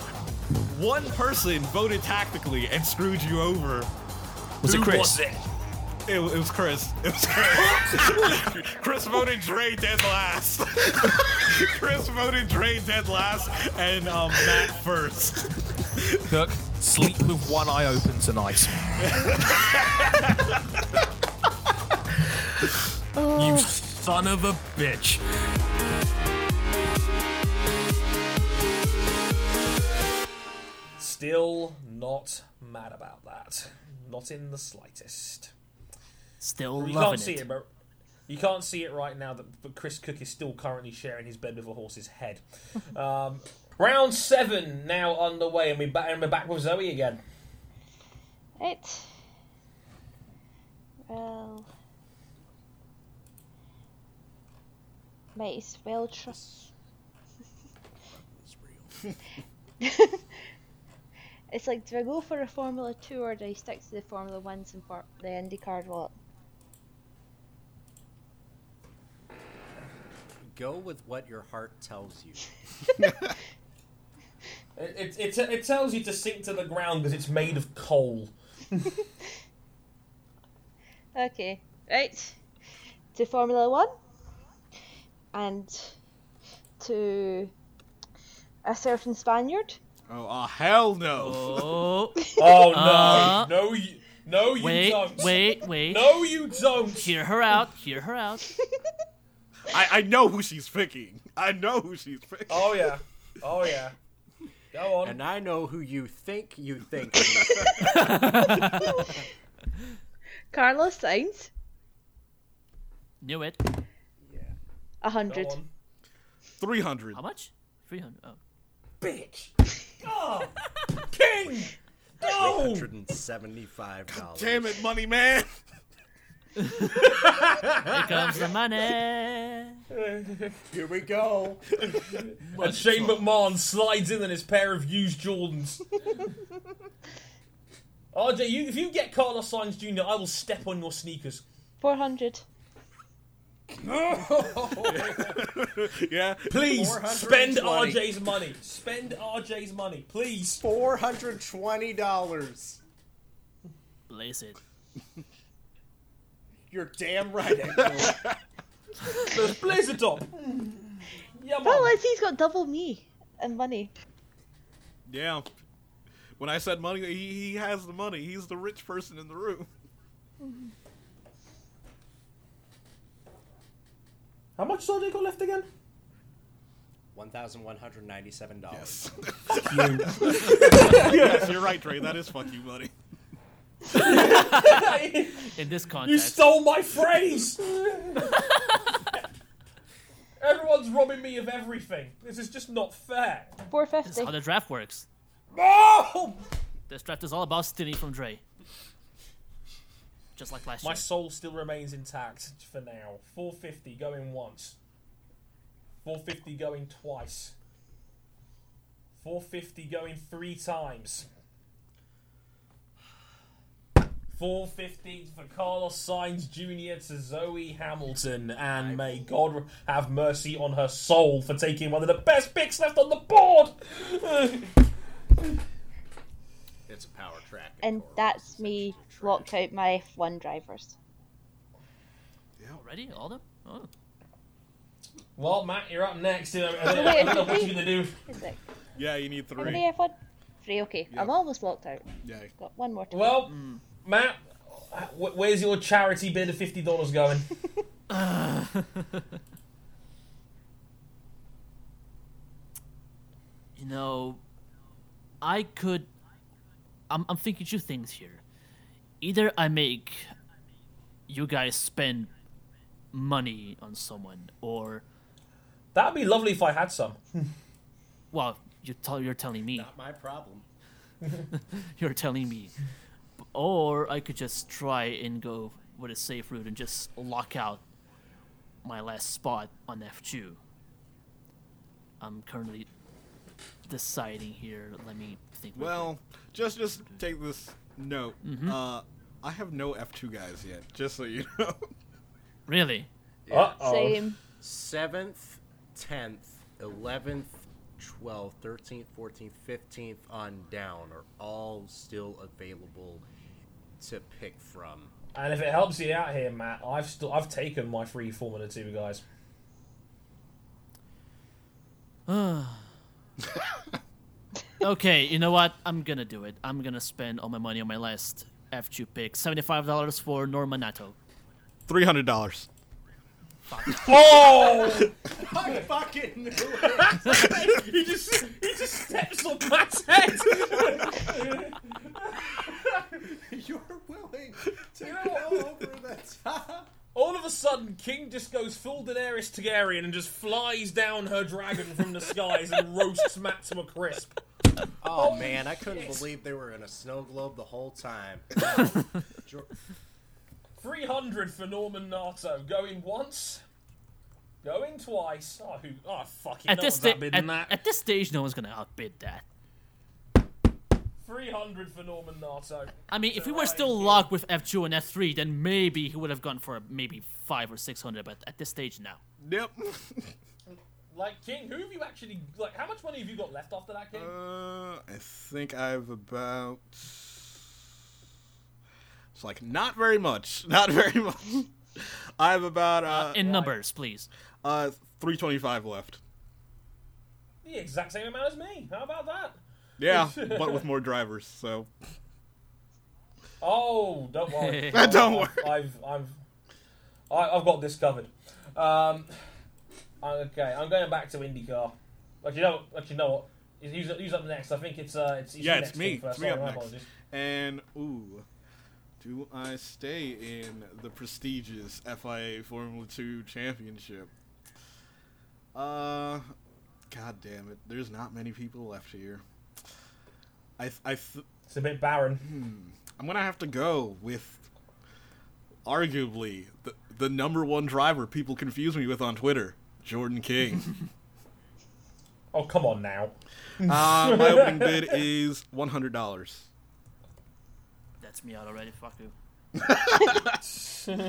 Speaker 5: One person voted tactically and screwed you over.
Speaker 9: Was
Speaker 4: Who
Speaker 9: it Chris?
Speaker 4: was it?
Speaker 5: It, it was Chris. It was Chris. Chris voted Dre dead last. Chris voted Dre dead last and um, Matt first.
Speaker 4: Cook, sleep with one eye open tonight. you son of a bitch.
Speaker 3: Still not mad about that. Not in the slightest.
Speaker 7: Still
Speaker 3: You
Speaker 7: loving
Speaker 3: can't see it, but you can't see it right now. That but Chris Cook is still currently sharing his bed with a horse's head. Um, round seven now underway, and we ba- and we're back with Zoe again.
Speaker 6: Right. Well. Might as well trust. it's like, do I go for a Formula 2 or do I stick to the Formula 1s and for the IndyCar lot?
Speaker 8: Go with what your heart tells you.
Speaker 3: It it, it, it tells you to sink to the ground because it's made of coal.
Speaker 6: Okay, right. To Formula One and to a certain Spaniard.
Speaker 5: Oh, uh, hell no.
Speaker 7: Oh,
Speaker 3: Oh no!
Speaker 7: Uh,
Speaker 3: no, you, no, you
Speaker 7: wait,
Speaker 3: don't.
Speaker 7: wait, wait.
Speaker 3: No, you don't.
Speaker 7: Hear her out. Hear her out.
Speaker 5: I, I know who she's picking. I know who she's picking.
Speaker 3: Oh yeah. Oh yeah. Go on.
Speaker 8: And I know who you think you think.
Speaker 6: Carlos Sainz,
Speaker 7: Knew it.
Speaker 6: 100.
Speaker 3: Go on.
Speaker 5: 300.
Speaker 7: How much? 300. Oh.
Speaker 3: Bitch. King! No!
Speaker 8: $175.
Speaker 5: Damn it, money man.
Speaker 7: Here comes the money.
Speaker 8: Here we go.
Speaker 3: And Shane McMahon slides in in his pair of used Jordans. RJ, you, if you get Carlos Sainz Jr., I will step on your sneakers.
Speaker 6: 400.
Speaker 5: yeah.
Speaker 3: Please
Speaker 8: 420.
Speaker 3: spend RJ's money. Spend RJ's money, please.
Speaker 8: $420.
Speaker 7: Place it.
Speaker 8: You're damn right. Echo.
Speaker 3: There's Blizzard top. Yeah,
Speaker 6: Well,
Speaker 3: man.
Speaker 6: at least he's got double me and money.
Speaker 5: Yeah. When I said money, he, he has the money. He's the rich person in the room.
Speaker 3: How much has RJ got left again?
Speaker 8: $1,197.
Speaker 5: yes, you're right, Trey. That is fuck you money.
Speaker 7: In this
Speaker 3: You
Speaker 7: context,
Speaker 3: stole my phrase! Everyone's robbing me of everything. This is just not fair.
Speaker 6: 450.
Speaker 7: how the draft works.
Speaker 3: Oh!
Speaker 7: This draft is all about stealing from Dre. Just like last
Speaker 3: My
Speaker 7: year.
Speaker 3: soul still remains intact for now. 450 going once. 450 going twice. 450 going three times. 450 for Carlos Sainz Jr. to Zoe Hamilton, and may God have mercy on her soul for taking one of the best picks left on the board.
Speaker 8: It's a power track.
Speaker 6: and that's me locked out my F1 drivers.
Speaker 7: Already? All of them? Oh.
Speaker 3: well, Matt, you're up next. I don't
Speaker 6: Wait,
Speaker 3: I don't know what
Speaker 6: wait.
Speaker 3: you're gonna do.
Speaker 6: Is it?
Speaker 5: Yeah, you need
Speaker 6: How
Speaker 5: three.
Speaker 6: many F1? Three, okay. I'm almost locked out.
Speaker 5: Yeah.
Speaker 6: Got one more to go.
Speaker 3: Well, Matt, wh- where's your charity bid of fifty dollars going?
Speaker 7: You know, I could. I'm, I'm thinking two things here. Either I make you guys spend money on someone, or
Speaker 3: That'd be lovely if I had some.
Speaker 7: well, you tell you're telling me.
Speaker 8: Not my problem.
Speaker 7: You're telling me. Or I could just try and go with a safe route and just lock out my last spot on F2. I'm currently deciding here. Let me think. real
Speaker 5: Well, just just take this note. Uh, I have no F2 guys yet, just so you know.
Speaker 7: quick. Really?
Speaker 3: Uh oh.
Speaker 6: Same.
Speaker 8: 7th, 10th, 11th, 12th, 13th, 14th, 15th on down are all still available to pick from.
Speaker 3: And if it helps you out here, Matt, I've still I've taken my free Formula Two guys.
Speaker 7: Okay, you know what? I'm gonna do it. I'm gonna spend all my money on my last F2 pick. $75 for Norma Nato.
Speaker 5: Three hundred dollars.
Speaker 3: Oh!
Speaker 8: I fucking knew it.
Speaker 3: he just he just steps on Matt's head.
Speaker 8: You're willing to go over the top.
Speaker 3: All of a sudden, King just goes full Daenerys Targaryen and just flies down her dragon from the skies and roasts Matt to a crisp.
Speaker 8: Oh man, I couldn't believe they were in a snow globe the whole time. Jo-
Speaker 3: 300 for Norman Nato. Going once. Going twice. Oh, who? Oh, fucking.
Speaker 7: At
Speaker 3: no
Speaker 7: this
Speaker 3: one's
Speaker 7: sta-
Speaker 3: outbidding
Speaker 7: at,
Speaker 3: that.
Speaker 7: at this stage, no one's gonna outbid that.
Speaker 3: 300 for Norman Nato.
Speaker 7: I mean, if we were
Speaker 3: Right.
Speaker 7: still locked with F2 and F3, then maybe he would have gone for maybe five or six hundred. But at this stage, no.
Speaker 5: Yep.
Speaker 3: Like, King, who have you actually. Like, how much money have you got left after that, King?
Speaker 5: Uh, I think I've about. It's like not very much. Not very much. I have about uh,
Speaker 7: In numbers, please.
Speaker 5: uh three twenty five left.
Speaker 3: the exact same amount as me. How about that?
Speaker 5: Yeah, but with more drivers. So
Speaker 3: Oh, don't worry.
Speaker 5: don't worry.
Speaker 3: I've, I've, I've, I- I've got this covered. Um, okay, I'm going back to IndyCar. Like, you know, like, you know what? Who's, who's up next? I think it's uh, it's, it's
Speaker 5: Yeah,
Speaker 3: you
Speaker 5: it's
Speaker 3: next,
Speaker 5: me.
Speaker 3: King, first.
Speaker 5: It's me
Speaker 3: Sorry,
Speaker 5: up
Speaker 3: my
Speaker 5: next.
Speaker 3: apologies.
Speaker 5: And ooh, do I stay in the prestigious FIA Formula Two Championship? Uh, god damn it! There's not many people left here. I th- I th-
Speaker 3: It's a bit barren.
Speaker 5: I'm gonna have to go with arguably the, the number one driver people confuse me with on Twitter, Jordan King.
Speaker 3: Oh, come on now.
Speaker 5: uh, my opening bid is one hundred dollars.
Speaker 7: That's me out already. Fuck you.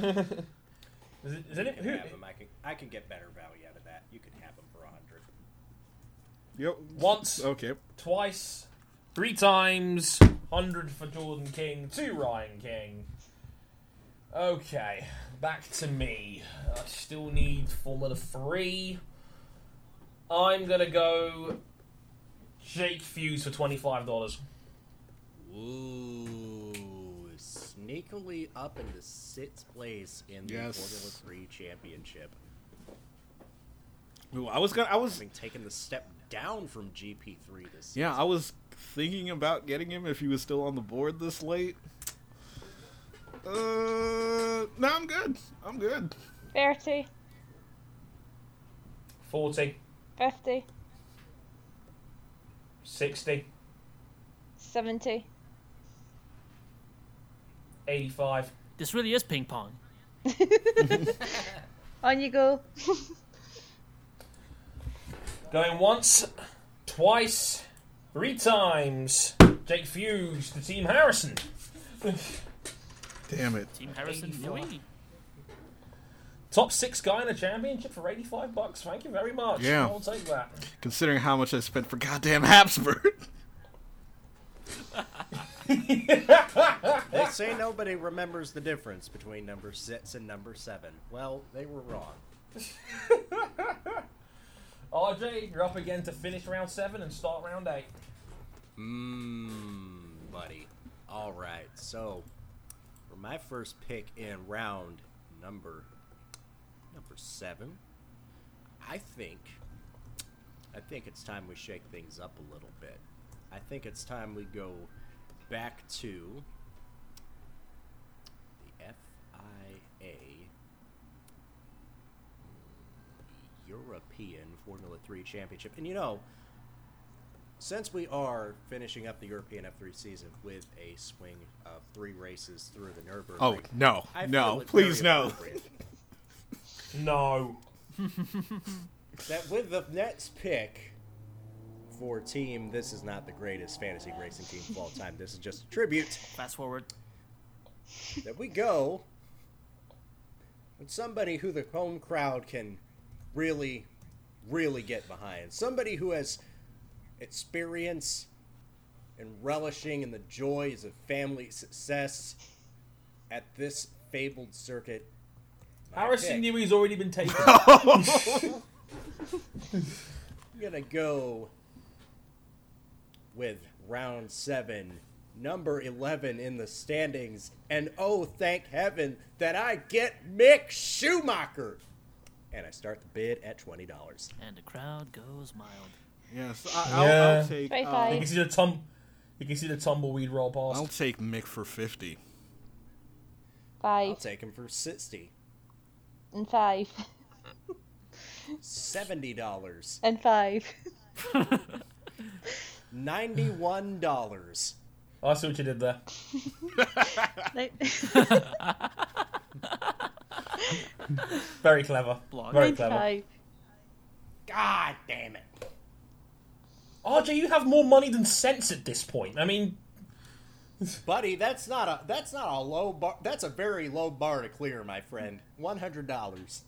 Speaker 3: Is it, is it,
Speaker 8: You
Speaker 3: who,
Speaker 8: can have 'em. I can, I can get better value out of that. You can have them for a hundred.
Speaker 5: Yep.
Speaker 3: once,
Speaker 5: Okay.
Speaker 3: twice, three times, 100 for Jordan King, two Ryan King. Okay, back to me. I still need Formula 3. I'm going to go Jake Fuse for $25.
Speaker 8: Ooh, sneakily up into sixth place in the
Speaker 5: Yes.
Speaker 8: Formula Three Championship,
Speaker 5: Ooh, I was gonna. I was.
Speaker 8: having taken the step down from GP three this
Speaker 5: Yeah, I was thinking about getting him if he was still on the board this late. Uh, no, I'm good. I'm good.
Speaker 6: 30,
Speaker 3: 40,
Speaker 6: 50,
Speaker 3: 60,
Speaker 6: 70.
Speaker 3: 85.
Speaker 7: This really is ping pong.
Speaker 6: On you go.
Speaker 3: Going once, twice, three times. Jake Fuse to Team Harrison.
Speaker 5: Damn it.
Speaker 7: Team Harrison,
Speaker 3: 84.
Speaker 7: Nui.
Speaker 3: Top six guy in a championship for 85 bucks. Thank you very much.
Speaker 5: Yeah.
Speaker 3: I'll take that.
Speaker 5: Considering how much I spent for goddamn Habsburg.
Speaker 8: season. They say nobody remembers the difference between number six and number seven. Well, they were wrong.
Speaker 3: RJ, you're up again to finish round seven and start round eight.
Speaker 8: Mmm, buddy. All right, so for my first pick in round number number seven, I think I think it's time we shake things up a little bit. I think it's time we go back to the FIA European Formula Three Championship, and you know since we are finishing up the European F3 season with a swing of three races through the Nürburgring,
Speaker 5: Oh no,
Speaker 8: I feel
Speaker 5: no,
Speaker 8: it's
Speaker 5: please
Speaker 8: very
Speaker 5: no.
Speaker 8: appropriate
Speaker 3: No.
Speaker 8: that with the next pick for team, this is not the greatest fantasy racing team of all time. This is just a tribute
Speaker 7: Fast forward.
Speaker 8: that we go with somebody who the home crowd can really, really get behind. Somebody who has experience and relishing in the joys of family success at this fabled circuit. My
Speaker 3: Harrison
Speaker 8: pick.
Speaker 3: knew he's already been taken.
Speaker 8: I'm gonna go with round seven, number eleven in the standings, and oh thank heaven that I get Mick Schumacher. And I start the bid at twenty dollars.
Speaker 7: And the crowd goes mild.
Speaker 5: Yes, I, I'll,
Speaker 3: Yeah.
Speaker 5: I'll take.
Speaker 6: Bye
Speaker 5: uh,
Speaker 3: you
Speaker 6: bye.
Speaker 3: can see the tum- you can see the tumbleweed roll past.
Speaker 5: I'll take Mick for fifty.
Speaker 8: I'll
Speaker 6: Five
Speaker 8: take him for sixty.
Speaker 6: and five
Speaker 8: Seventy dollars.
Speaker 6: and five.
Speaker 8: Ninety-one dollars.
Speaker 3: I see what you did there.
Speaker 6: Nine-
Speaker 3: Very clever.
Speaker 7: Blog.
Speaker 3: Very clever.
Speaker 6: five.
Speaker 8: God damn it.
Speaker 3: RJ, you have more money than sense at this point. I mean,
Speaker 8: Buddy, that's not a that's not a low bar that's a very low bar to clear, my friend. One hundred dollars.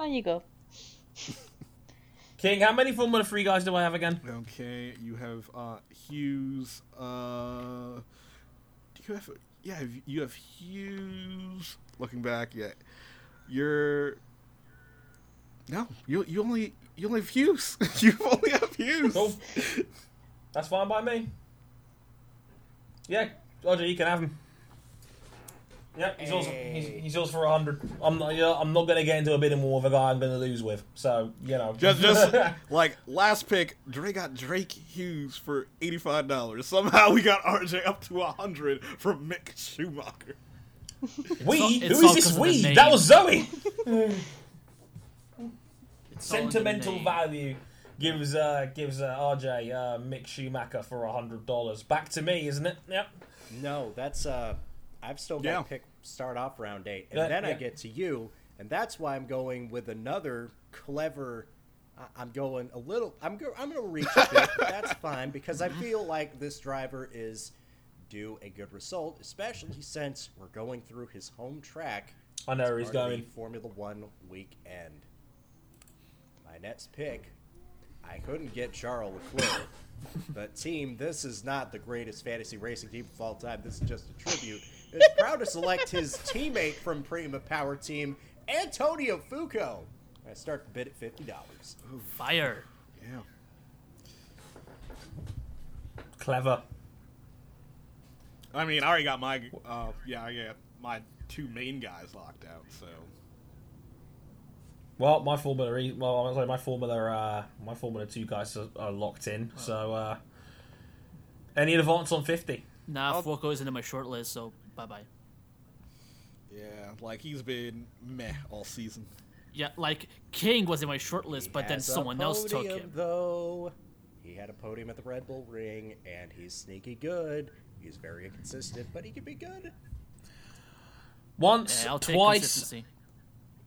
Speaker 6: On you go.
Speaker 3: King, how many Formula 3 guys do I have again?
Speaker 5: Okay, you have uh, Hughes. Uh, do you have? Yeah, have- you have Hughes. Looking back, yeah, you're. No, you you only you only have Hughes. you only have Hughes.
Speaker 3: Cool. That's fine by me. Yeah, RJ, you can have him. Yep, he's yours. He's, he's yours for a hundred. I'm not. Yeah, I'm not going to get into a bidding war with a guy I'm going to lose with. So you know,
Speaker 5: Just, just like last pick, Dre got Drake Hughes for eighty five dollars. Somehow we got RJ up to hundred from Mick Schumacher.
Speaker 3: we.
Speaker 7: all- it's
Speaker 3: who is
Speaker 7: all 'cause
Speaker 3: this
Speaker 7: of the
Speaker 3: we?
Speaker 7: name.
Speaker 3: That was Zoe.
Speaker 7: It's all in the
Speaker 3: Sentimental
Speaker 7: name.
Speaker 3: value. gives uh, gives uh, RJ uh, Mick Schumacher for a hundred dollars. Back to me, isn't it? Yep.
Speaker 8: No, that's uh, I've still got
Speaker 5: Yeah.
Speaker 8: to pick start off round eight, and
Speaker 3: That-
Speaker 8: then I
Speaker 3: yeah.
Speaker 8: get to you, and that's why I'm going with another clever. I- I'm going a little. I'm go, I'm going to reach a bit, but that's fine because I feel like this driver is due a good result, especially since we're going through his home track.
Speaker 3: I know where he's
Speaker 8: as part of
Speaker 3: going.
Speaker 8: the Formula One weekend. My next pick, I couldn't get Charles Leclerc. But team, this is not the greatest fantasy racing team of all time. This is just a tribute. It's proud to select his teammate from Prima Power Team, Antonio Fuco. I start the bid at fifty dollars.
Speaker 7: Fire.
Speaker 5: Yeah.
Speaker 3: Clever.
Speaker 5: I mean, I already got my uh, yeah, I got my two main guys locked out. So
Speaker 3: Well, my formula, E- well, I'm sorry, my formula, uh, my formula two guys are, are locked in. So, uh, any advance on fifty?
Speaker 7: Nah, Fuoco isn't in my short list, so bye bye.
Speaker 5: yeah, like he's been meh all season.
Speaker 7: Yeah, like King was in my short list, but then
Speaker 8: Has a
Speaker 7: someone else took
Speaker 8: podium,
Speaker 7: him.
Speaker 8: Though he had a podium at the Red Bull Ring, and he's sneaky good. He's very inconsistent, but he can be good.
Speaker 3: Once,
Speaker 7: Yeah, I'll take
Speaker 3: twice,
Speaker 7: consistency.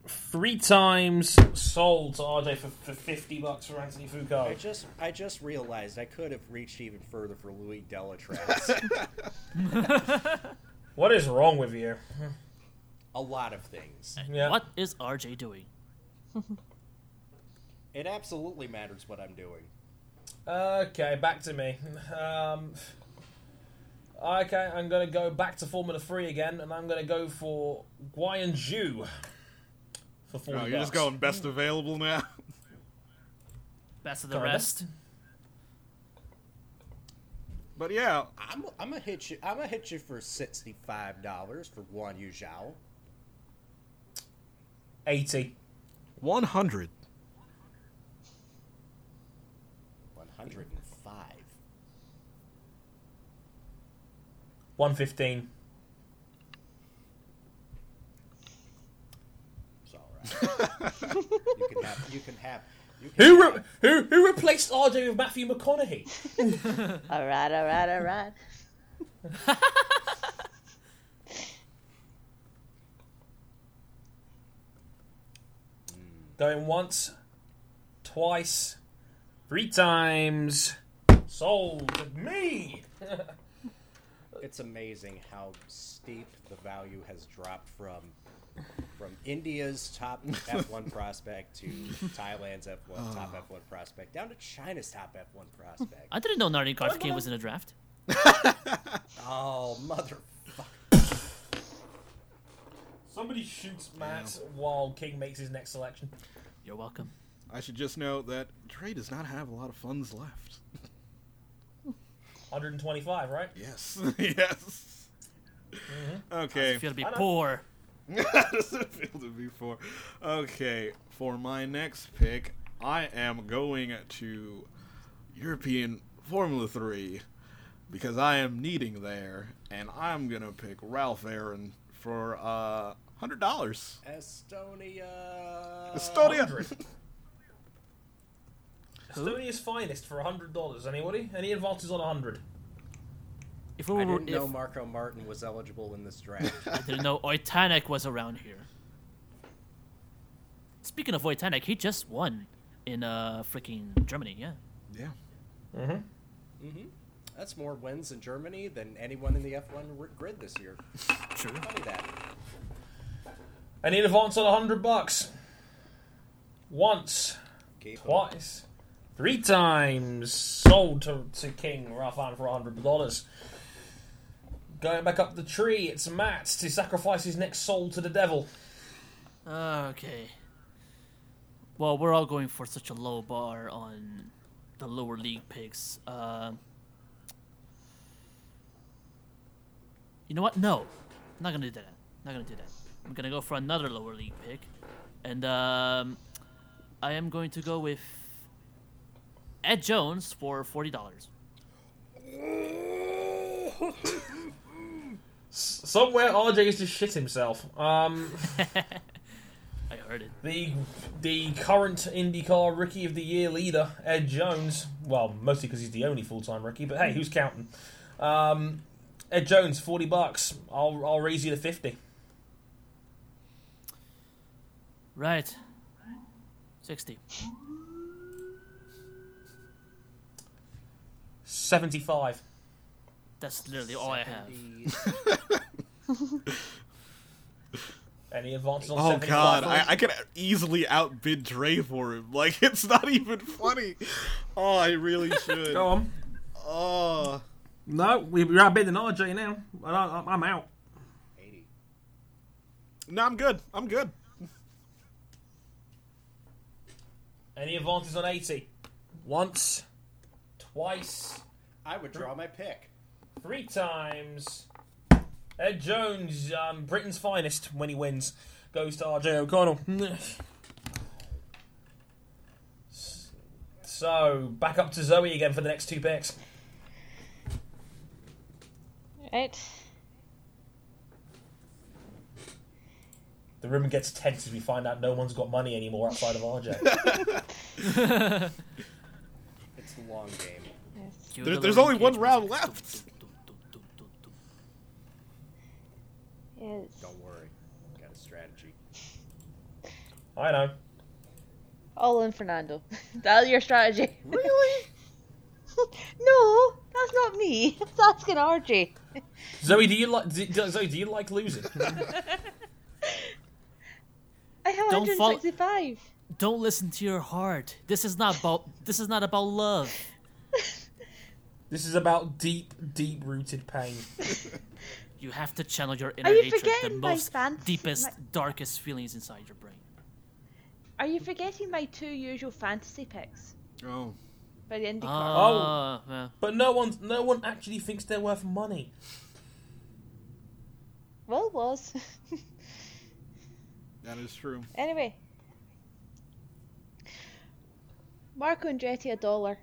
Speaker 3: three times sold to RJ for, for fifty bucks for Anthony
Speaker 8: I
Speaker 3: Foucault.
Speaker 8: just I just realized I could have reached even further for Louis Delatraz.
Speaker 3: What is wrong with you?
Speaker 8: a lot of things.
Speaker 3: Yeah.
Speaker 7: What is RJ doing?
Speaker 8: It absolutely matters what I'm doing.
Speaker 3: Okay, back to me. Um, okay, I'm going to go back to Formula Three again, and I'm going to go for Guyan Zhu for forty.
Speaker 5: Oh, you're just
Speaker 3: bucks.
Speaker 5: going best available now.
Speaker 7: Best of the
Speaker 3: Kinda.
Speaker 7: rest.
Speaker 5: but yeah,
Speaker 8: I'm I'm gonna hit you. I'm gonna hit you for sixty five dollars for Guan Yu Zhao.
Speaker 3: eighty.
Speaker 5: one hundred.
Speaker 8: One hundred and five.
Speaker 3: 115.
Speaker 8: It's all right. you can have. You can have. You can
Speaker 3: Who,
Speaker 8: have-
Speaker 3: re- who who replaced RJ with Matthew McConaughey?
Speaker 6: All right, all right, all right.
Speaker 3: Going once, twice, three times. Sold to me.
Speaker 8: it's amazing how steep the value has dropped from from India's top F1 prospect to Thailand's F1 top F1 prospect down to China's top F1 prospect.
Speaker 7: I didn't know Nardin Karth King was in the draft.
Speaker 8: Oh mother.
Speaker 3: Somebody shoots Matt while King makes his next selection.
Speaker 7: You're welcome.
Speaker 5: I should just note that Trey does not have a lot of funds left.
Speaker 3: 125, right?
Speaker 5: Yes. yes. Okay.
Speaker 7: If you to be
Speaker 3: I know.
Speaker 7: poor.
Speaker 5: Does it feel to be four? Okay, for my next pick, I am going to European Formula 3 because I am needing there, and I'm going to pick Ralph Aaron for uh, $100. Uh,
Speaker 8: Estonia.
Speaker 5: Estonia!
Speaker 3: Estonia's finest for $100. Anybody? Any advances on 100?
Speaker 7: If we were,
Speaker 8: I didn't
Speaker 7: if
Speaker 8: know Marco Martin was eligible in this draft.
Speaker 7: I didn't know Oitanek was around here. Speaking of Oitanek, he just won in uh freaking Germany. Yeah.
Speaker 5: yeah.
Speaker 8: That's more wins in Germany than anyone in the F1 r- grid this year.
Speaker 7: True.
Speaker 8: Funny that.
Speaker 3: Any advance on 100 bucks? Once,
Speaker 8: Keep 'em.
Speaker 3: twice, three times sold to, to King Rafan for hundred dollars. Going back up the tree, it's Matt to sacrifice his next soul to the devil.
Speaker 7: Okay. Well, we're all going for such a low bar on the lower league picks. Um you know what? No, I'm not gonna do that. not gonna do that. I'm gonna go for another lower league pick, and um, I am going to go with Ed Jones for forty dollars.
Speaker 3: Somewhere RJ is to shit himself. Um,
Speaker 7: I started.
Speaker 3: The the current IndyCar Rookie of the Year leader, Ed Jones. Well, mostly because he's the only full time rookie, but hey, who's counting? Um, Ed Jones, forty bucks. I'll I'll raise you to fifty.
Speaker 7: Right. 60.
Speaker 3: 75.
Speaker 7: That's literally all I have.
Speaker 3: Any advances on
Speaker 5: Oh
Speaker 3: 75?
Speaker 5: god, I, I could easily outbid Dre for him. Like it's not even funny. Oh, I really should.
Speaker 3: Go on.
Speaker 5: Oh,
Speaker 3: No, we- we're outbidding RJ now. I, I, I'm out.
Speaker 5: no, I'm good. I'm good.
Speaker 3: Any advances on 80? Once, twice,
Speaker 8: I would draw my pick.
Speaker 3: three times. Ed Jones, um, Britain's finest when he wins, goes to RJ O'Connell. S- so, back up to Zoe again for the next two picks.
Speaker 6: Right.
Speaker 3: The room gets tense as we find out no one's got money anymore outside of RJ.
Speaker 8: It's the long game.
Speaker 7: Cue
Speaker 5: There-
Speaker 7: the
Speaker 5: there's
Speaker 7: little
Speaker 5: only one round
Speaker 7: engagement.
Speaker 5: left.
Speaker 6: Yes.
Speaker 8: Don't worry. Got a strategy.
Speaker 3: I know.
Speaker 6: All in Fernando. That's your strategy. Really? no, that's not me. It's asking RJ.
Speaker 3: Zoe, do you like do- do- Zoe? Do you like losing?
Speaker 6: I have
Speaker 7: Don't fall-
Speaker 6: 165.
Speaker 7: Don't listen to your heart. This is not about this is not about love.
Speaker 3: this is about deep, deep-rooted pain.
Speaker 7: You have to channel your inner
Speaker 6: Are you
Speaker 7: hatred, the
Speaker 6: forgetting my
Speaker 7: most
Speaker 6: fans-
Speaker 7: deepest,
Speaker 6: my-
Speaker 7: darkest feelings inside your brain.
Speaker 6: Are you forgetting my two usual fantasy picks
Speaker 5: Oh,
Speaker 6: by the end of
Speaker 7: Oh, well,
Speaker 3: But no one, no one actually thinks they're worth money.
Speaker 6: Oh. Well, it was.
Speaker 5: that is true.
Speaker 6: anyway. Marco Andretti, a dollar.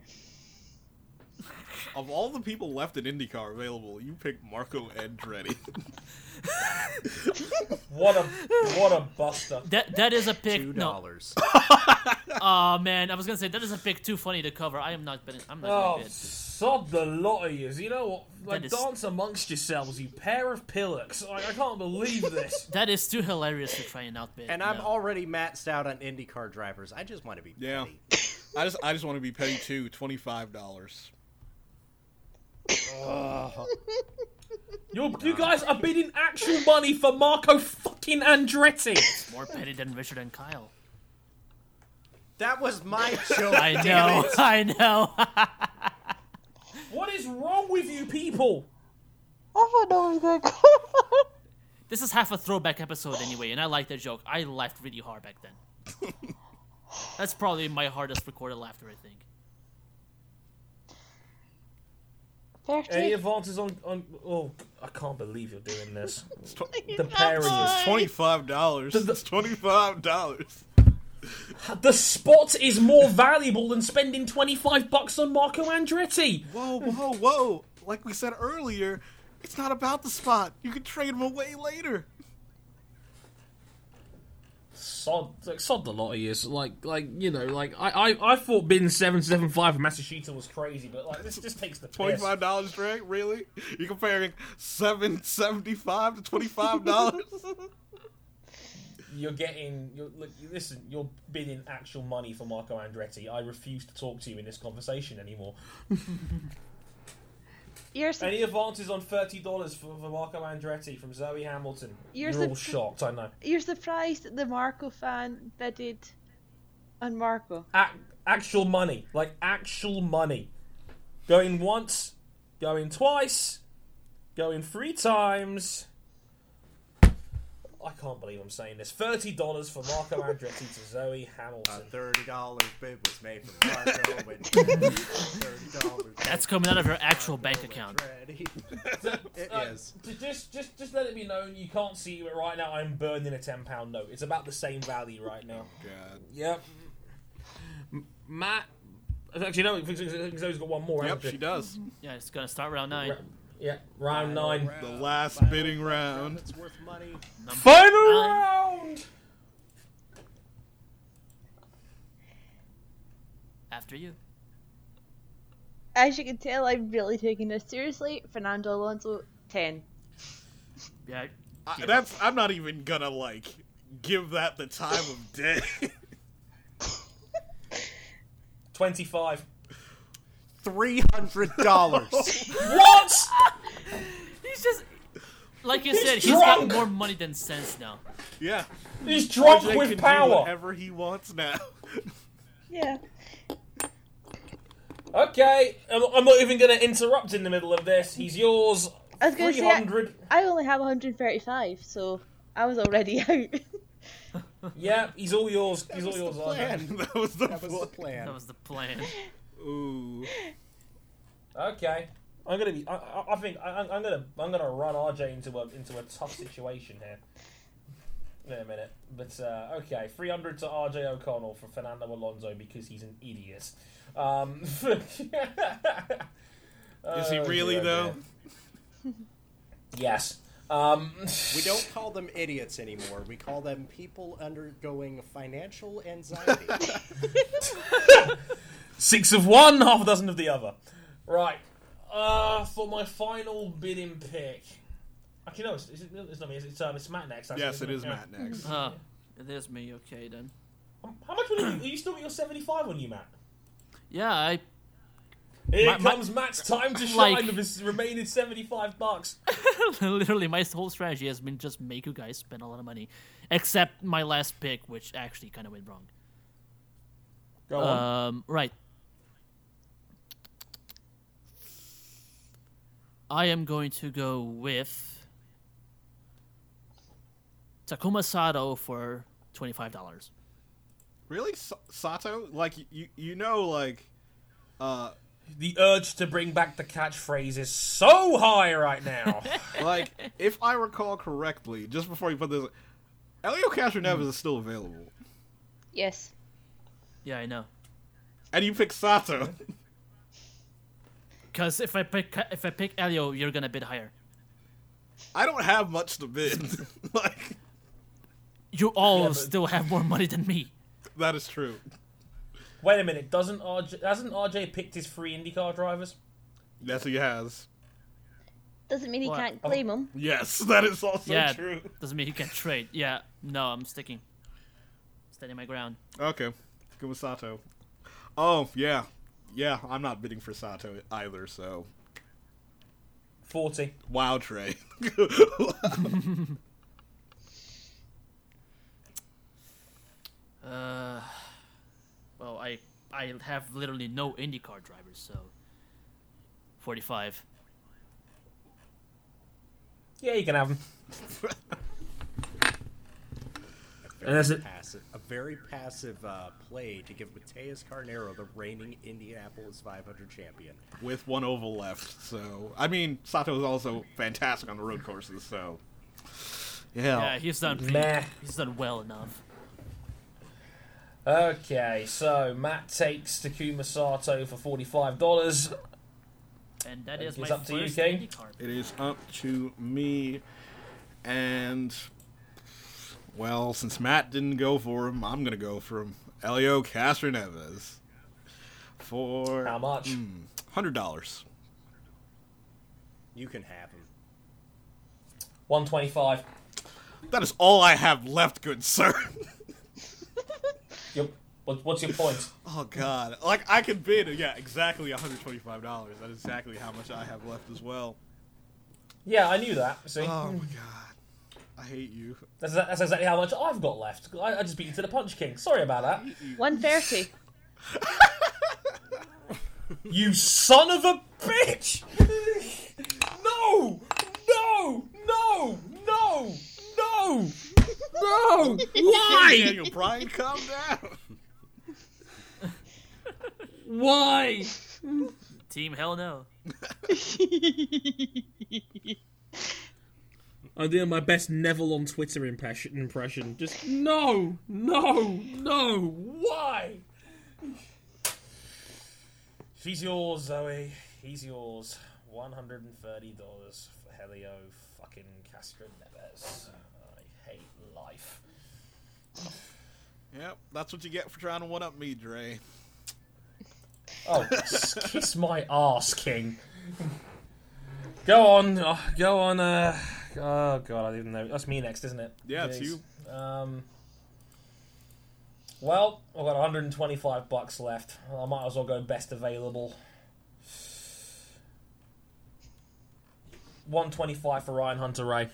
Speaker 5: Of all the people left in IndyCar available, you picked Marco Andretti.
Speaker 3: What a, what a buster.
Speaker 7: that that is a pick.
Speaker 8: Two
Speaker 7: No,
Speaker 8: dollars.
Speaker 7: oh man, I was gonna say that is a pick too funny to cover. I am not. Been, I'm not.
Speaker 3: Oh,
Speaker 7: gonna bid.
Speaker 3: sod the lot of you. You know what? Like,
Speaker 7: That is-
Speaker 3: dance amongst yourselves, you pair of pillocks. Like, I can't believe this.
Speaker 7: That is too hilarious to try and outbid.
Speaker 8: And I'm
Speaker 7: no.
Speaker 8: already maxed out on IndyCar drivers. I just want to be
Speaker 5: Yeah.
Speaker 8: petty.
Speaker 5: I just I just want to be petty too. Twenty five dollars.
Speaker 3: You, you guys are bidding actual money for Marco fucking Andretti.
Speaker 7: more petty than Richard and Kyle.
Speaker 8: That was my joke.
Speaker 7: I know. I know.
Speaker 3: What is wrong with you people?
Speaker 6: I thought no one was going to
Speaker 7: this is half a throwback episode anyway, and I like that joke. I laughed really hard back then. That's probably my hardest recorded laughter, I think.
Speaker 3: Any
Speaker 6: 30.
Speaker 3: advances on, on? Oh, I can't believe you're doing this.
Speaker 5: Tw-
Speaker 3: The pairing is.
Speaker 5: Twenty five dollars. It's twenty five dollars.
Speaker 3: The spot is more valuable than spending twenty five bucks on Marco Andretti.
Speaker 5: Whoa, Oh, whoa, whoa! Like we said earlier, it's not about the spot. You can trade him away later.
Speaker 3: sod like sod the lot of years. Like like you know like I I, I thought bin seven seven five for Massachusetts was crazy, but like this just takes the
Speaker 5: Twenty
Speaker 3: piss.
Speaker 5: five dollars, Drake? Really? You're comparing seven seventy five to twenty five dollars?
Speaker 3: You're getting you're look you- listen. You're bidding actual money for Marco Andretti. I refuse to talk to you in this conversation anymore.
Speaker 6: You're,
Speaker 3: Any advances on thirty dollars for, for Marco Andretti from Zoe Hamilton?
Speaker 6: You're
Speaker 3: You're,
Speaker 6: sup-
Speaker 3: all shocked. I know.
Speaker 6: you're surprised that the Marco fan bidded on Marco.
Speaker 3: Ac actual money, like actual money. Going once, going twice, going three times. I can't believe I'm saying this. Thirty dollars for Marco Andretti to Zoe Hamilton.
Speaker 8: Uh, Thirty dollars bid was made for Marco. when Thirty dollars.
Speaker 7: That's coming out of your actual bank account.
Speaker 8: It is.
Speaker 3: Ju- Just, just, just let it be known you can't see it right now. I'm burning a ten pound note. It's about the same value right now.
Speaker 5: God.
Speaker 3: Yep. M- Matt, actually no. I think Zoe's got one more.
Speaker 5: Yep,
Speaker 3: hasn't
Speaker 5: she does.
Speaker 7: Yeah, it's gonna start round nine.
Speaker 3: Yeah, round nine.
Speaker 5: The last bidding round.
Speaker 8: It's worth money.
Speaker 3: Final
Speaker 7: Nine.
Speaker 3: round.
Speaker 7: After you.
Speaker 6: As you can tell, I'm really taking this seriously. Fernando Alonso, 10.
Speaker 7: Yeah.
Speaker 5: I, that's I'm not even gonna like give that the time of day.
Speaker 3: 25.
Speaker 8: Three hundred dollars.
Speaker 3: What?
Speaker 7: He's just. Like you said, he's
Speaker 3: drunk!
Speaker 7: got more money than sense now.
Speaker 5: yeah,
Speaker 3: He's drunk
Speaker 5: RJ can
Speaker 3: with
Speaker 5: do
Speaker 3: power.
Speaker 5: whatever he wants now.
Speaker 6: Yeah.
Speaker 3: Okay, I'm, I'm not even going to interrupt in the middle of this. He's yours.
Speaker 6: I was going to say, I-
Speaker 3: 300.
Speaker 6: I only have 135, so I was already out.
Speaker 3: Yeah, he's all yours. He's all yours. Ivan.
Speaker 8: plan.
Speaker 5: that was the,
Speaker 8: That was the
Speaker 5: point.
Speaker 7: That
Speaker 8: plan.
Speaker 7: was the plan.
Speaker 5: Ooh.
Speaker 3: Okay, I'm gonna be. I, I, I think I, I'm gonna. I'm gonna run RJ into a into a tough situation here. In a minute, but uh, okay, 300 to RJ O'Connell for Fernando Alonso because he's an idiot. Um,
Speaker 5: Is he
Speaker 3: Oh,
Speaker 5: really
Speaker 3: dear,
Speaker 5: though?
Speaker 3: dear. Yes. Um,
Speaker 8: We don't call them idiots anymore. We call them people undergoing financial anxiety.
Speaker 3: Six of one, half a dozen of the other. Right. Uh, for my final bidding pick. Actually, no, it's, it's, it's not me. It's, it's, um, it's Matt next. actually,
Speaker 5: Yes, it
Speaker 3: isn't
Speaker 5: is
Speaker 3: Yeah.
Speaker 5: Matt next.
Speaker 7: Ah, there's me. Okay then.
Speaker 3: How much will you, are you still got your 75 on you, Matt?
Speaker 7: Yeah, I
Speaker 3: Here
Speaker 7: My- my-
Speaker 3: comes Matt's time to shine
Speaker 7: Like-
Speaker 3: with his remaining 75 bucks.
Speaker 7: literally my whole strategy has been just make you guys spend a lot of money, except my last pick, which actually kind of went wrong.
Speaker 3: Go on.
Speaker 7: Um, right. I am going to go with Takuma Sato for twenty-five dollars.
Speaker 5: Really, S- Sato? Like you, you know, like uh,
Speaker 3: The urge to bring back the catchphrase is so high right now.
Speaker 5: like if I recall correctly, just before you put this, Elio Castro Neves is still available,
Speaker 6: yes.
Speaker 7: Yeah, I know.
Speaker 5: and you pick Sato.
Speaker 7: Because if I pick if I pick Elio, you're gonna bid higher.
Speaker 5: I don't have much to bid. like
Speaker 7: You all
Speaker 3: but-
Speaker 7: still have more money than me.
Speaker 5: that is true.
Speaker 3: Wait a minute. Doesn't RJ, hasn't RJ picked his three IndyCar drivers?
Speaker 5: That's what he has.
Speaker 6: Doesn't mean he
Speaker 7: What?
Speaker 6: can't claim them.
Speaker 5: Yes, that is also
Speaker 7: yeah,
Speaker 5: true.
Speaker 7: doesn't mean he can trade. Yeah, no, I'm sticking, standing my ground.
Speaker 5: Okay, go with Sato. Oh yeah, yeah. I'm not bidding for Sato either. So
Speaker 3: 40.
Speaker 5: wow, Trey.
Speaker 7: Uh, well, I I have literally no IndyCar drivers, so forty-five.
Speaker 3: Yeah, you can have them. that's it.
Speaker 8: passive, a very passive uh, play to give Mateus Carnero the reigning Indianapolis 500 champion.
Speaker 5: with one oval left. So I mean, Sato is also fantastic on the road courses. So
Speaker 7: Yeah,
Speaker 5: yeah,
Speaker 7: he's done. Pretty,
Speaker 3: Oh, Meh.
Speaker 7: He's done well enough.
Speaker 3: Okay, so Matt takes Takuma Sato for forty-five dollars.
Speaker 7: And that is
Speaker 3: It's
Speaker 7: my
Speaker 3: up to you,
Speaker 7: first
Speaker 3: Kane.
Speaker 7: IndyCar.
Speaker 5: it is up to me. And well, since Matt didn't go for him, I'm gonna go for him. Elio Castroneves for
Speaker 3: How much?
Speaker 5: hundred dollars.
Speaker 8: You can have him.
Speaker 3: One twenty-five.
Speaker 5: That is all I have left, good sir.
Speaker 3: Your, what, what's your point?
Speaker 5: Oh God! Like I could bid, yeah, exactly one hundred twenty-five dollars. That is exactly how much I have left as well.
Speaker 3: Yeah, I knew that. See,
Speaker 5: Oh my God! I hate you.
Speaker 3: that's, that's exactly how much I've got left. I, I just beat you to the punch, King. Sorry about that.
Speaker 6: 130.
Speaker 3: You son of a bitch! No! No! No! No! No! No! Why?
Speaker 5: Daniel Bryan, calm down.
Speaker 3: Why?
Speaker 7: Team Hell No.
Speaker 3: I'm doing my best Neville on Twitter impression. Impression. Just no, no, no. Why? She's yours, Zoe. He's yours. One hundred and thirty dollars for Helio fucking Castro Neves. I hate life.
Speaker 5: Yep, that's what you get for trying to one up me, Dre.
Speaker 3: Oh, s- kiss my ass, King. go on, oh, go on. Uh, oh God, I didn't know. That's me next, isn't it?
Speaker 5: Yeah, it's you.
Speaker 3: Um, well, I've got 125 bucks left. I might as well go best available. 125 for Ryan Hunter Ray.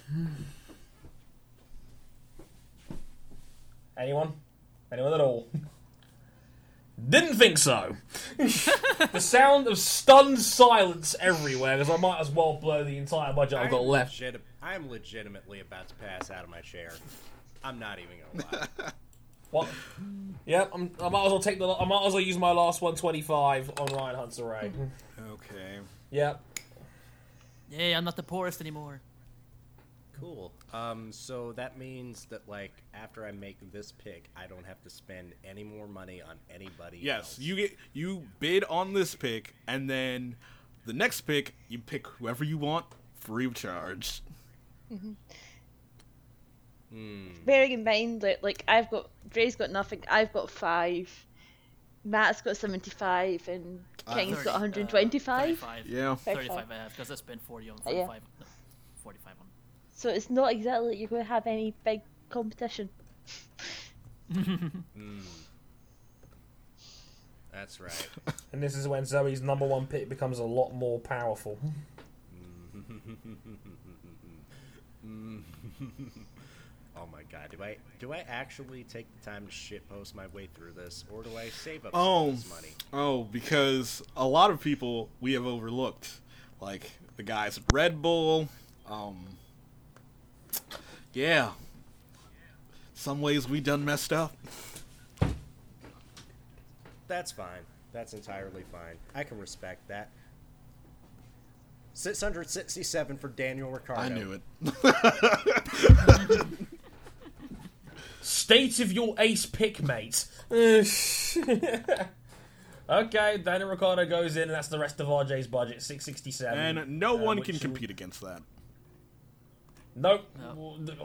Speaker 3: Anyone? Anyone at all? Didn't think so. the sound of stunned silence everywhere because I might as well blow the entire budget I've got
Speaker 8: I'm
Speaker 3: left.
Speaker 8: legiti- I'm legitimately about to pass out of my chair. I'm not even gonna lie.
Speaker 3: What? Yeah, I'm, I might as well take the. I might as well use my last 125 on Ryan Hunter Ray.
Speaker 5: Okay.
Speaker 3: Yep.
Speaker 7: Yay, I'm not the poorest anymore.
Speaker 8: cool. Um, so that means that like after I make this pick, I don't have to spend any more money on anybody.
Speaker 5: Yes,
Speaker 8: else.
Speaker 5: you get you bid on this pick, and then the next pick you pick whoever you want free of charge.
Speaker 6: Bearing in mind that like I've got Dre's got nothing, I've got five, Matt's got seventy five, and King's
Speaker 7: uh,
Speaker 6: got one hundred and twenty five.
Speaker 5: Yeah.
Speaker 7: 35 I have, because I spent 40 on 45.
Speaker 6: yeah.
Speaker 7: no, 45 on.
Speaker 6: so it's not exactly that you're going to have any big competition.
Speaker 8: That's right.
Speaker 3: And this is when Zoe's number one pick becomes a lot more powerful.
Speaker 8: Oh my god, do I do I actually take the time to shitpost my way through this, or do I save up some
Speaker 5: Oh.
Speaker 8: of this money?
Speaker 5: Oh, because a lot of people we have overlooked, like the guys at Red Bull. Um. Yeah. Some ways we done messed up.
Speaker 8: That's fine. That's entirely fine. I can respect that. Six hundred sixty-seven for Daniel Ricardo.
Speaker 5: I knew it.
Speaker 3: State of your ace pick, mate. okay, Daniel Ricardo goes in, and that's the rest of RJ's budget, six sixty-seven.
Speaker 5: And no
Speaker 3: Uh,
Speaker 5: one
Speaker 3: which
Speaker 5: can
Speaker 3: you-
Speaker 5: compete against that.
Speaker 3: Nope.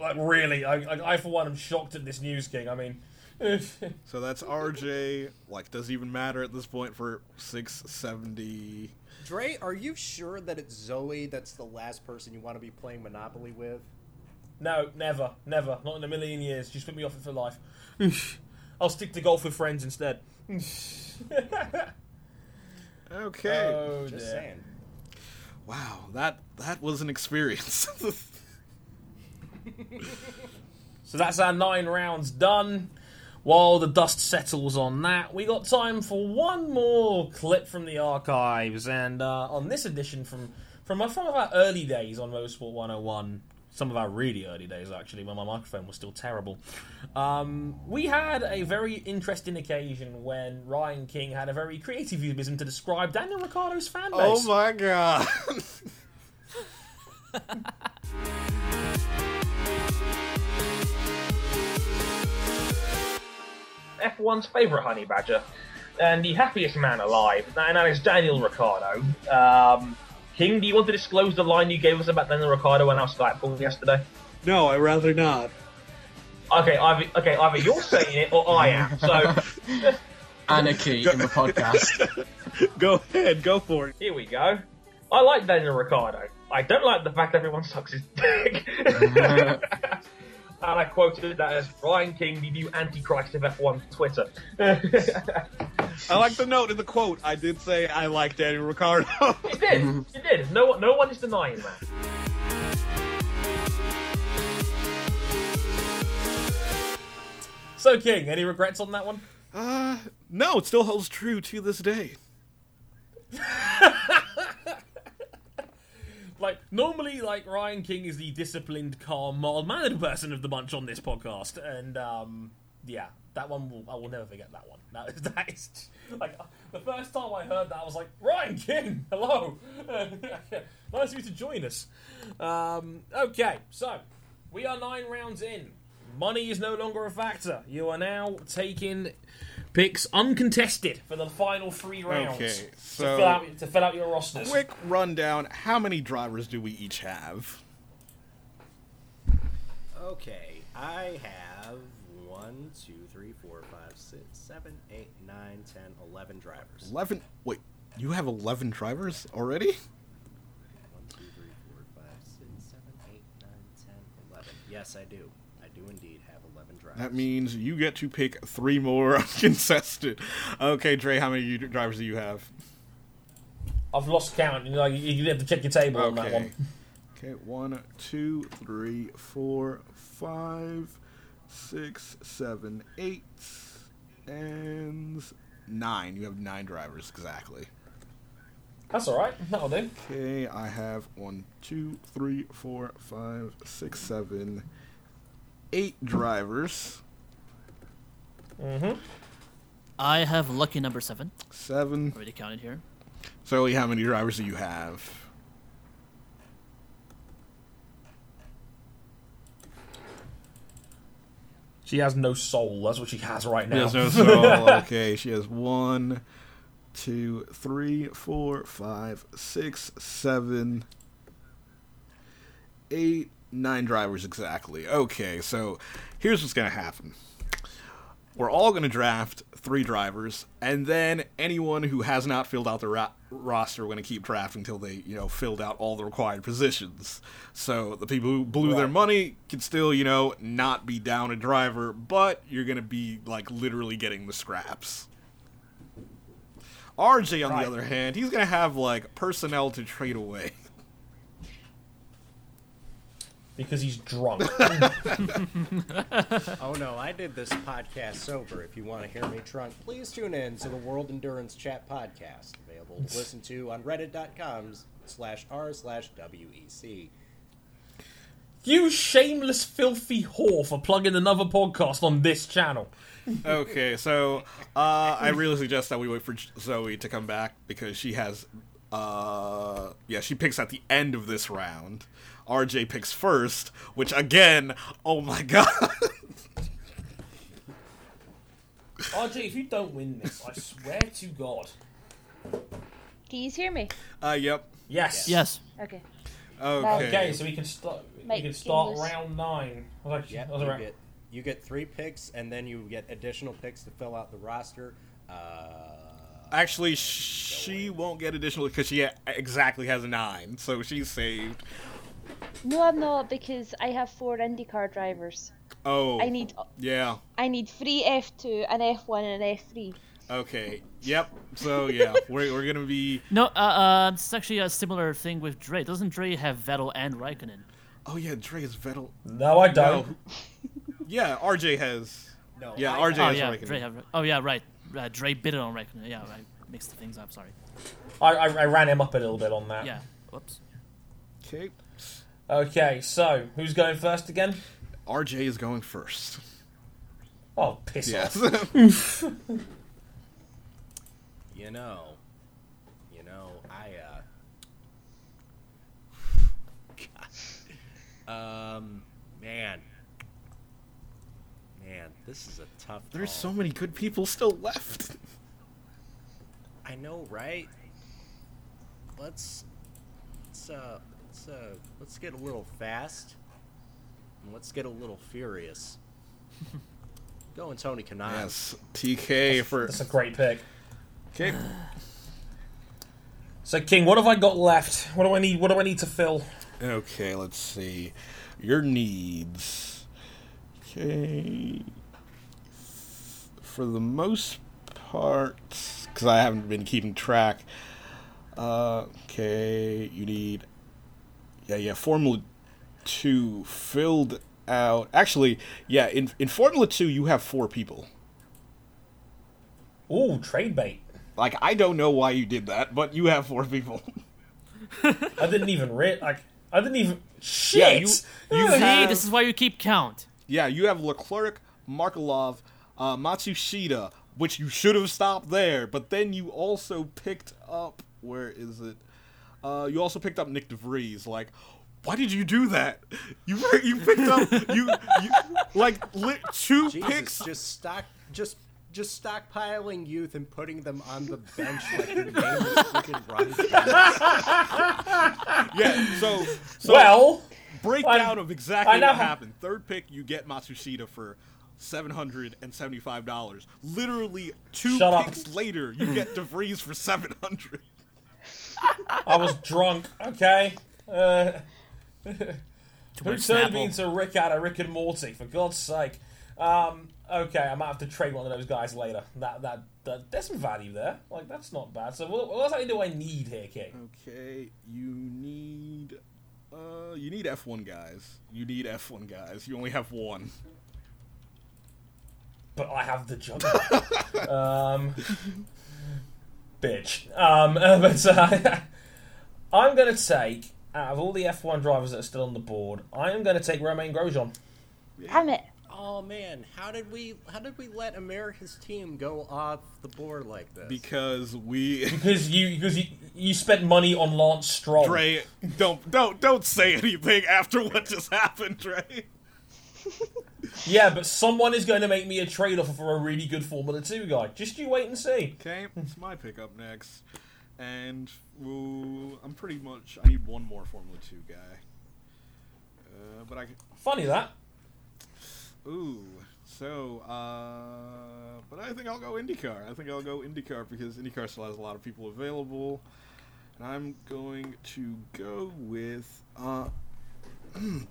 Speaker 3: Like really, I, I, I for one am shocked at this news, King. I mean,
Speaker 5: So that's RJ. Like, does it even matter at this point for six seventy?
Speaker 8: Dre, are you sure that it's Zoe that's the last person you want to be playing Monopoly with?
Speaker 3: no, never, never, not in a million years. She's put me off it for life. I'll stick to golf with friends instead.
Speaker 5: Okay.
Speaker 3: Oh,
Speaker 8: Just
Speaker 3: dear.
Speaker 8: saying.
Speaker 5: Wow, that that was an experience.
Speaker 3: So that's our nine rounds done. While the dust settles on that, we got time for one more clip from the archives, and uh, on this edition from from our- some of our early days on Motorsport 101, some of our really early days actually, when my microphone was still terrible. Um, we had a very interesting occasion when Ryan King had a very creative euphemism to describe Daniel Ricciardo's fan base.
Speaker 5: oh my god.
Speaker 3: F1's favourite honey badger and the happiest man alive, and that is Daniel Ricciardo. Um, King, do you want to disclose the line you gave us about Daniel Ricciardo on our Skype call yesterday?
Speaker 10: No, I Oh, rather not.
Speaker 3: Okay, either, okay, either you're saying it or I am. So
Speaker 11: Anarchy in the podcast.
Speaker 10: Go ahead, go for it.
Speaker 3: here we go. I like Daniel Ricciardo. I don't like the fact everyone sucks his dick. and I quoted that as Ryan King, the new Antichrist of F1 Twitter.
Speaker 10: I like the note in the quote. I did say I like Daniel Ricardo.
Speaker 3: You did. You did. No, one- no one is denying that. So, King, any regrets on that one?
Speaker 5: Uh, no, it still holds true to this day.
Speaker 3: Like, normally, like, Ryan King is the disciplined, calm, mild-mannered person of the bunch on this podcast, and, um, yeah, that one, will, I will never forget that one. That is, that is, like, the first time I heard that, I was like, Ryan King, hello! nice of you to join us. Um, okay, so, we are nine rounds in. Money is no longer a factor. You are now taking picks uncontested for the final three rounds.
Speaker 5: Okay,
Speaker 3: to, fill
Speaker 5: so
Speaker 3: out, to fill out your rosters.
Speaker 5: quick rundown. How many drivers do we each have?
Speaker 8: Okay, I have one, two, three, four, five, six, seven, eight, nine, ten, eleven drivers.
Speaker 5: 11. Wait, you have 11 drivers already?
Speaker 8: One, two, three, four, five, six, seven, eight, nine, ten, eleven. Yes, I do. I do indeed have eleven drivers.
Speaker 5: That means you get to pick three more contested. Okay, Dre, how many you- drivers do you have?
Speaker 3: I've lost count. You know, you, you have to check your table on that one.
Speaker 5: Okay, one, two, three, four, five, six, seven, eight, and nine. You have nine drivers exactly.
Speaker 3: That's all right. That'll do.
Speaker 5: Okay, I have one, two, three, four, five, six, seven, eight drivers.
Speaker 7: Mm-hmm. I have lucky number seven.
Speaker 5: Seven.
Speaker 7: Already counted here.
Speaker 5: So, Lee, how many drivers do you have?
Speaker 3: She has no soul. That's what she has right now.
Speaker 5: There's no soul. okay, she has one, two, three, four, five, six, seven, eight, nine drivers exactly. Okay, so here's what's gonna happen. We're all gonna draft three drivers, and then anyone who has not filled out their ro- roster, we're gonna keep drafting until they, you know, filled out all the required positions. So the people who blew their money can still, you know, not be down a driver, but you're gonna be like literally getting the scraps. RJ, on
Speaker 3: Right.
Speaker 5: the other hand, he's gonna have like personnel to trade away.
Speaker 3: Because he's drunk.
Speaker 8: oh no, I did this podcast sober. If you want to hear me drunk, please tune in to the World Endurance Chat podcast, available to listen to on reddit.com slash r slash E WEC.
Speaker 3: You shameless, filthy whore for plugging another podcast on this channel.
Speaker 5: okay, so uh, I really suggest that we wait for Zoe to come back because she has, uh, yeah, she picks at the end of this round. RJ picks first, which again, oh my god,
Speaker 3: RJ, if you don't win this, I swear to God.
Speaker 6: Can you hear me?
Speaker 5: uh, yep,
Speaker 3: Yes.
Speaker 7: Yes.
Speaker 6: Okay.
Speaker 5: okay,
Speaker 3: Okay, so we can start. We
Speaker 6: Mate,
Speaker 3: can start
Speaker 6: English.
Speaker 3: round nine. I was actually-
Speaker 8: Yep,
Speaker 3: I was
Speaker 8: you
Speaker 3: around-
Speaker 8: get, you get three picks, and then you get additional picks to fill out the roster. Uh,
Speaker 5: Actually, she won't get additional because she ha- exactly has a nine, so she's saved.
Speaker 6: No, I'm not because I have four IndyCar drivers.
Speaker 5: Oh,
Speaker 6: I need
Speaker 5: yeah,
Speaker 6: I need three F2, an F1, and an F3.
Speaker 5: okay, yep. So yeah, we're we're gonna be.
Speaker 7: No, uh, uh, it's actually a similar thing with Dre. Doesn't Dre have Vettel and Raikkonen?
Speaker 5: Oh yeah, Dre is Vettel.
Speaker 3: No, I don't.
Speaker 5: Yeah, RJ has.
Speaker 8: No,
Speaker 5: yeah,
Speaker 8: I-
Speaker 5: RJ
Speaker 7: oh
Speaker 5: has
Speaker 7: yeah,
Speaker 5: Raikkonen.
Speaker 7: Dre have. Oh yeah, right. Uh, Dre bid it on Raikkonen. Yeah, I mixed the things up. Sorry.
Speaker 3: I, I, I ran him up a little bit on that.
Speaker 7: Yeah. Whoops.
Speaker 5: Okay.
Speaker 3: Okay, so who's going first again?
Speaker 5: RJ is going first.
Speaker 3: Oh, piss
Speaker 5: Yes.
Speaker 3: off!
Speaker 8: you know, you know, I uh, um, man, man, this is a tough.
Speaker 5: There's so
Speaker 8: call.
Speaker 5: many good people still left.
Speaker 8: I know, right? Let's let's uh let's uh let's get a little fast. And let's get a little furious. Go and Tony Kanai.
Speaker 5: Yes. TK for
Speaker 3: That's a great pick.
Speaker 5: Okay.
Speaker 3: So King, what have I got left? What do I need? What do I need to fill?
Speaker 5: Okay, let's see. Your needs. Okay. For the most part, because I haven't been keeping track. Uh, okay, you need. Yeah, yeah, Formula 2 filled out. Actually, yeah, in, in Formula 2, you have four people.
Speaker 3: Ooh, trade bait.
Speaker 5: Like, I don't know why you did that, but you have four people.
Speaker 3: I didn't even re- like. I didn't even.
Speaker 5: Yeah,
Speaker 3: Shit.
Speaker 5: you, you
Speaker 7: See,
Speaker 5: have,
Speaker 7: this is why you keep count.
Speaker 5: yeah, you have Leclerc, Markolov, uh, Matsushita, which you should have stopped there, but then you also picked up where is it? Uh, you also picked up Nick DeVries. Like, why did you do that? You you picked up you, you like lit two
Speaker 8: Jesus,
Speaker 5: picks.
Speaker 8: just stock just just stockpiling youth and putting them on the bench like your name is freaking Ron.
Speaker 5: Yeah, so so
Speaker 3: well,
Speaker 5: breakdown
Speaker 3: I'm-
Speaker 5: of exactly
Speaker 3: I know
Speaker 5: what
Speaker 3: how-
Speaker 5: happened. Third pick, you get Matsushita for seven hundred and seventy-five dollars. Literally two
Speaker 3: Shut up.
Speaker 5: picks later, you get DeVries for seven hundred.
Speaker 3: I was drunk. Okay. Uh, who
Speaker 5: much
Speaker 3: turned
Speaker 5: Snapple.
Speaker 3: me into Rick out of Rick and Morty? For God's sake. Um, okay, I might have to trade one of those guys later. That that, that there's some value there. Like that's not bad. So what, what exactly do I need here, King?
Speaker 5: Okay, you need uh you need F one guys. You need F one guys. You only have one.
Speaker 3: But I have the jump. um, bitch. Um, but uh, I'm going to take out of all the F1 drivers that are still on the board. I am going to take Romain Grosjean.
Speaker 6: Damn it.
Speaker 8: Oh man, how did we how did we let America's team go off the board like this?
Speaker 5: Because we
Speaker 3: because you because you, you spent money on Lance Stroll.
Speaker 5: Dre, don't don't don't say anything after what just happened, Dre.
Speaker 3: Yeah, but someone is going to make me a trade offer for a really good Formula Two guy. Just you wait and see.
Speaker 5: Okay, it's my pick up next, and we'll, I'm pretty much I need one more Formula Two guy. Uh, but I c-
Speaker 3: Funny that.
Speaker 5: Ooh, so uh, but I think I'll go IndyCar. I think I'll go IndyCar because IndyCar still has a lot of people available, and I'm going to go with uh,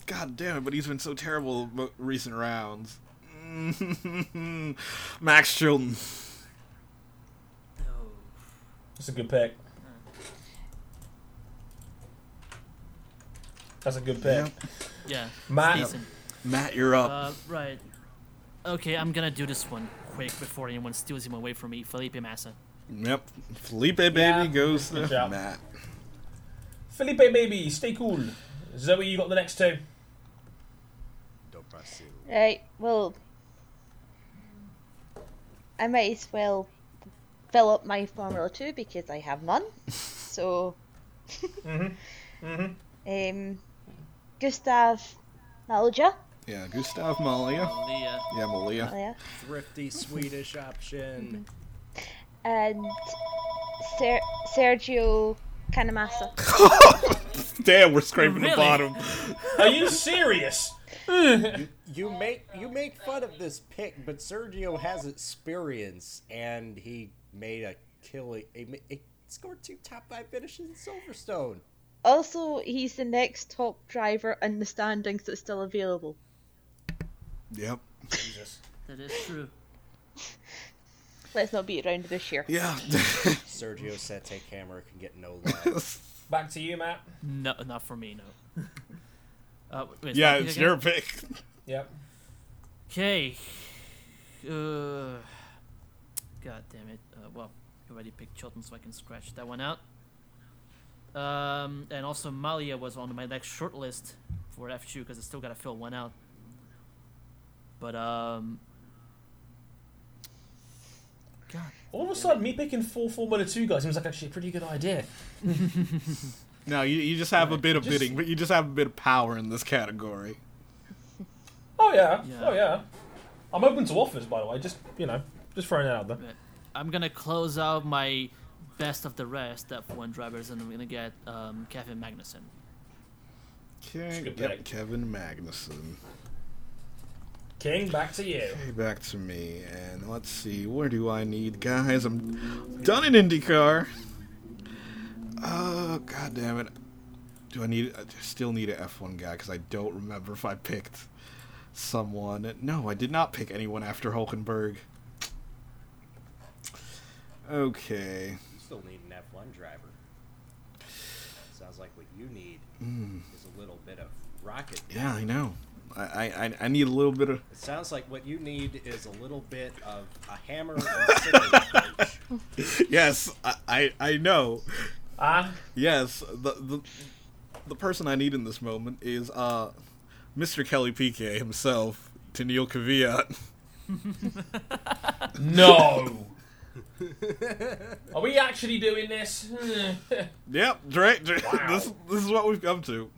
Speaker 5: God damn it! But he's been so terrible mo- recent rounds. Max Chilton.
Speaker 3: That's a good pick. That's a good pick.
Speaker 7: Yeah.
Speaker 3: Matt.
Speaker 7: it's decent.
Speaker 5: Matt, you're up.
Speaker 7: Uh, right. Okay, I'm gonna do this one quick before anyone steals him away from me. Felipe Massa.
Speaker 5: Yep. Felipe baby goes to
Speaker 3: Good job.
Speaker 5: Matt.
Speaker 3: Felipe, baby, stay cool. Zoe, you got the next two.
Speaker 6: Right, well, I might as well fill up my Formula 2 because I have none. so, um, Gustav Malja. oh
Speaker 5: Yeah, Gustav Malia.
Speaker 7: Malia.
Speaker 5: Yeah, Malia.
Speaker 6: Malia.
Speaker 8: Thrifty Swedish option.
Speaker 6: and Ser- Sergio Canamassa.
Speaker 5: Damn, we're scraping
Speaker 6: Really?
Speaker 5: the bottom.
Speaker 3: Are you serious?
Speaker 8: You make you make fun of this pick, but Sergio has experience, and he made a killing. He, ma- he scored two top five finishes in Silverstone.
Speaker 6: Also, he's the next top driver in the standings that's still available.
Speaker 5: Yep.
Speaker 3: Jesus.
Speaker 7: That is true.
Speaker 6: Let's not beat around the bush here.
Speaker 5: Yeah.
Speaker 8: Sergio Sete Camera can get no love.
Speaker 3: Back to you, Matt.
Speaker 7: No, not for me. No. Uh, wait,
Speaker 5: yeah,
Speaker 7: is that
Speaker 5: it's your pick.
Speaker 3: Yep.
Speaker 7: Okay. Uh, God damn it. Uh, well, I already picked Chilton, so I can scratch that one out. Um, and also Malia was on my next short list for F2 because I still gotta fill one out. But um, God,
Speaker 3: All of a sudden, me picking four Formula Two guys seems like actually a pretty good idea.
Speaker 5: No, you, you just have a bit of
Speaker 3: Just-
Speaker 5: bidding, but you just have a bit of power in this category.
Speaker 3: Oh yeah.
Speaker 7: Yeah.
Speaker 3: Oh yeah. I'm open to offers, by the way. Just you know, just throwing it out there.
Speaker 7: I'm gonna close out my best of the rest F1 drivers, and I'm gonna get um, Kevin Magnussen.
Speaker 5: Okay,
Speaker 3: Good
Speaker 5: yep,
Speaker 3: pick.
Speaker 5: Kevin Magnuson.
Speaker 3: King, back to you.
Speaker 5: Okay, back to me, and let's see, where do I need guys? I'm done in IndyCar. Oh, god damn it. Do I need, I still need an F1 guy, because I don't remember if I picked someone. No, I did not pick anyone after Hulkenberg. Okay.
Speaker 8: You still need an F one driver. Sounds like what you need is a little bit of rocket.
Speaker 5: Yeah, I know. I, I, I- I need a little bit of,
Speaker 8: It sounds like what you need is a little bit of a hammer and sickle approach.
Speaker 5: yes, I, I, I know.
Speaker 3: Ah,
Speaker 5: Yes, the, the the person I need in this moment is uh, Mr. Kelly Piquet himself, Tennille Kvyat.
Speaker 3: no. Are we actually doing this? Hmm.
Speaker 5: Yep, Drake. Drake
Speaker 3: Wow.
Speaker 5: This this is what we've come to.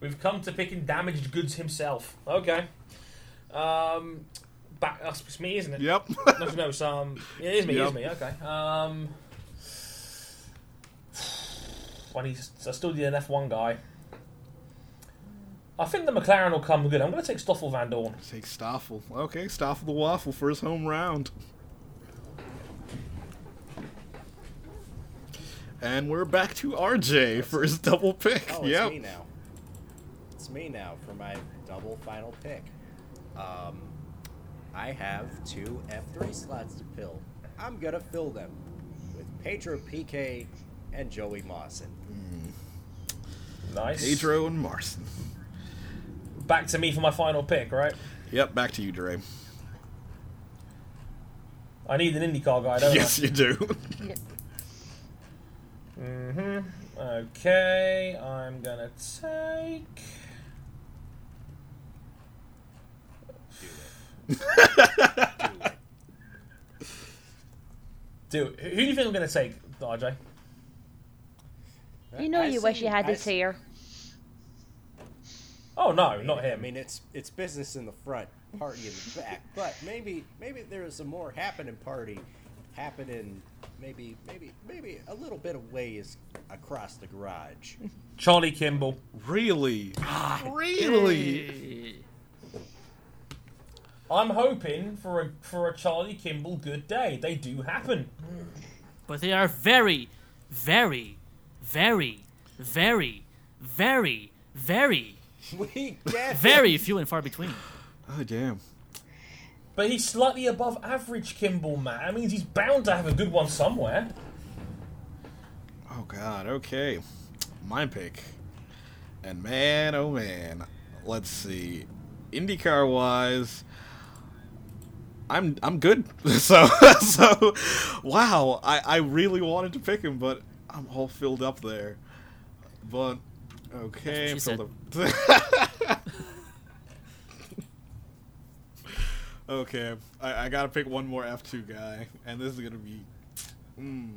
Speaker 3: We've come to picking damaged goods himself. Okay. Um, back us. It's me, isn't it?
Speaker 5: Yep.
Speaker 3: No, no, it's, um, it is me. It is
Speaker 5: Yep.
Speaker 3: me. Okay. Um, when he's, I still need an F1 guy. I think the McLaren will come good. I'm going to take Stoffel Van Dorn.
Speaker 5: Take Stoffel. Okay, Stoffel the Waffle for his home round. And we're back to RJ for his double pick.
Speaker 8: Oh, it's
Speaker 5: yep.
Speaker 8: me now. It's me now for my double final pick. Um, I have two F3 slots to fill. I'm gonna fill them with Pedro Pique and Joey Mawson.
Speaker 3: Nice.
Speaker 5: Pedro and Marson.
Speaker 3: Back to me for my final pick, right?
Speaker 5: Yep, back to you, Dre.
Speaker 3: I need an IndyCar guy,
Speaker 8: Uh,
Speaker 3: don't
Speaker 5: Yes,
Speaker 3: I?
Speaker 5: you do.
Speaker 3: Mm-hmm. Okay, I'm gonna take. Do it. Who do you think I'm gonna take, RJ?
Speaker 6: You know
Speaker 8: I
Speaker 6: you wish
Speaker 8: see-
Speaker 6: you had
Speaker 8: I
Speaker 6: this
Speaker 8: see-
Speaker 6: hair.
Speaker 3: Oh no, not
Speaker 8: I
Speaker 3: him.
Speaker 8: mean, it's it's business in the front, party in the back. But maybe maybe there is a more happening party happening. Maybe maybe maybe a little bit of ways across the garage.
Speaker 3: Charlie Kimball.
Speaker 5: Really? really?
Speaker 3: I'm hoping for a for a Charlie Kimball good day. They do happen.
Speaker 7: But they are very, very, very, very, very, very,
Speaker 8: We get
Speaker 7: very few and far between.
Speaker 5: Oh, damn.
Speaker 3: But he's slightly above average Kimball, Matt. That means he's bound to have a good one somewhere.
Speaker 5: Oh, God. Okay. My pick. And man, oh, man. Let's see. IndyCar wise. I'm I'm good. So so wow, I, I really wanted to pick him, but I'm all filled up there. But okay,
Speaker 7: That's what
Speaker 5: I'm filled up. okay, I, I gotta pick one more F two guy, and this is gonna be, mm,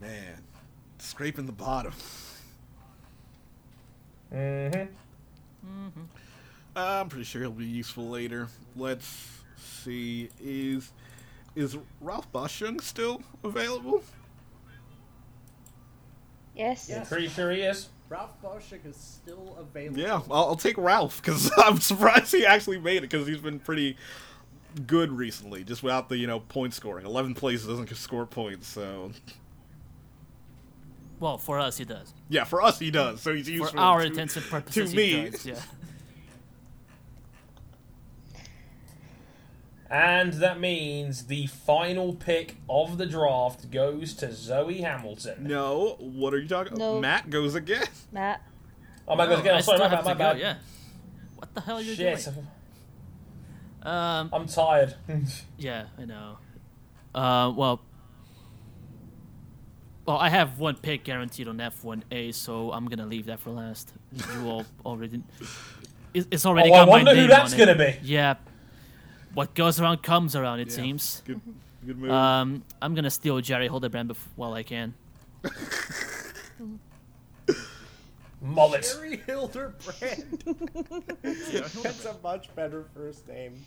Speaker 5: man, scraping the bottom.
Speaker 3: Mm-hmm.
Speaker 5: Mm-hmm. I'm pretty sure he'll be useful later. Let's see. Is is Ralph Boschung still available?
Speaker 6: Yes.
Speaker 3: Pretty sure he is.
Speaker 8: Ralph Boschik is still available.
Speaker 5: Yeah, I'll, I'll take Ralph because I'm surprised he actually made it because he's been pretty good recently, just without the you know point scoring. Eleven plays doesn't score points, so
Speaker 7: Well, for us, he does.
Speaker 5: yeah, for us he does. So he's useful
Speaker 7: For our
Speaker 5: to-
Speaker 7: intents and purposes,
Speaker 5: to
Speaker 7: he
Speaker 5: me.
Speaker 7: does. Yeah.
Speaker 3: And that means the final pick of the draft goes to Zoe Hamilton.
Speaker 5: No, what are you talking?
Speaker 6: No.
Speaker 5: Matt goes again.
Speaker 6: Matt.
Speaker 3: Oh my god,
Speaker 7: Oh,
Speaker 3: again,
Speaker 7: I
Speaker 3: I'm sorry,
Speaker 7: still
Speaker 3: my bad,
Speaker 7: have
Speaker 3: my
Speaker 7: to go,
Speaker 3: bad.
Speaker 7: Yeah. What the hell are you
Speaker 3: Shit,
Speaker 7: doing? Um,
Speaker 3: I'm tired.
Speaker 7: yeah, I know. Uh, well, well, I have one pick guaranteed on F1A, so I'm gonna leave that for last. You all already, it- it's already
Speaker 3: Oh, I
Speaker 7: got my
Speaker 3: wonder who
Speaker 7: name
Speaker 3: that's
Speaker 7: on it.
Speaker 3: gonna be.
Speaker 7: Yeah, what goes around comes around. It
Speaker 5: Yeah.
Speaker 7: seems.
Speaker 5: Good, good move.
Speaker 7: Um, I'm gonna steal Jerry Hildebrand bef- while I can.
Speaker 3: Mullet.
Speaker 8: Jerry Hilderbrand. That's a much better first name.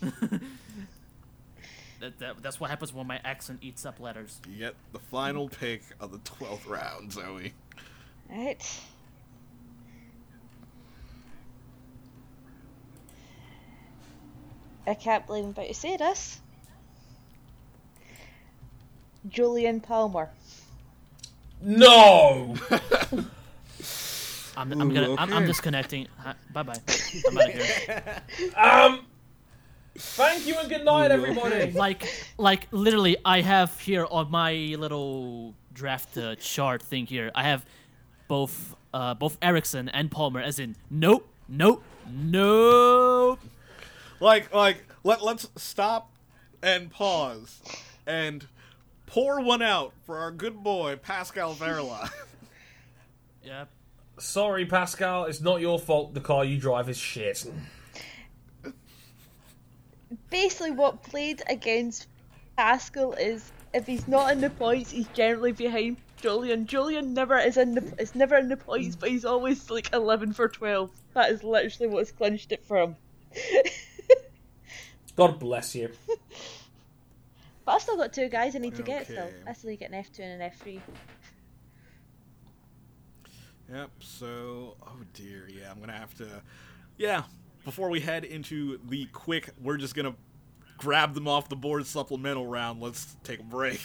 Speaker 7: That, that, that's what happens when my accent eats up letters.
Speaker 5: you get the final pick of the twelfth round, Zoe.
Speaker 6: Right. I can't believe I'm about to say this. Julian Palmer.
Speaker 3: No!
Speaker 7: I'm, I'm
Speaker 5: Ooh,
Speaker 7: gonna. I'm, I'm
Speaker 5: okay.
Speaker 7: disconnecting. Bye bye. I'm out of here.
Speaker 3: Um. Thank you and good night, everybody.
Speaker 7: like like literally i have here on my little draft uh, chart thing here i have both uh both erickson and palmer as in nope nope nope
Speaker 5: like like let let's stop and pause and pour one out for our good boy Pascal Verla.
Speaker 7: yep
Speaker 3: Sorry, Pascal, it's not your fault. The car you drive is shit.
Speaker 6: Basically, what played against Pascal is if he's not in the points, he's generally behind Julian. Julian never is in the is never in the points, but he's always like eleven for twelve. That is literally what's clinched it for him.
Speaker 3: God bless you.
Speaker 6: But I've still got two guys I need to get still.
Speaker 5: Okay.
Speaker 6: I still need to get an F2 and an F3.
Speaker 5: Yep. So, oh dear. Yeah, I'm gonna have to. Yeah. Before we head into the quick, we're just gonna grab them off the board supplemental round. Let's take a break.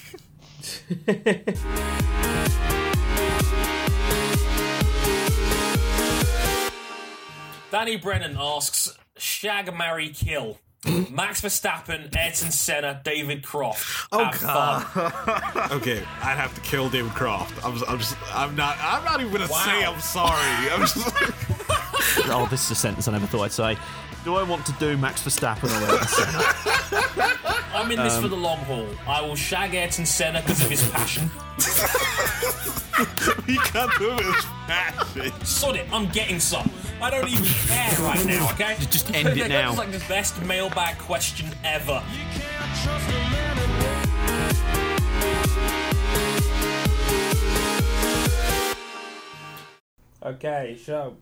Speaker 3: Danny Brennan asks Shag Marry Kill. Max Verstappen, Ayrton Senna, David Croft.
Speaker 5: Oh,
Speaker 3: Have
Speaker 5: God.
Speaker 3: fun.
Speaker 5: okay, I'd have to kill David Croft. I'm, I'm just, I'm not, I'm not even gonna
Speaker 3: Wow.
Speaker 5: say I'm sorry. I'm just like,
Speaker 12: oh, this is a sentence I never thought I'd say. Do I want to do Max Verstappen or Ayrton Senna?
Speaker 3: I'm in this
Speaker 12: Um,
Speaker 3: for the long haul. I will shag Ayrton Senna because of his passion.
Speaker 5: he got through his passion.
Speaker 3: Sod it, I'm getting some. I don't even care right now, okay?
Speaker 12: Just end it now.
Speaker 3: That's like the best mailbag question ever. Okay, so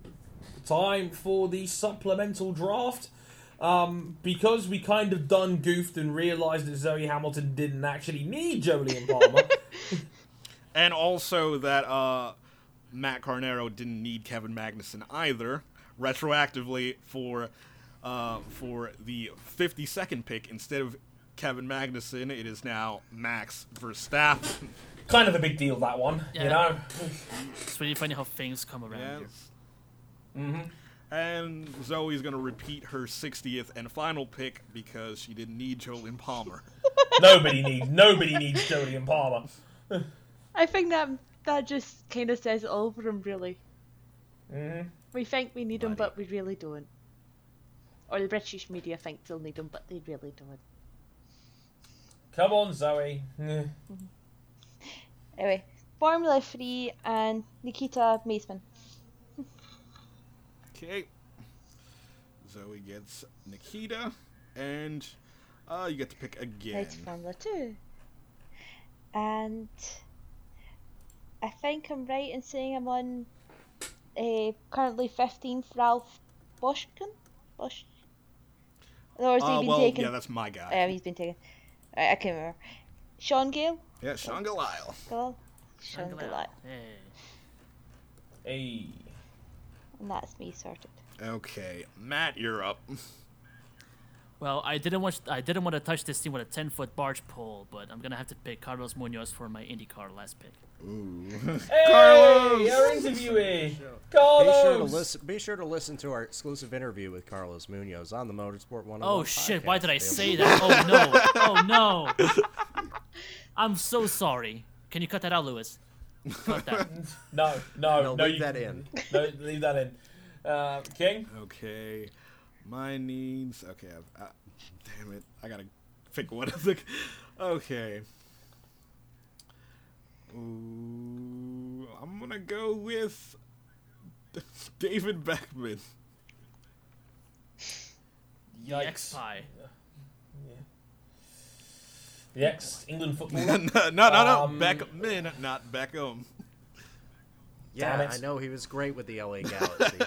Speaker 3: time for the supplemental draft. Um, because we kind of done goofed and realised that Zoe Hamilton didn't actually need Jolene Palmer.
Speaker 5: And also that uh, Matt Carnero didn't need Kevin Magnuson either, retroactively for uh, for the 52nd pick instead of Kevin Magnuson, it is now Max Verstappen.
Speaker 3: kind of a big deal that one, you
Speaker 7: Yeah.
Speaker 3: know.
Speaker 7: It's really funny how things come around here.
Speaker 5: Yes.
Speaker 9: Mm-hmm.
Speaker 5: And Zoe's gonna repeat her 60th and final pick because she didn't need Jolene Palmer.
Speaker 3: Nobody needs nobody needs Jolene Palmer.
Speaker 6: I think that that just kind of says it all for him, really.
Speaker 3: Mhm.
Speaker 6: We think we need him, but we really don't. Or the British media think they'll need him, but they really don't.
Speaker 3: Come on, Zoe. Mm.
Speaker 6: Anyway, Formula 3 and Nikita Maisman.
Speaker 5: Okay. Zoe gets Nikita, and uh, you get to pick
Speaker 6: Now
Speaker 5: again.
Speaker 6: to Formula 2. And I think I'm right in saying I'm on uh, currently 15th Ralph Boschkin? Bosch? Or has he
Speaker 5: Uh,
Speaker 6: been
Speaker 5: well,
Speaker 6: taken?
Speaker 5: yeah, that's my guy.
Speaker 6: Um, he's been taken. Right, I can't remember. Sean Gale?
Speaker 5: yeah, Sean Galile.
Speaker 6: Gale? Sean
Speaker 7: Shangri-La.
Speaker 6: Gale.
Speaker 7: Hey.
Speaker 3: Hey.
Speaker 6: And that's me sorted.
Speaker 5: Okay, Matt, you're up.
Speaker 7: Well, I didn't want I didn't want to touch this team with a ten foot barge pole, but I'm gonna have to pick Carlos Munoz for my IndyCar last pick.
Speaker 3: Hey,
Speaker 5: Carlos!
Speaker 3: our interviewee.
Speaker 8: Be sure, to
Speaker 3: Carlos.
Speaker 8: listen, be sure to listen to our exclusive interview with Carlos Munoz on the Motorsport 101
Speaker 7: Oh shit! Why
Speaker 8: podcast.
Speaker 7: did I
Speaker 8: They'll
Speaker 7: say that? Oh no! Oh no! I'm so sorry. Can you cut that out, Lewis? Cut that.
Speaker 3: No, no, no.
Speaker 8: No, leave
Speaker 3: you-
Speaker 8: that in.
Speaker 3: No, leave that in. Uh, King.
Speaker 5: Okay, my needs. Okay, I've, uh, damn it, I gotta pick one of the. Okay. Ooh, I'm gonna go with David Beckman.
Speaker 7: X pie.
Speaker 3: The ex England
Speaker 5: no,
Speaker 3: footballer.
Speaker 5: no, no,
Speaker 3: Um,
Speaker 5: no. Beckman, not Beckham.
Speaker 8: Yeah,
Speaker 3: Damn it.
Speaker 8: I know he was great with the LA Galaxy.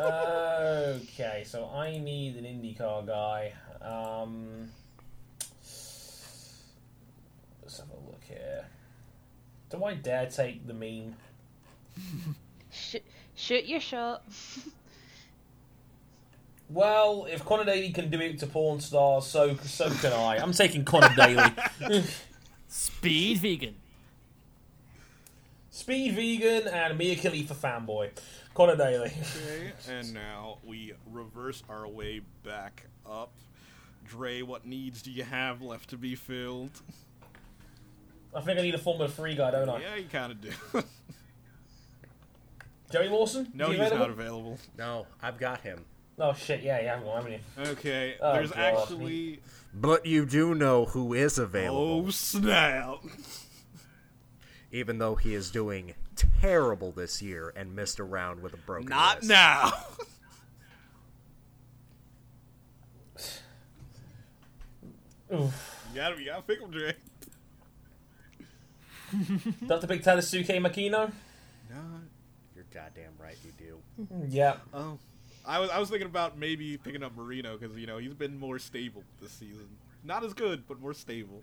Speaker 3: okay, so I need an IndyCar guy. Um, let's have a look here. Do I dare take the meme?
Speaker 6: Shoot, shoot your shot.
Speaker 3: Well, if Connor Daly can do it to porn stars, so so can I. I'm taking Connor Daly.
Speaker 7: Speed vegan.
Speaker 3: Speed vegan and Mia Khalifa fanboy. Connor Daly.
Speaker 5: Okay, and now we reverse our way back up. Dre, what needs do you have left to be filled?
Speaker 3: I think I need a Formula 3 guy, don't I?
Speaker 5: Yeah, you kind of do.
Speaker 3: Joey Lawson?
Speaker 5: no,
Speaker 3: You
Speaker 5: he's
Speaker 3: available?
Speaker 5: not available.
Speaker 8: no, I've got him.
Speaker 3: Oh shit, yeah, you haven't one, haven't you?
Speaker 5: Okay,
Speaker 3: Oh,
Speaker 5: there's
Speaker 3: God.
Speaker 5: actually.
Speaker 8: But you do know who is
Speaker 5: Oh,
Speaker 8: available,
Speaker 5: snap!
Speaker 7: Oh.
Speaker 8: even though he is doing terrible this year and missed a round with a broken
Speaker 5: Not
Speaker 8: wrist.
Speaker 5: now!
Speaker 3: Oof.
Speaker 5: you, gotta, you gotta pick him, Dre.
Speaker 3: Dr. Big Tadasuke Makino?
Speaker 5: Not.
Speaker 8: You're goddamn right, you do.
Speaker 3: Yeah.
Speaker 5: Oh. I was, I was thinking about maybe picking up Marino because, you know, he's been more stable this season. Not as good, but more stable.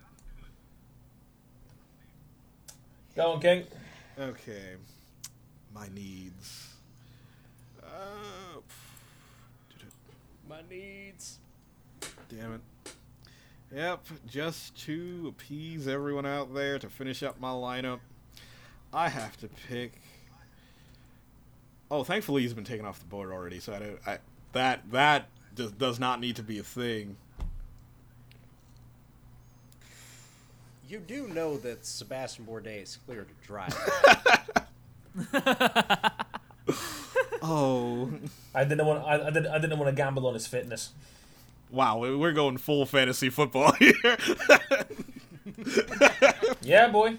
Speaker 3: Go on, King.
Speaker 5: Okay.
Speaker 9: my needs. Uh,
Speaker 8: My needs.
Speaker 9: Damn it. Yep, just to appease everyone out there to finish up my lineup, I have to pick. Oh, thankfully he's been taken off the board already, so I don't. I, that that does, does not need to be a thing.
Speaker 8: You do know that Sebastian Bourdais is clear to drive.
Speaker 9: Oh,
Speaker 3: I didn't want. I, I didn't. I didn't want to gamble on his fitness.
Speaker 9: wow, we- we're going full fantasy football here.
Speaker 3: Yeah, boy.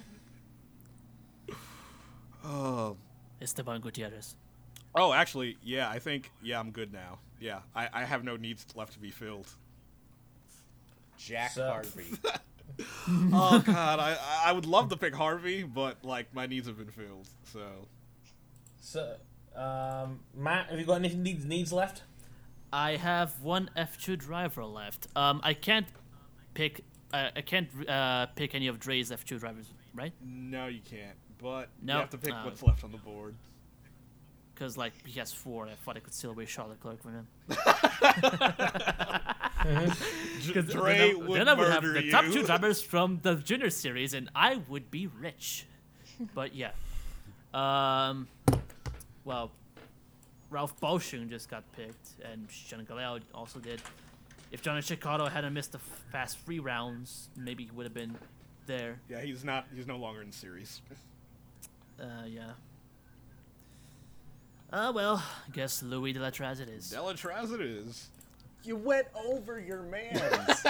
Speaker 9: oh,
Speaker 7: Esteban Gutierrez.
Speaker 9: oh, actually, yeah, I think yeah, I'm good now. Yeah, I, I have no needs left to be filled.
Speaker 8: Jack
Speaker 3: So-
Speaker 8: Harvey.
Speaker 9: oh god, I I- I would love to pick Harvey, but like my needs have been filled. So
Speaker 3: So, um, Matt, have you got any needs, needs left?
Speaker 7: I have one F2 driver left. Um, I can't pick. Uh, I can't uh, pick any of Dre's F2 drivers, right?
Speaker 9: no, you can't. But
Speaker 7: No.
Speaker 9: you have to pick
Speaker 7: Oh.
Speaker 9: what's left on the board.
Speaker 7: Because like he has four, and I thought I could steal away Charlotte Clark from him.
Speaker 9: J-
Speaker 7: Then
Speaker 9: Dre
Speaker 7: I-
Speaker 9: would
Speaker 7: then I would have
Speaker 9: murder
Speaker 7: the
Speaker 9: you.
Speaker 7: top two drivers from the junior series, and I would be rich. But yeah, um, well, Ralph Boschung just got picked, and Sean Galeo also did. If Johnny Chicago hadn't missed the f- past three rounds, maybe he would have been there.
Speaker 9: yeah, he's not. He's no longer in the series.
Speaker 7: Uh, yeah. Uh, well, I guess Louis de la Traz it is.
Speaker 9: Delatraz it is.
Speaker 8: you went over your man's.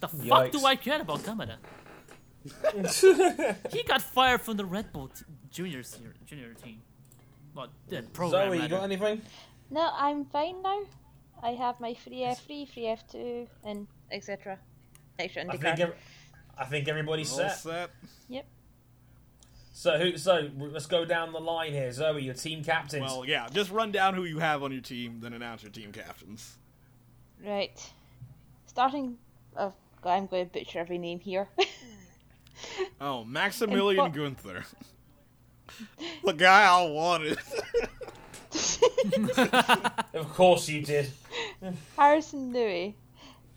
Speaker 7: The fuck
Speaker 3: Yikes.
Speaker 7: do I care about Kamada? he got fired from the Red Bull t- junior se- junior team. Well, the program.
Speaker 3: Zoe, you
Speaker 7: rather.
Speaker 3: got anything?
Speaker 6: No, I'm fine now. I have my free F3, free F2, and etc.
Speaker 13: Extra
Speaker 3: I
Speaker 13: IndyCar.
Speaker 3: think. ev- I think everybody's
Speaker 9: All
Speaker 3: set.
Speaker 9: set.
Speaker 3: So who? So let's go down the line here. Zoe, your team captains.
Speaker 9: Well, yeah. Just run down who you have on your team, then announce your team captains.
Speaker 13: Right.
Speaker 6: Starting. Oh, God, I'm going to butcher every name here.
Speaker 9: Oh, Maximilian
Speaker 6: And
Speaker 9: Gunther. the guy I wanted.
Speaker 3: of course you did.
Speaker 6: Harrison Nui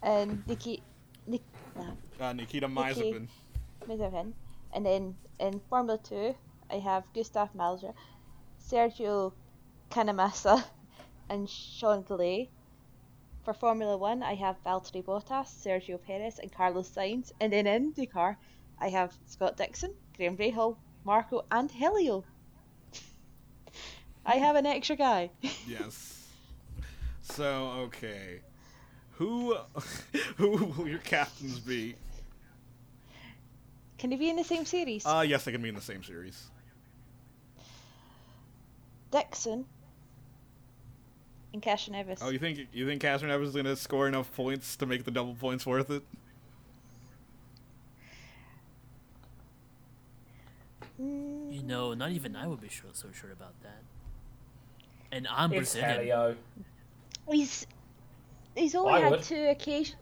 Speaker 6: and Nikki. Nik- nah,
Speaker 9: Uh, Nikita
Speaker 6: Nikki.
Speaker 9: Mazepin.
Speaker 6: Mazepin. And then in Formula 2, I have Gustav Malzer, Sergio Canamassa, and Sean Galley. For Formula 1, I have Valtteri Bottas, Sergio Perez, and Carlos Sainz. And in IndyCar, I have Scott Dixon, Graham Rahal, Marco, and Helio. I have an extra guy.
Speaker 9: Yes. So okay, who who will your captains be?
Speaker 6: Can he be in the same series?
Speaker 9: Uh yes, they can be in the same series.
Speaker 6: Dixon and Cash and Evans.
Speaker 9: Oh, you think you think Catherine Evans is gonna score enough points to make the double points worth it?
Speaker 6: Mm,
Speaker 7: You know, not even I would be sure, so sure about that. And I'm
Speaker 3: It's
Speaker 7: Brazilian.
Speaker 3: Helio.
Speaker 6: He's he's only
Speaker 3: I
Speaker 6: had
Speaker 3: would.
Speaker 6: two occasion.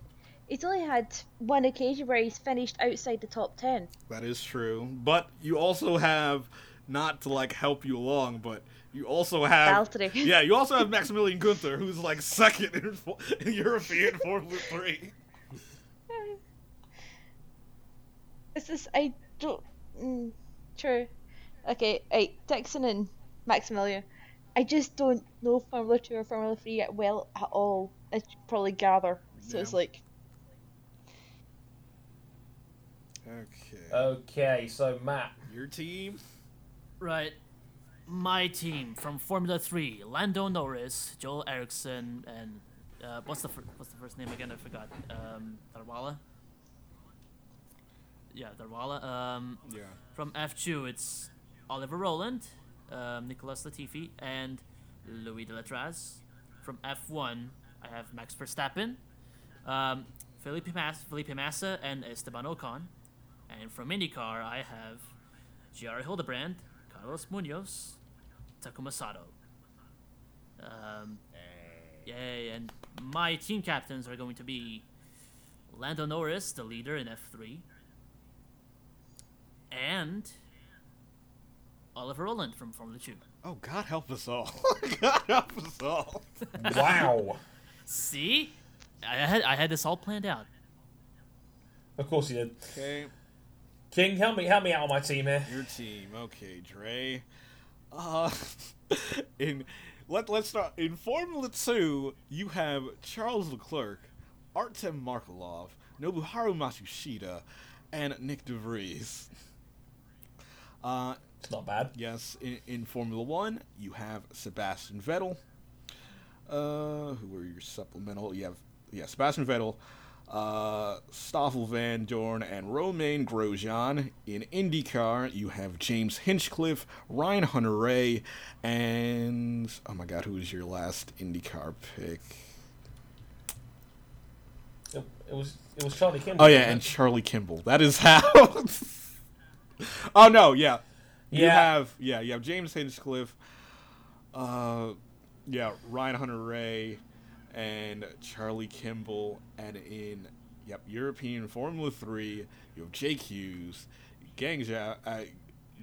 Speaker 6: He's only had one occasion where he's finished outside the top ten.
Speaker 9: That is true, but you also have not to like help you along, but you also have
Speaker 6: Valtteri.
Speaker 9: Uh, yeah, you also have Maximilian Gunther, who's like second in, fo- in European Formula Three.
Speaker 6: This is I don't. Mm, true. Okay, right, Dixon and Maximilian. I just don't know Formula Two or Formula Three at well at all. As you probably gather, so it's
Speaker 9: Yeah.
Speaker 6: like
Speaker 9: Okay,
Speaker 3: Uh, Okay, so Matt.
Speaker 9: your team.
Speaker 7: Right. My team from Formula 3 Lando Norris, Joel Eriksson, and. Uh, what's the fir- what's the first name again? I forgot. Um, Darwala? Yeah, Darwala. Um,
Speaker 9: Yeah.
Speaker 7: From F2, it's Oliver Rowland, um, Nicolas Latifi, and Louis de Latraz. From F1, I have Max Verstappen, um, Felipe, Mas- Felipe Massa, and Esteban Ocon. And from IndyCar, I have Giara Hildebrand, Carlos Munoz, Takuma Sato. Um, yay, and my team captains are going to be Lando Norris, the leader in F3, and Oliver Roland from Formula 2.
Speaker 9: Oh, God help us all. God help us all.
Speaker 3: Wow.
Speaker 7: See? I had, I had this all planned out.
Speaker 3: Of course he did.
Speaker 9: Okay.
Speaker 3: King, help me, help me out on my team here.
Speaker 9: Your team, okay, Dre. Uh, in let let's start in Formula Two. You have Charles Leclerc, Artem Markolov, Nobuharu Matsushita, and Nick De Vries. Uh,
Speaker 3: it's not bad.
Speaker 9: Yes, in, in Formula One, you have Sebastian Vettel. Uh, who are your supplemental? You have yeah, Sebastian Vettel, uh, Stoffel Van Dorn, and Romain Grosjean. In IndyCar, you have James Hinchcliffe, Ryan Hunter Ray, and oh my God, who is your last IndyCar pick?
Speaker 3: It, it was it was Charlie Kimball.
Speaker 9: Oh yeah, and Charlie Kimball. That is how. oh no, yeah. You
Speaker 3: Yeah.
Speaker 9: have yeah, you have James Hinchcliffe, uh, yeah, Ryan Hunter Ray, and Charlie Kimball, and in yep European Formula Three, you have Jake Hughes, Gang Zhao, uh,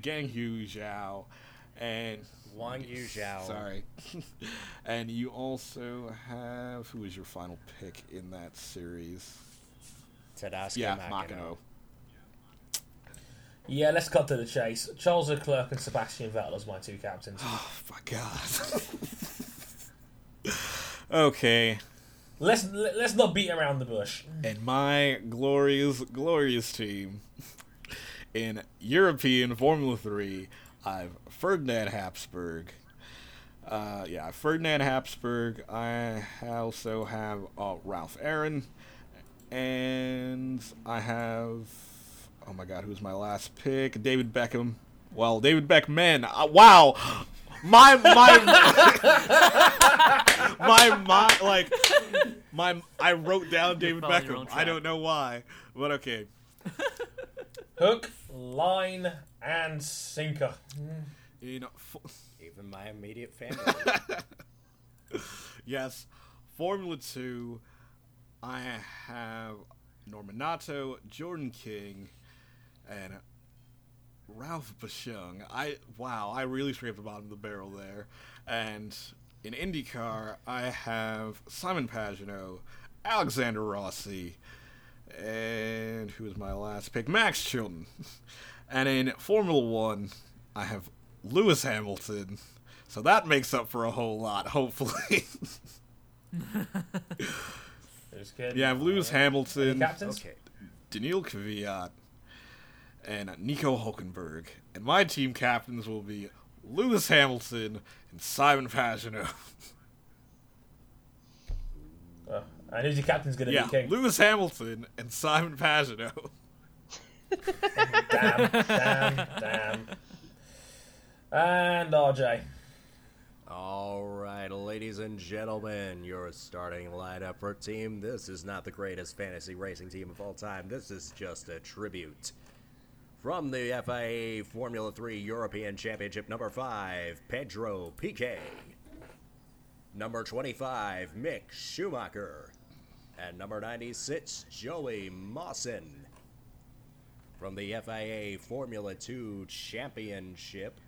Speaker 9: Gang Hu Zhao, and
Speaker 8: Wang Yu Zhao.
Speaker 9: Sorry, and you also have who is your final pick in that series?
Speaker 8: Tadasuke
Speaker 9: yeah,
Speaker 8: Makino.
Speaker 9: Makino.
Speaker 3: Yeah, let's cut to the chase. Charles Leclerc and Sebastian Vettel as my two captains. Oh
Speaker 9: my god. Okay.
Speaker 3: let's let, let's not beat around the bush.
Speaker 9: and my glorious, glorious team in European Formula 3. I've Ferdinand Habsburg. Uh, yeah, I've Ferdinand Habsburg. I also have uh, Ralph Aaron. And I have. Oh my god, who's my last pick? David Beckham. Well, David Beckman. Uh, wow! My, my. my, my, like. My, I wrote down David
Speaker 3: following your
Speaker 9: Beckham.
Speaker 3: own
Speaker 9: I don't know why, but okay.
Speaker 3: Hook, line, and sinker.
Speaker 9: You know,
Speaker 8: even my immediate family.
Speaker 9: yes, Formula Two. I have Normanato, Jordan King, and Ralph Bashung. I wow, I really scraped the bottom of the barrel there. And in IndyCar, I have Simon Pagino, Alexander Rossi, and who is my last pick? Max Chilton. And in Formula One, I have Lewis Hamilton. So that makes up for a whole lot, hopefully.
Speaker 3: There's good.
Speaker 9: yeah, I have Lewis Hamilton,
Speaker 3: Any captains?
Speaker 8: Okay.
Speaker 9: Daniil Kvyat, and Nico Hulkenberg. And my team captains will be Lewis Hamilton and Simon Pagino.
Speaker 3: Uh, and who's your captain's going to
Speaker 9: yeah,
Speaker 3: be King?
Speaker 9: Lewis Hamilton and Simon Pagino.
Speaker 3: damn, damn, damn. And RJ.
Speaker 8: All right, ladies and gentlemen, your starting lineup for team. This is not the greatest fantasy racing team of all time. This is just a tribute. From the FIA Formula 3 European Championship, number 5, Pedro Piquet. Number 25, Mick Schumacher. And number 96, Joey Mawson. From the FIA Formula 2 Championship,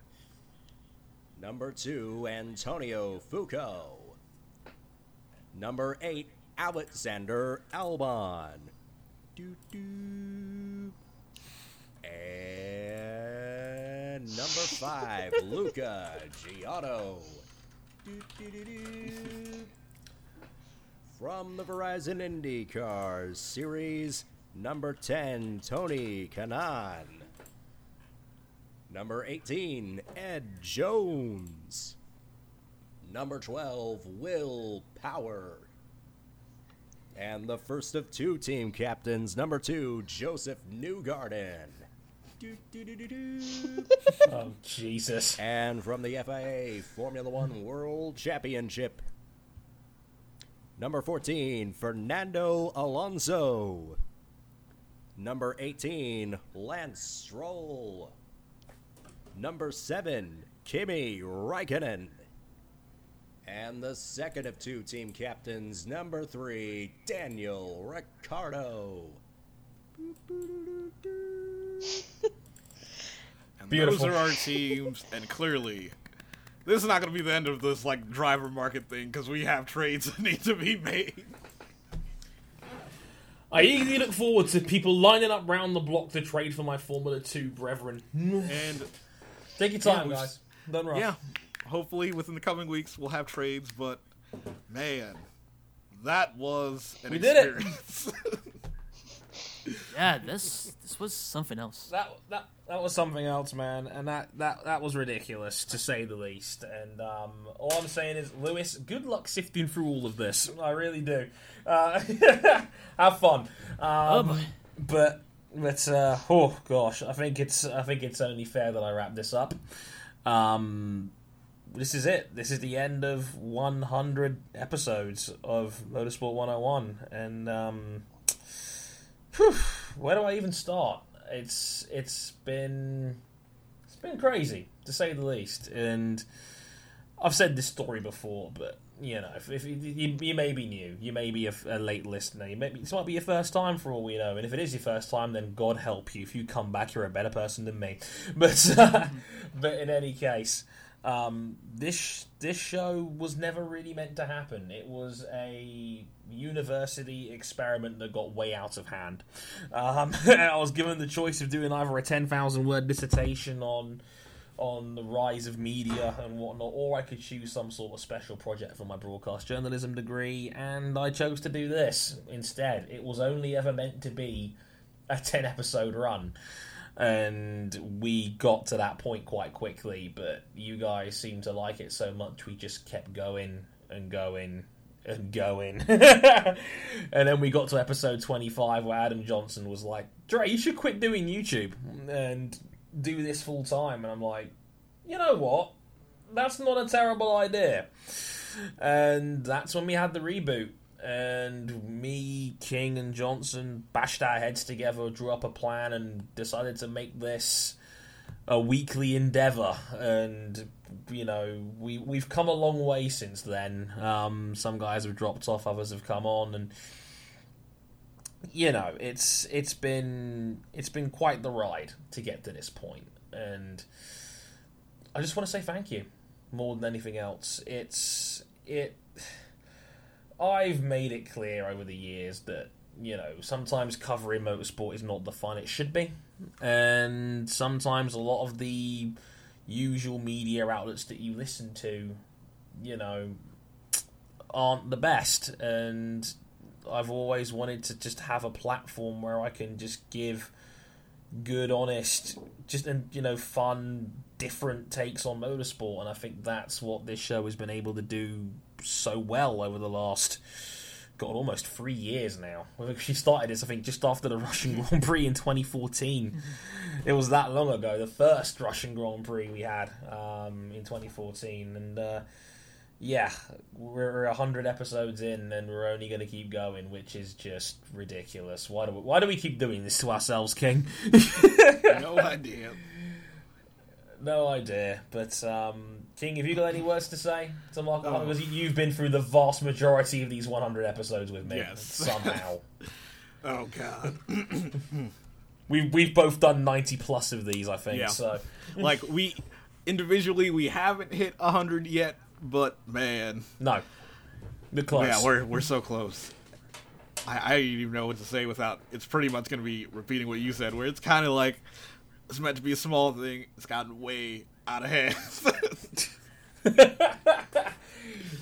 Speaker 8: Number two, Antonio Foucault. Number eight, Alexander Albon. Doo doo. And number five, Luca Giotto. Doo doo doo doo. From the Verizon IndyCar Series, number 10, Tony Kanan. Number 18, Ed Jones. Number 12, Will Power. And the first of two team captains, number two, Joseph Newgarden.
Speaker 3: oh, Jesus.
Speaker 8: And from the FIA Formula One World Championship, number 14, Fernando Alonso. Number 18, Lance Stroll. Number 7, Kimi Raikkonen. And the second of two team captains, number 3, Daniel Ricciardo.
Speaker 9: And
Speaker 3: Beautiful.
Speaker 5: Those are our teams, and clearly, this is not going to be the end of this like driver market thing because we have trades that need to be made.
Speaker 3: I eagerly look forward to people lining up round the block to trade for my Formula 2 brethren.
Speaker 5: And
Speaker 3: Take your time,
Speaker 5: Yeah, we've-
Speaker 3: guys. Don't rush.
Speaker 5: Yeah, hopefully within the coming weeks we'll have trades. But man, that was an
Speaker 3: We did it.
Speaker 5: experience.
Speaker 7: Yeah, this this was something else.
Speaker 3: That, that that was something else, man, and that, that, that was ridiculous to say the least. And um, all I'm saying is, Lewis, good luck sifting through all of this. I really do. Uh, have fun. Um, But but uh, oh gosh, I think it's I think it's only fair that I wrap this up. Um, this is it. This is the end of 100 episodes of Motorsport 101, and um, whew, where do I even start? It's it's been it's been crazy to say the least, and I've said this story before, but you know, if, if you, you may be new, you may be a, a late listener, you may be, this might be your first time for all we know, and if it is your first time, then God help you. If you come back, you're a better person than me. But uh, but in any case, um, this this show was never really meant to happen. It was a university experiment that got way out of hand. Um, I was given the choice of doing either a ten thousand word dissertation on on the rise of media and whatnot, or I could choose some sort of special project for my broadcast journalism degree, and I chose to do this instead. It was only ever meant to be a 10 episode run, and we got to that point quite quickly, but you guys seemed to like it so much, we just kept going and going and going. and then we got to episode 25 where Adam Johnson was like, Dre, you should quit doing YouTube and do this full time. And I'm like, you know what? That's not a terrible idea. And that's when we had the reboot. And me, King, and Johnson bashed our heads together, drew up a plan, and decided to make this a weekly endeavor and you know we we've come a long way since then um some guys have dropped off others have come on and you know it's it's been it's been quite the ride to get to this point and i just want to say thank you more than anything else it's it I've made it clear over the years that you know sometimes covering motorsport is not the fun it should be, and sometimes a lot of the usual media outlets that you listen to, you know, aren't the best. And I've always wanted to just have a platform where I can just give good, honest, just and you know, fun, different takes on motorsport, and I think that's what this show has been able to do so well over the last. God, almost three years now. I think She started this, I think, just after the Russian Grand Prix in 2014. it was that long ago, the first Russian Grand Prix we had um, in 2014. And uh, yeah, we're 100 episodes in and we're only going to keep going, which is just ridiculous. Why do we, why do we keep doing this to ourselves, King?
Speaker 5: no idea.
Speaker 3: No idea. But um, King, have you got any words to say to Mark? Because you've been through the vast majority of these 100 episodes with me.
Speaker 5: Yes.
Speaker 3: Somehow.
Speaker 5: Oh God.
Speaker 3: we we've both done 90 plus of these, I think. So.
Speaker 5: like we individually we haven't hit 100 yet, but man,
Speaker 3: no. We're close.
Speaker 5: Yeah, we're we're so close. I, I don't even know what to say without. It's pretty much going to be repeating what you said, where it's kind of like it's meant to be a small thing. It's gotten way out of hand.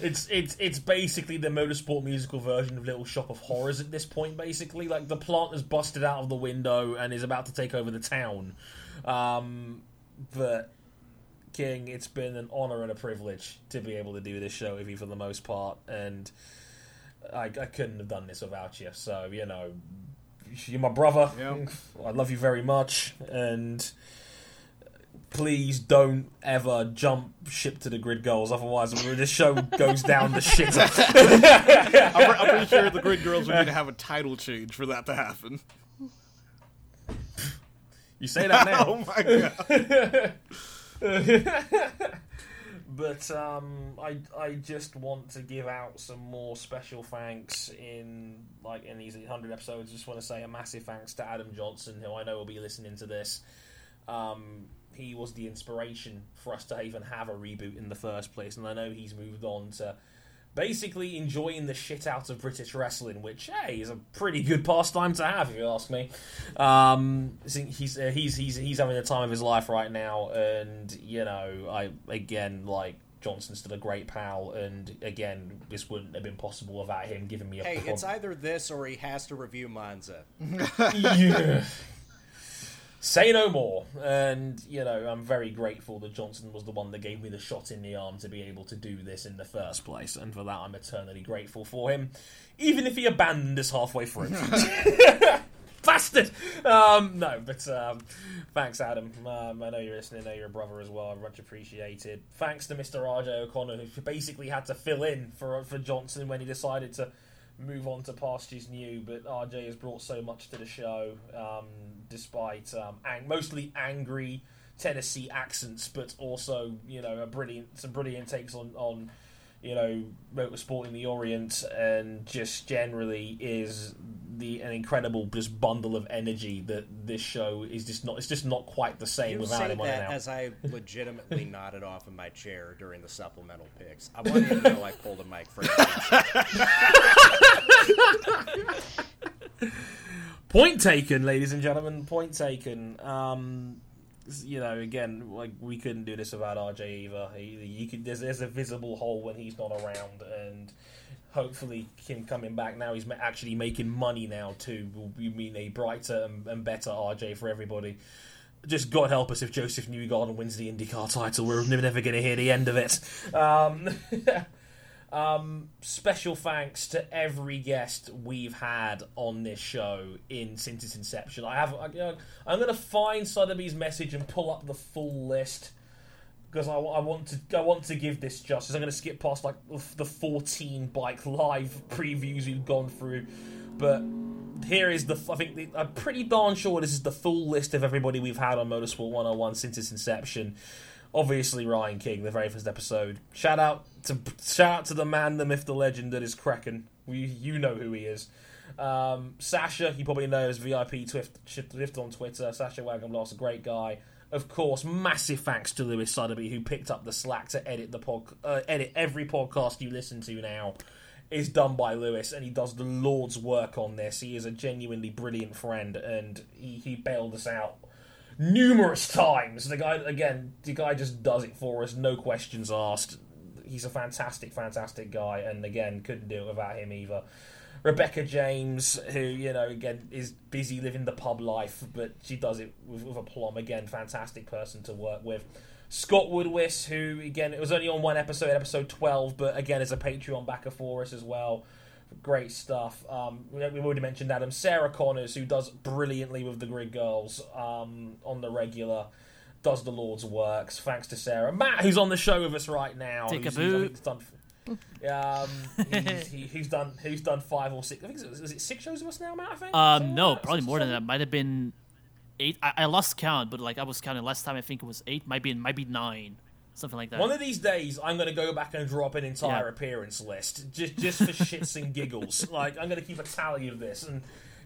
Speaker 3: It's it's it's basically the motorsport musical version of Little Shop of Horrors at this point. Basically, like the plant has busted out of the window and is about to take over the town. Um, but King, it's been an honor and a privilege to be able to do this show with you for the most part, and I, I couldn't have done this without you. So you know, you're my brother. I love you very much, and please don't ever jump ship to the grid goals. Otherwise, this show goes down the shitter.
Speaker 5: I'm, I'm pretty sure the Grid Girls would need to have a title change for that to happen.
Speaker 3: You say that now.
Speaker 5: oh my god.
Speaker 3: but um, I I just want to give out some more special thanks in like in these hundred episodes. Just want to say a massive thanks to Adam Johnson, who I know will be listening to this. Um, he was the inspiration for us to even have a reboot in the first place, and I know he's moved on to basically enjoying the shit out of British wrestling, which hey is a pretty good pastime to have if you ask me. Um, I think he's uh, he's he's he's having the time of his life right now, and you know I again like. Johnson's still a great pal, and again, this wouldn't have been possible without him giving me a
Speaker 8: Hey,
Speaker 3: prod-
Speaker 8: it's either this or he has to review Monza.
Speaker 3: yeah. Say no more. And, you know, I'm very grateful that Johnson was the one that gave me the shot in the arm to be able to do this in the first place. And for that, I'm eternally grateful for him. Even if he abandoned us halfway through. Bastard! Um, no, but um, thanks, Adam. Um, I know you're listening. I know you're a brother as well. Much appreciated. Thanks to Mr. RJ O'Connor, who basically had to fill in for for Johnson when he decided to move on to pastures new. But RJ has brought so much to the show, um, despite um, ang- mostly angry Tennessee accents, but also you know a brilliant some brilliant takes on on you know, motorsport in the Orient, and just generally is the an incredible just bundle of energy that this show is just not. It's just not quite the same
Speaker 8: You
Speaker 3: without
Speaker 8: say
Speaker 3: him on it
Speaker 8: that
Speaker 3: now.
Speaker 8: as I legitimately nodded off in my chair during the supplemental picks. I want you to know I pulled a mic for
Speaker 3: Point taken, ladies and gentlemen. Point taken. Um, s- you know, again, like we couldn't do this without RJ either. He, you could, there's, there's a visible hole when he's not around, and hopefully him coming back now, he's ma- actually making money now too. Will be mean a brighter and, and better RJ for everybody. Just God help us if Joseph Newgarden wins the IndyCar title. We're never going to hear the end of it. Um, Um, special thanks to every guest we've had on this show in since its inception. I have. I, I'm going to find Sotheby's message and pull up the full list because I, wa- I want to. I want to give this justice. I'm going to skip past like the 14 bike live previews we've gone through, but here is the. I think the, I'm pretty darn sure this is the full list of everybody we've had on Motorsport 101 since its inception. Obviously, Ryan King, the very first episode. Shout out to shout out to the man, the myth, the legend that is Kraken. We, you know who he is. Um, Sasha, you probably know as VIP Twift, Twift on Twitter. Sasha Wagonblast, a great guy. Of course, massive thanks to Lewis Sotheby who picked up the slack to edit the pod, uh, edit every podcast you listen to now is done by Lewis, and he does the Lord's work on this. He is a genuinely brilliant friend, and he, he bailed us out numerous times. The guy, again, the guy just does it for us, no questions asked. He's a fantastic, fantastic guy, and again, couldn't do it without him either. Rebecca James, who, you know, again, is busy living the pub life, but she does it with, with aplomb. Again, fantastic person to work with. Scott Woodwiss, who, again, it was only on one episode, episode 12, but again, is a Patreon backer for us as well. Great stuff. Um, we- we've already mentioned Adam. Sarah Connors, who does brilliantly with the Grid Girls um, on the regular, does the Lord's works. Thanks to Sarah. Matt, who's on the show with us right now.
Speaker 7: Take a
Speaker 3: who's- who's- I
Speaker 7: boot.
Speaker 3: think, done um, he's, he, he's done he's done five or six. I think it's- is it six shows of us now, Matt? I think.
Speaker 7: Um, no, probably more than that. Might have been eight. I, I lost count, but like I was counting last time. I think it was eight. Might be might be nine, something like that.
Speaker 3: One of these days, I'm going to go back and drop an entire
Speaker 7: Yeah.
Speaker 3: appearance list just just for shits and giggles. Like I'm going to keep a tally of this and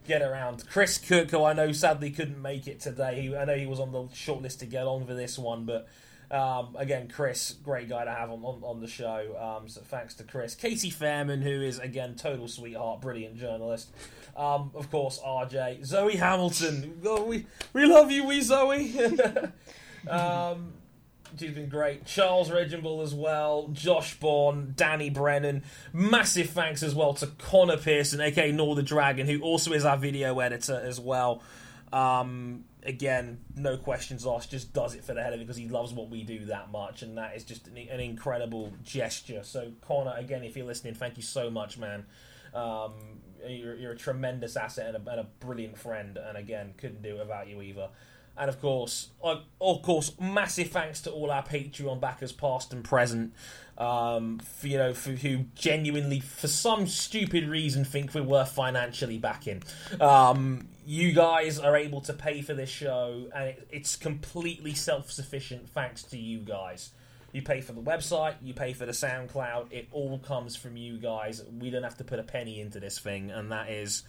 Speaker 3: get around. Chris Cook, who I know sadly couldn't make it today. He, I know he was on the short list to get on for this one, but. Um, again, Chris, great guy to have on, on, on the show. Um, so thanks to Chris. Katie Fairman, who is, again, total sweetheart, brilliant journalist. Um, of course, RJ. Zoe Hamilton. Oh, we, we love you, we Zoe. um, She's been great. Charles Reginbull as well. Josh Bourne, Danny Brennan. Massive thanks as well to Connor Pearson, aka Nor the Dragon, who also is our video editor as well. Um, again, no questions asked. Just does it for the hell of it because he loves what we do that much, and that is just an, an incredible gesture. So, Connor, again, if you're listening, thank you so much, man. Um, you're, you're a tremendous asset and a, and a brilliant friend, and again, couldn't do it without you either. And of course, uh, of course, massive thanks to all our Patreon backers, past and present. Um, for, you know, for, who genuinely, for some stupid reason, think we're worth financially backing. Um, you guys are able to pay for this show, and it, it's completely self-sufficient thanks to you guys. You pay for the website, you pay for the SoundCloud. It all comes from you guys. We don't have to put a penny into this thing, and that is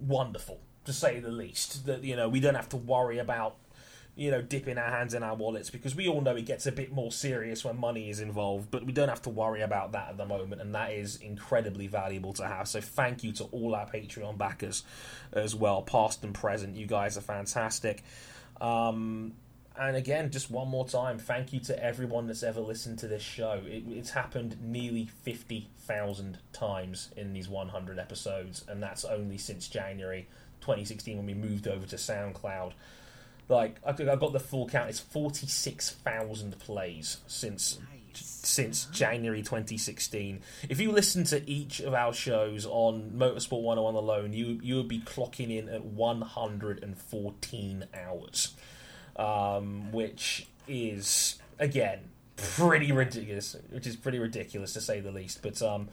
Speaker 3: wonderful to say the least. That you know, we don't have to worry about you know, dipping our hands in our wallets because we all know it gets a bit more serious when money is involved, but we don't have to worry about that at the moment, and that is incredibly valuable to have. So thank you to all our Patreon backers as well, past and present. You guys are fantastic. Um, and again, just one more time, thank you to everyone that's ever listened to this show. It, it's happened nearly 50,000 times in these 100 episodes, and that's only since January 2016 when we moved over to SoundCloud. Like, I think I've got the full count, it's 46,000 plays since. Since January 2016, if you listen to each of our shows on Motorsport 101 alone, you you would be clocking in at 114 hours um, which is again pretty ridiculous, which is pretty ridiculous to say the least. But um,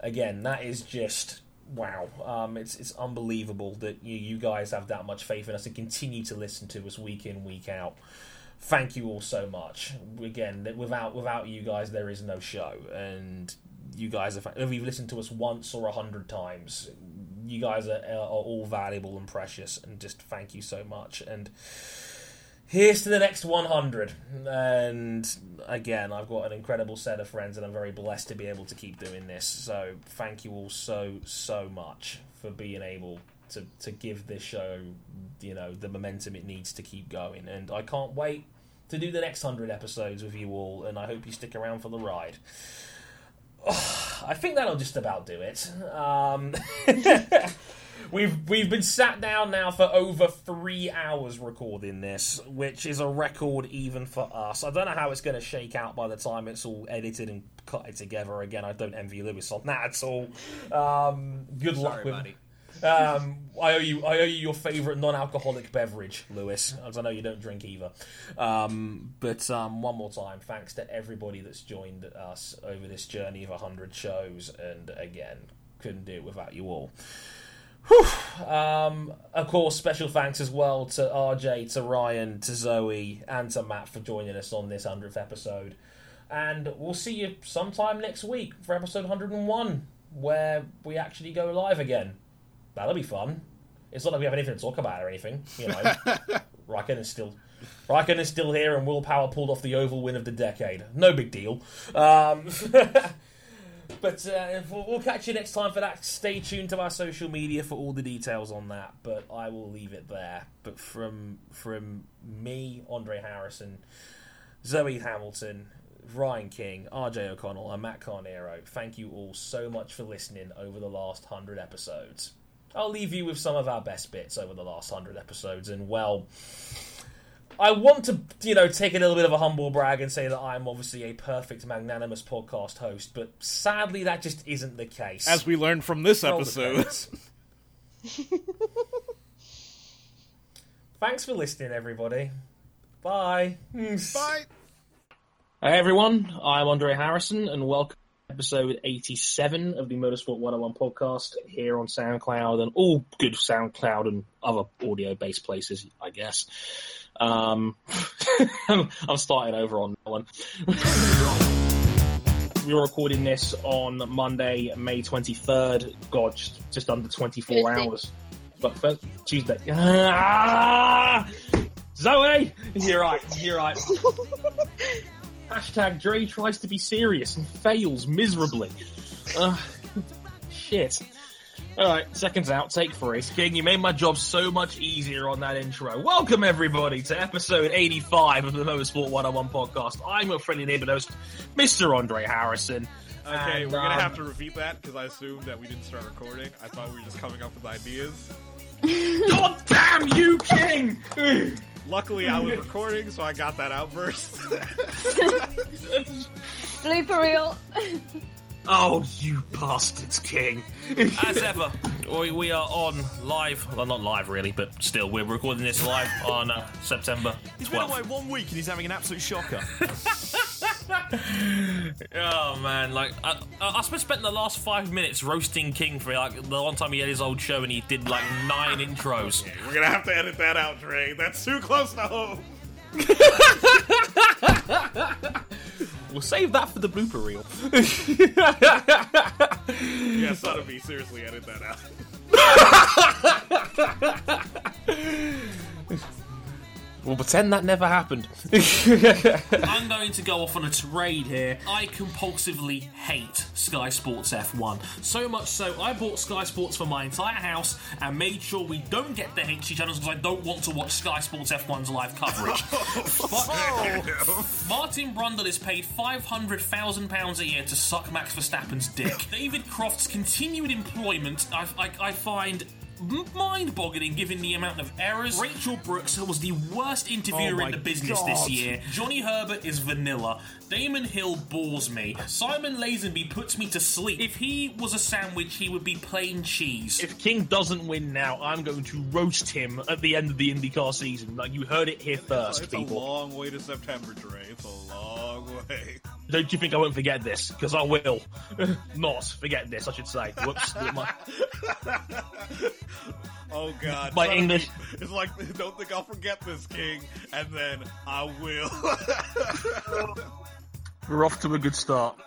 Speaker 3: again, that is just wow. Um, it's it's unbelievable that you you guys have that much faith in us and continue to listen to us week in week out. Thank you all so much. Again, that without without you guys, there is no show, and you guys are fa- whether you've listened to us once or a hundred times. You guys are, are all valuable and precious, and just thank you so much. And Here's to the next 100. And again, I've got an incredible set of friends, and I'm very blessed to be able to keep doing this. So thank you all so, so much for being able to, to give this show, you know, the momentum it needs to keep going. And I can't wait to do the next 100 episodes with you all, and I hope you stick around for the ride. I think that'll just about do it. Um, we've we've been sat down now for over three hours recording this, which is a record even for us. I don't know how it's going to shake out by the time it's all edited and cut it together again. I don't envy Lewis on that at all. Um, good luck
Speaker 8: Sorry,
Speaker 3: with.
Speaker 8: buddy.
Speaker 3: Um, I owe you. I owe you your favourite non-alcoholic beverage, Lewis, because I know you don't drink either. Um, but um, one more time, thanks to everybody that's joined us over this journey of hundred shows, and again, couldn't do it without you all. Whew. Um, of course, special thanks as well to RJ, to Ryan, to Zoe, and to Matt for joining us on this hundredth episode. And we'll see you sometime next week for episode 101, where we actually go live again. That'll be fun. It's not like we have anything to talk about or anything, you know. Raikkonen is still Raikkonen is still here, and Willpower pulled off the oval win of the decade. No big deal. Um, but uh, we'll, we'll catch you next time for that. Stay tuned to our social media for all the details on that. But I will leave it there. But from from me, Andre Harrison, Zoe Hamilton, Ryan King, RJ O'Connell, and Matt Carnero, thank you all so much for listening over the last hundred episodes. I'll leave you with some of our best bits over the last hundred episodes, and well. I want to, you know, take a little bit of a humble brag and say that I'm obviously a perfect, magnanimous podcast host, but sadly that just isn't the case.
Speaker 5: As we learned from this
Speaker 3: Roll the
Speaker 5: episode.
Speaker 3: credits. Thanks for listening, everybody. Bye. Bye. Hey everyone, I'm Andre Harrison, and welcome to episode 87 of the Motorsport 101 podcast here on SoundCloud and all good SoundCloud and other audio-based places, I guess. Um, I'm starting over on that one. We We're recording this on Monday, May 23rd. God, just, just under 24
Speaker 14: Tuesday.
Speaker 3: hours. But first, Tuesday. Ah! Zoe, you're right. You're right. Hashtag Dre tries to be serious and fails miserably. Uh, shit. All right, seconds out. Take three. King, you made my job so much easier on that intro. Welcome everybody to episode 85 of the Motorsport 101 podcast. I'm your friendly neighborhood host, Mr. Andre Harrison.
Speaker 5: Okay,
Speaker 3: And,
Speaker 5: we're gonna
Speaker 3: um,
Speaker 5: have to repeat that because I assumed that we didn't start recording. I thought we were just coming up with ideas.
Speaker 3: um, God damn you, King!
Speaker 5: Luckily, I was recording, so I got that outburst.
Speaker 15: Blooper reel.
Speaker 4: Oh, you bastards, King. As ever, we, we are on live. Well, not live, really, but still, we're recording this live on uh, September
Speaker 9: He's been
Speaker 4: 12th.
Speaker 9: away one week and he's having an absolute shocker.
Speaker 4: Oh, man. Like, I, I, I suppose spent the last five minutes roasting King for, like, the one time he had his old show and he did, like, nine intros.
Speaker 5: we're gonna have to edit that out, Dre. That's too close to home.
Speaker 4: We'll save that for the blooper reel.
Speaker 5: Yeah, son of me, seriously, edit that out.
Speaker 4: We'll pretend that never happened.
Speaker 3: I'm going to go off on a tirade here. I compulsively hate Sky Sports F1. So much so, I bought Sky Sports for my entire house and made sure we don't get the HD channels because I don't want to watch Sky Sports F1's live coverage. Fuck. Martin Brundle is paid £500,000 a year to suck Max Verstappen's dick. David Croft's continued employment, I, I, I find. Mind boggling given the amount of errors. Rachel Brooks was the worst interviewer
Speaker 4: Oh my
Speaker 3: in the business this
Speaker 4: God.
Speaker 3: year. Johnny Herbert is vanilla. Damon Hill bores me. Simon Lazenby puts me to sleep. If he was a sandwich, he would be plain cheese.
Speaker 4: If King doesn't win now, I'm going to roast him at the end of the IndyCar season. Like you heard it here first,
Speaker 9: It's a
Speaker 4: people.
Speaker 9: long way to September, Dre. It's a long way.
Speaker 4: Don't you think I won't forget this? Because I will. Not forget this, I should say. Whoops. My-
Speaker 9: Oh God!
Speaker 4: My
Speaker 9: Son of
Speaker 4: English-
Speaker 9: me. It's like don't think I'll forget this, King, and then I will.
Speaker 4: We're off to a good start.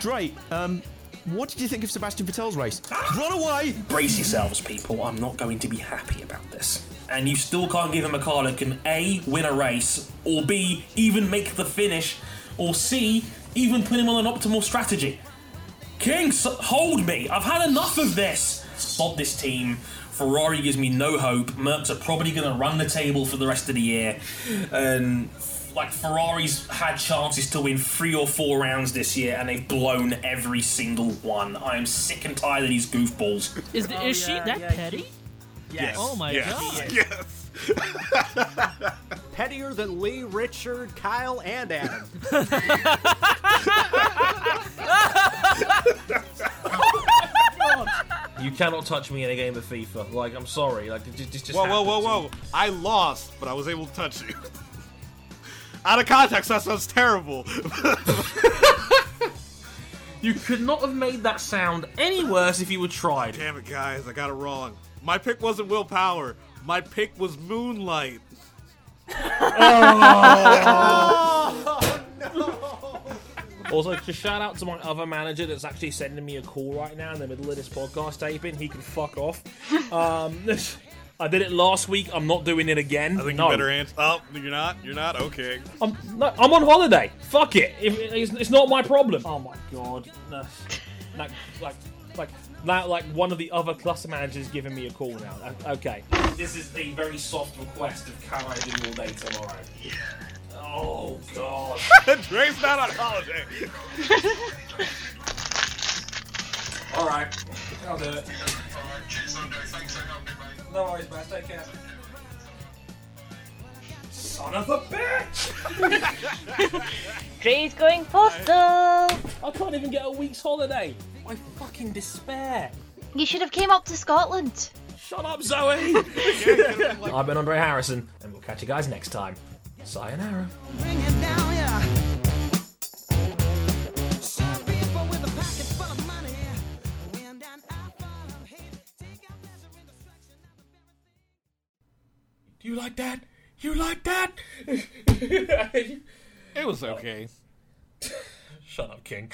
Speaker 5: Dre, um, what did you think of Sebastian Vettel's race? Run away!
Speaker 3: Brace yourselves, people. I'm not going to be happy about this. And you still can't give him a car that can A, win a race, or B, even make the finish, or C, even put him on an optimal strategy. King, so- hold me. I've had enough of this. Sod this team. Ferrari gives me no hope. Mercs are probably going to run the table for the rest of the year. And like Ferrari's had chances to win three or four rounds this year, and they've blown every single one. I am sick and tired of these goofballs.
Speaker 7: Is, the, is she that petty?
Speaker 3: Yes.
Speaker 7: Oh my
Speaker 3: Yes.
Speaker 7: god.
Speaker 8: Pettier than Lee, Richard, Kyle, and Adam.
Speaker 4: You cannot touch me in a game of FIFA. Like I'm sorry. Like it just, just
Speaker 9: whoa, whoa, whoa, whoa! I lost, but I was able to touch you. Out of context, that sounds terrible.
Speaker 4: You could not have made that sound any worse if you were tried.
Speaker 9: Damn it, guys! I got it wrong. My pick wasn't willpower. My pick was moonlight.
Speaker 4: Also, to shout out to my other manager that's actually sending me a call right now in the middle of this podcast taping. He can fuck off. Um, I did it last week. I'm not doing it again. I think no.
Speaker 9: You better answer. Oh, you're not. You're not. Okay.
Speaker 4: I'm, no, I'm on holiday. Fuck it. If- it's, it's not my problem. Oh my god. No. like, like, like, now, like one of the other cluster managers giving me a call now. O- Okay. This is a very soft request of can I do all day tomorrow? Oh god.
Speaker 9: Dre's not on holiday.
Speaker 4: All right, I'll do it. No worries, man. Take care. Son of a bitch!
Speaker 6: Dre's going postal.
Speaker 4: I can't even get a week's holiday. I fucking despair.
Speaker 6: You should have came up to Scotland.
Speaker 4: Shut up, Zoe. I've been Andre Harrison, and we'll catch you guys next time. Sayonara. Do you like that? You like that? it
Speaker 9: was okay.
Speaker 4: Shut up, King.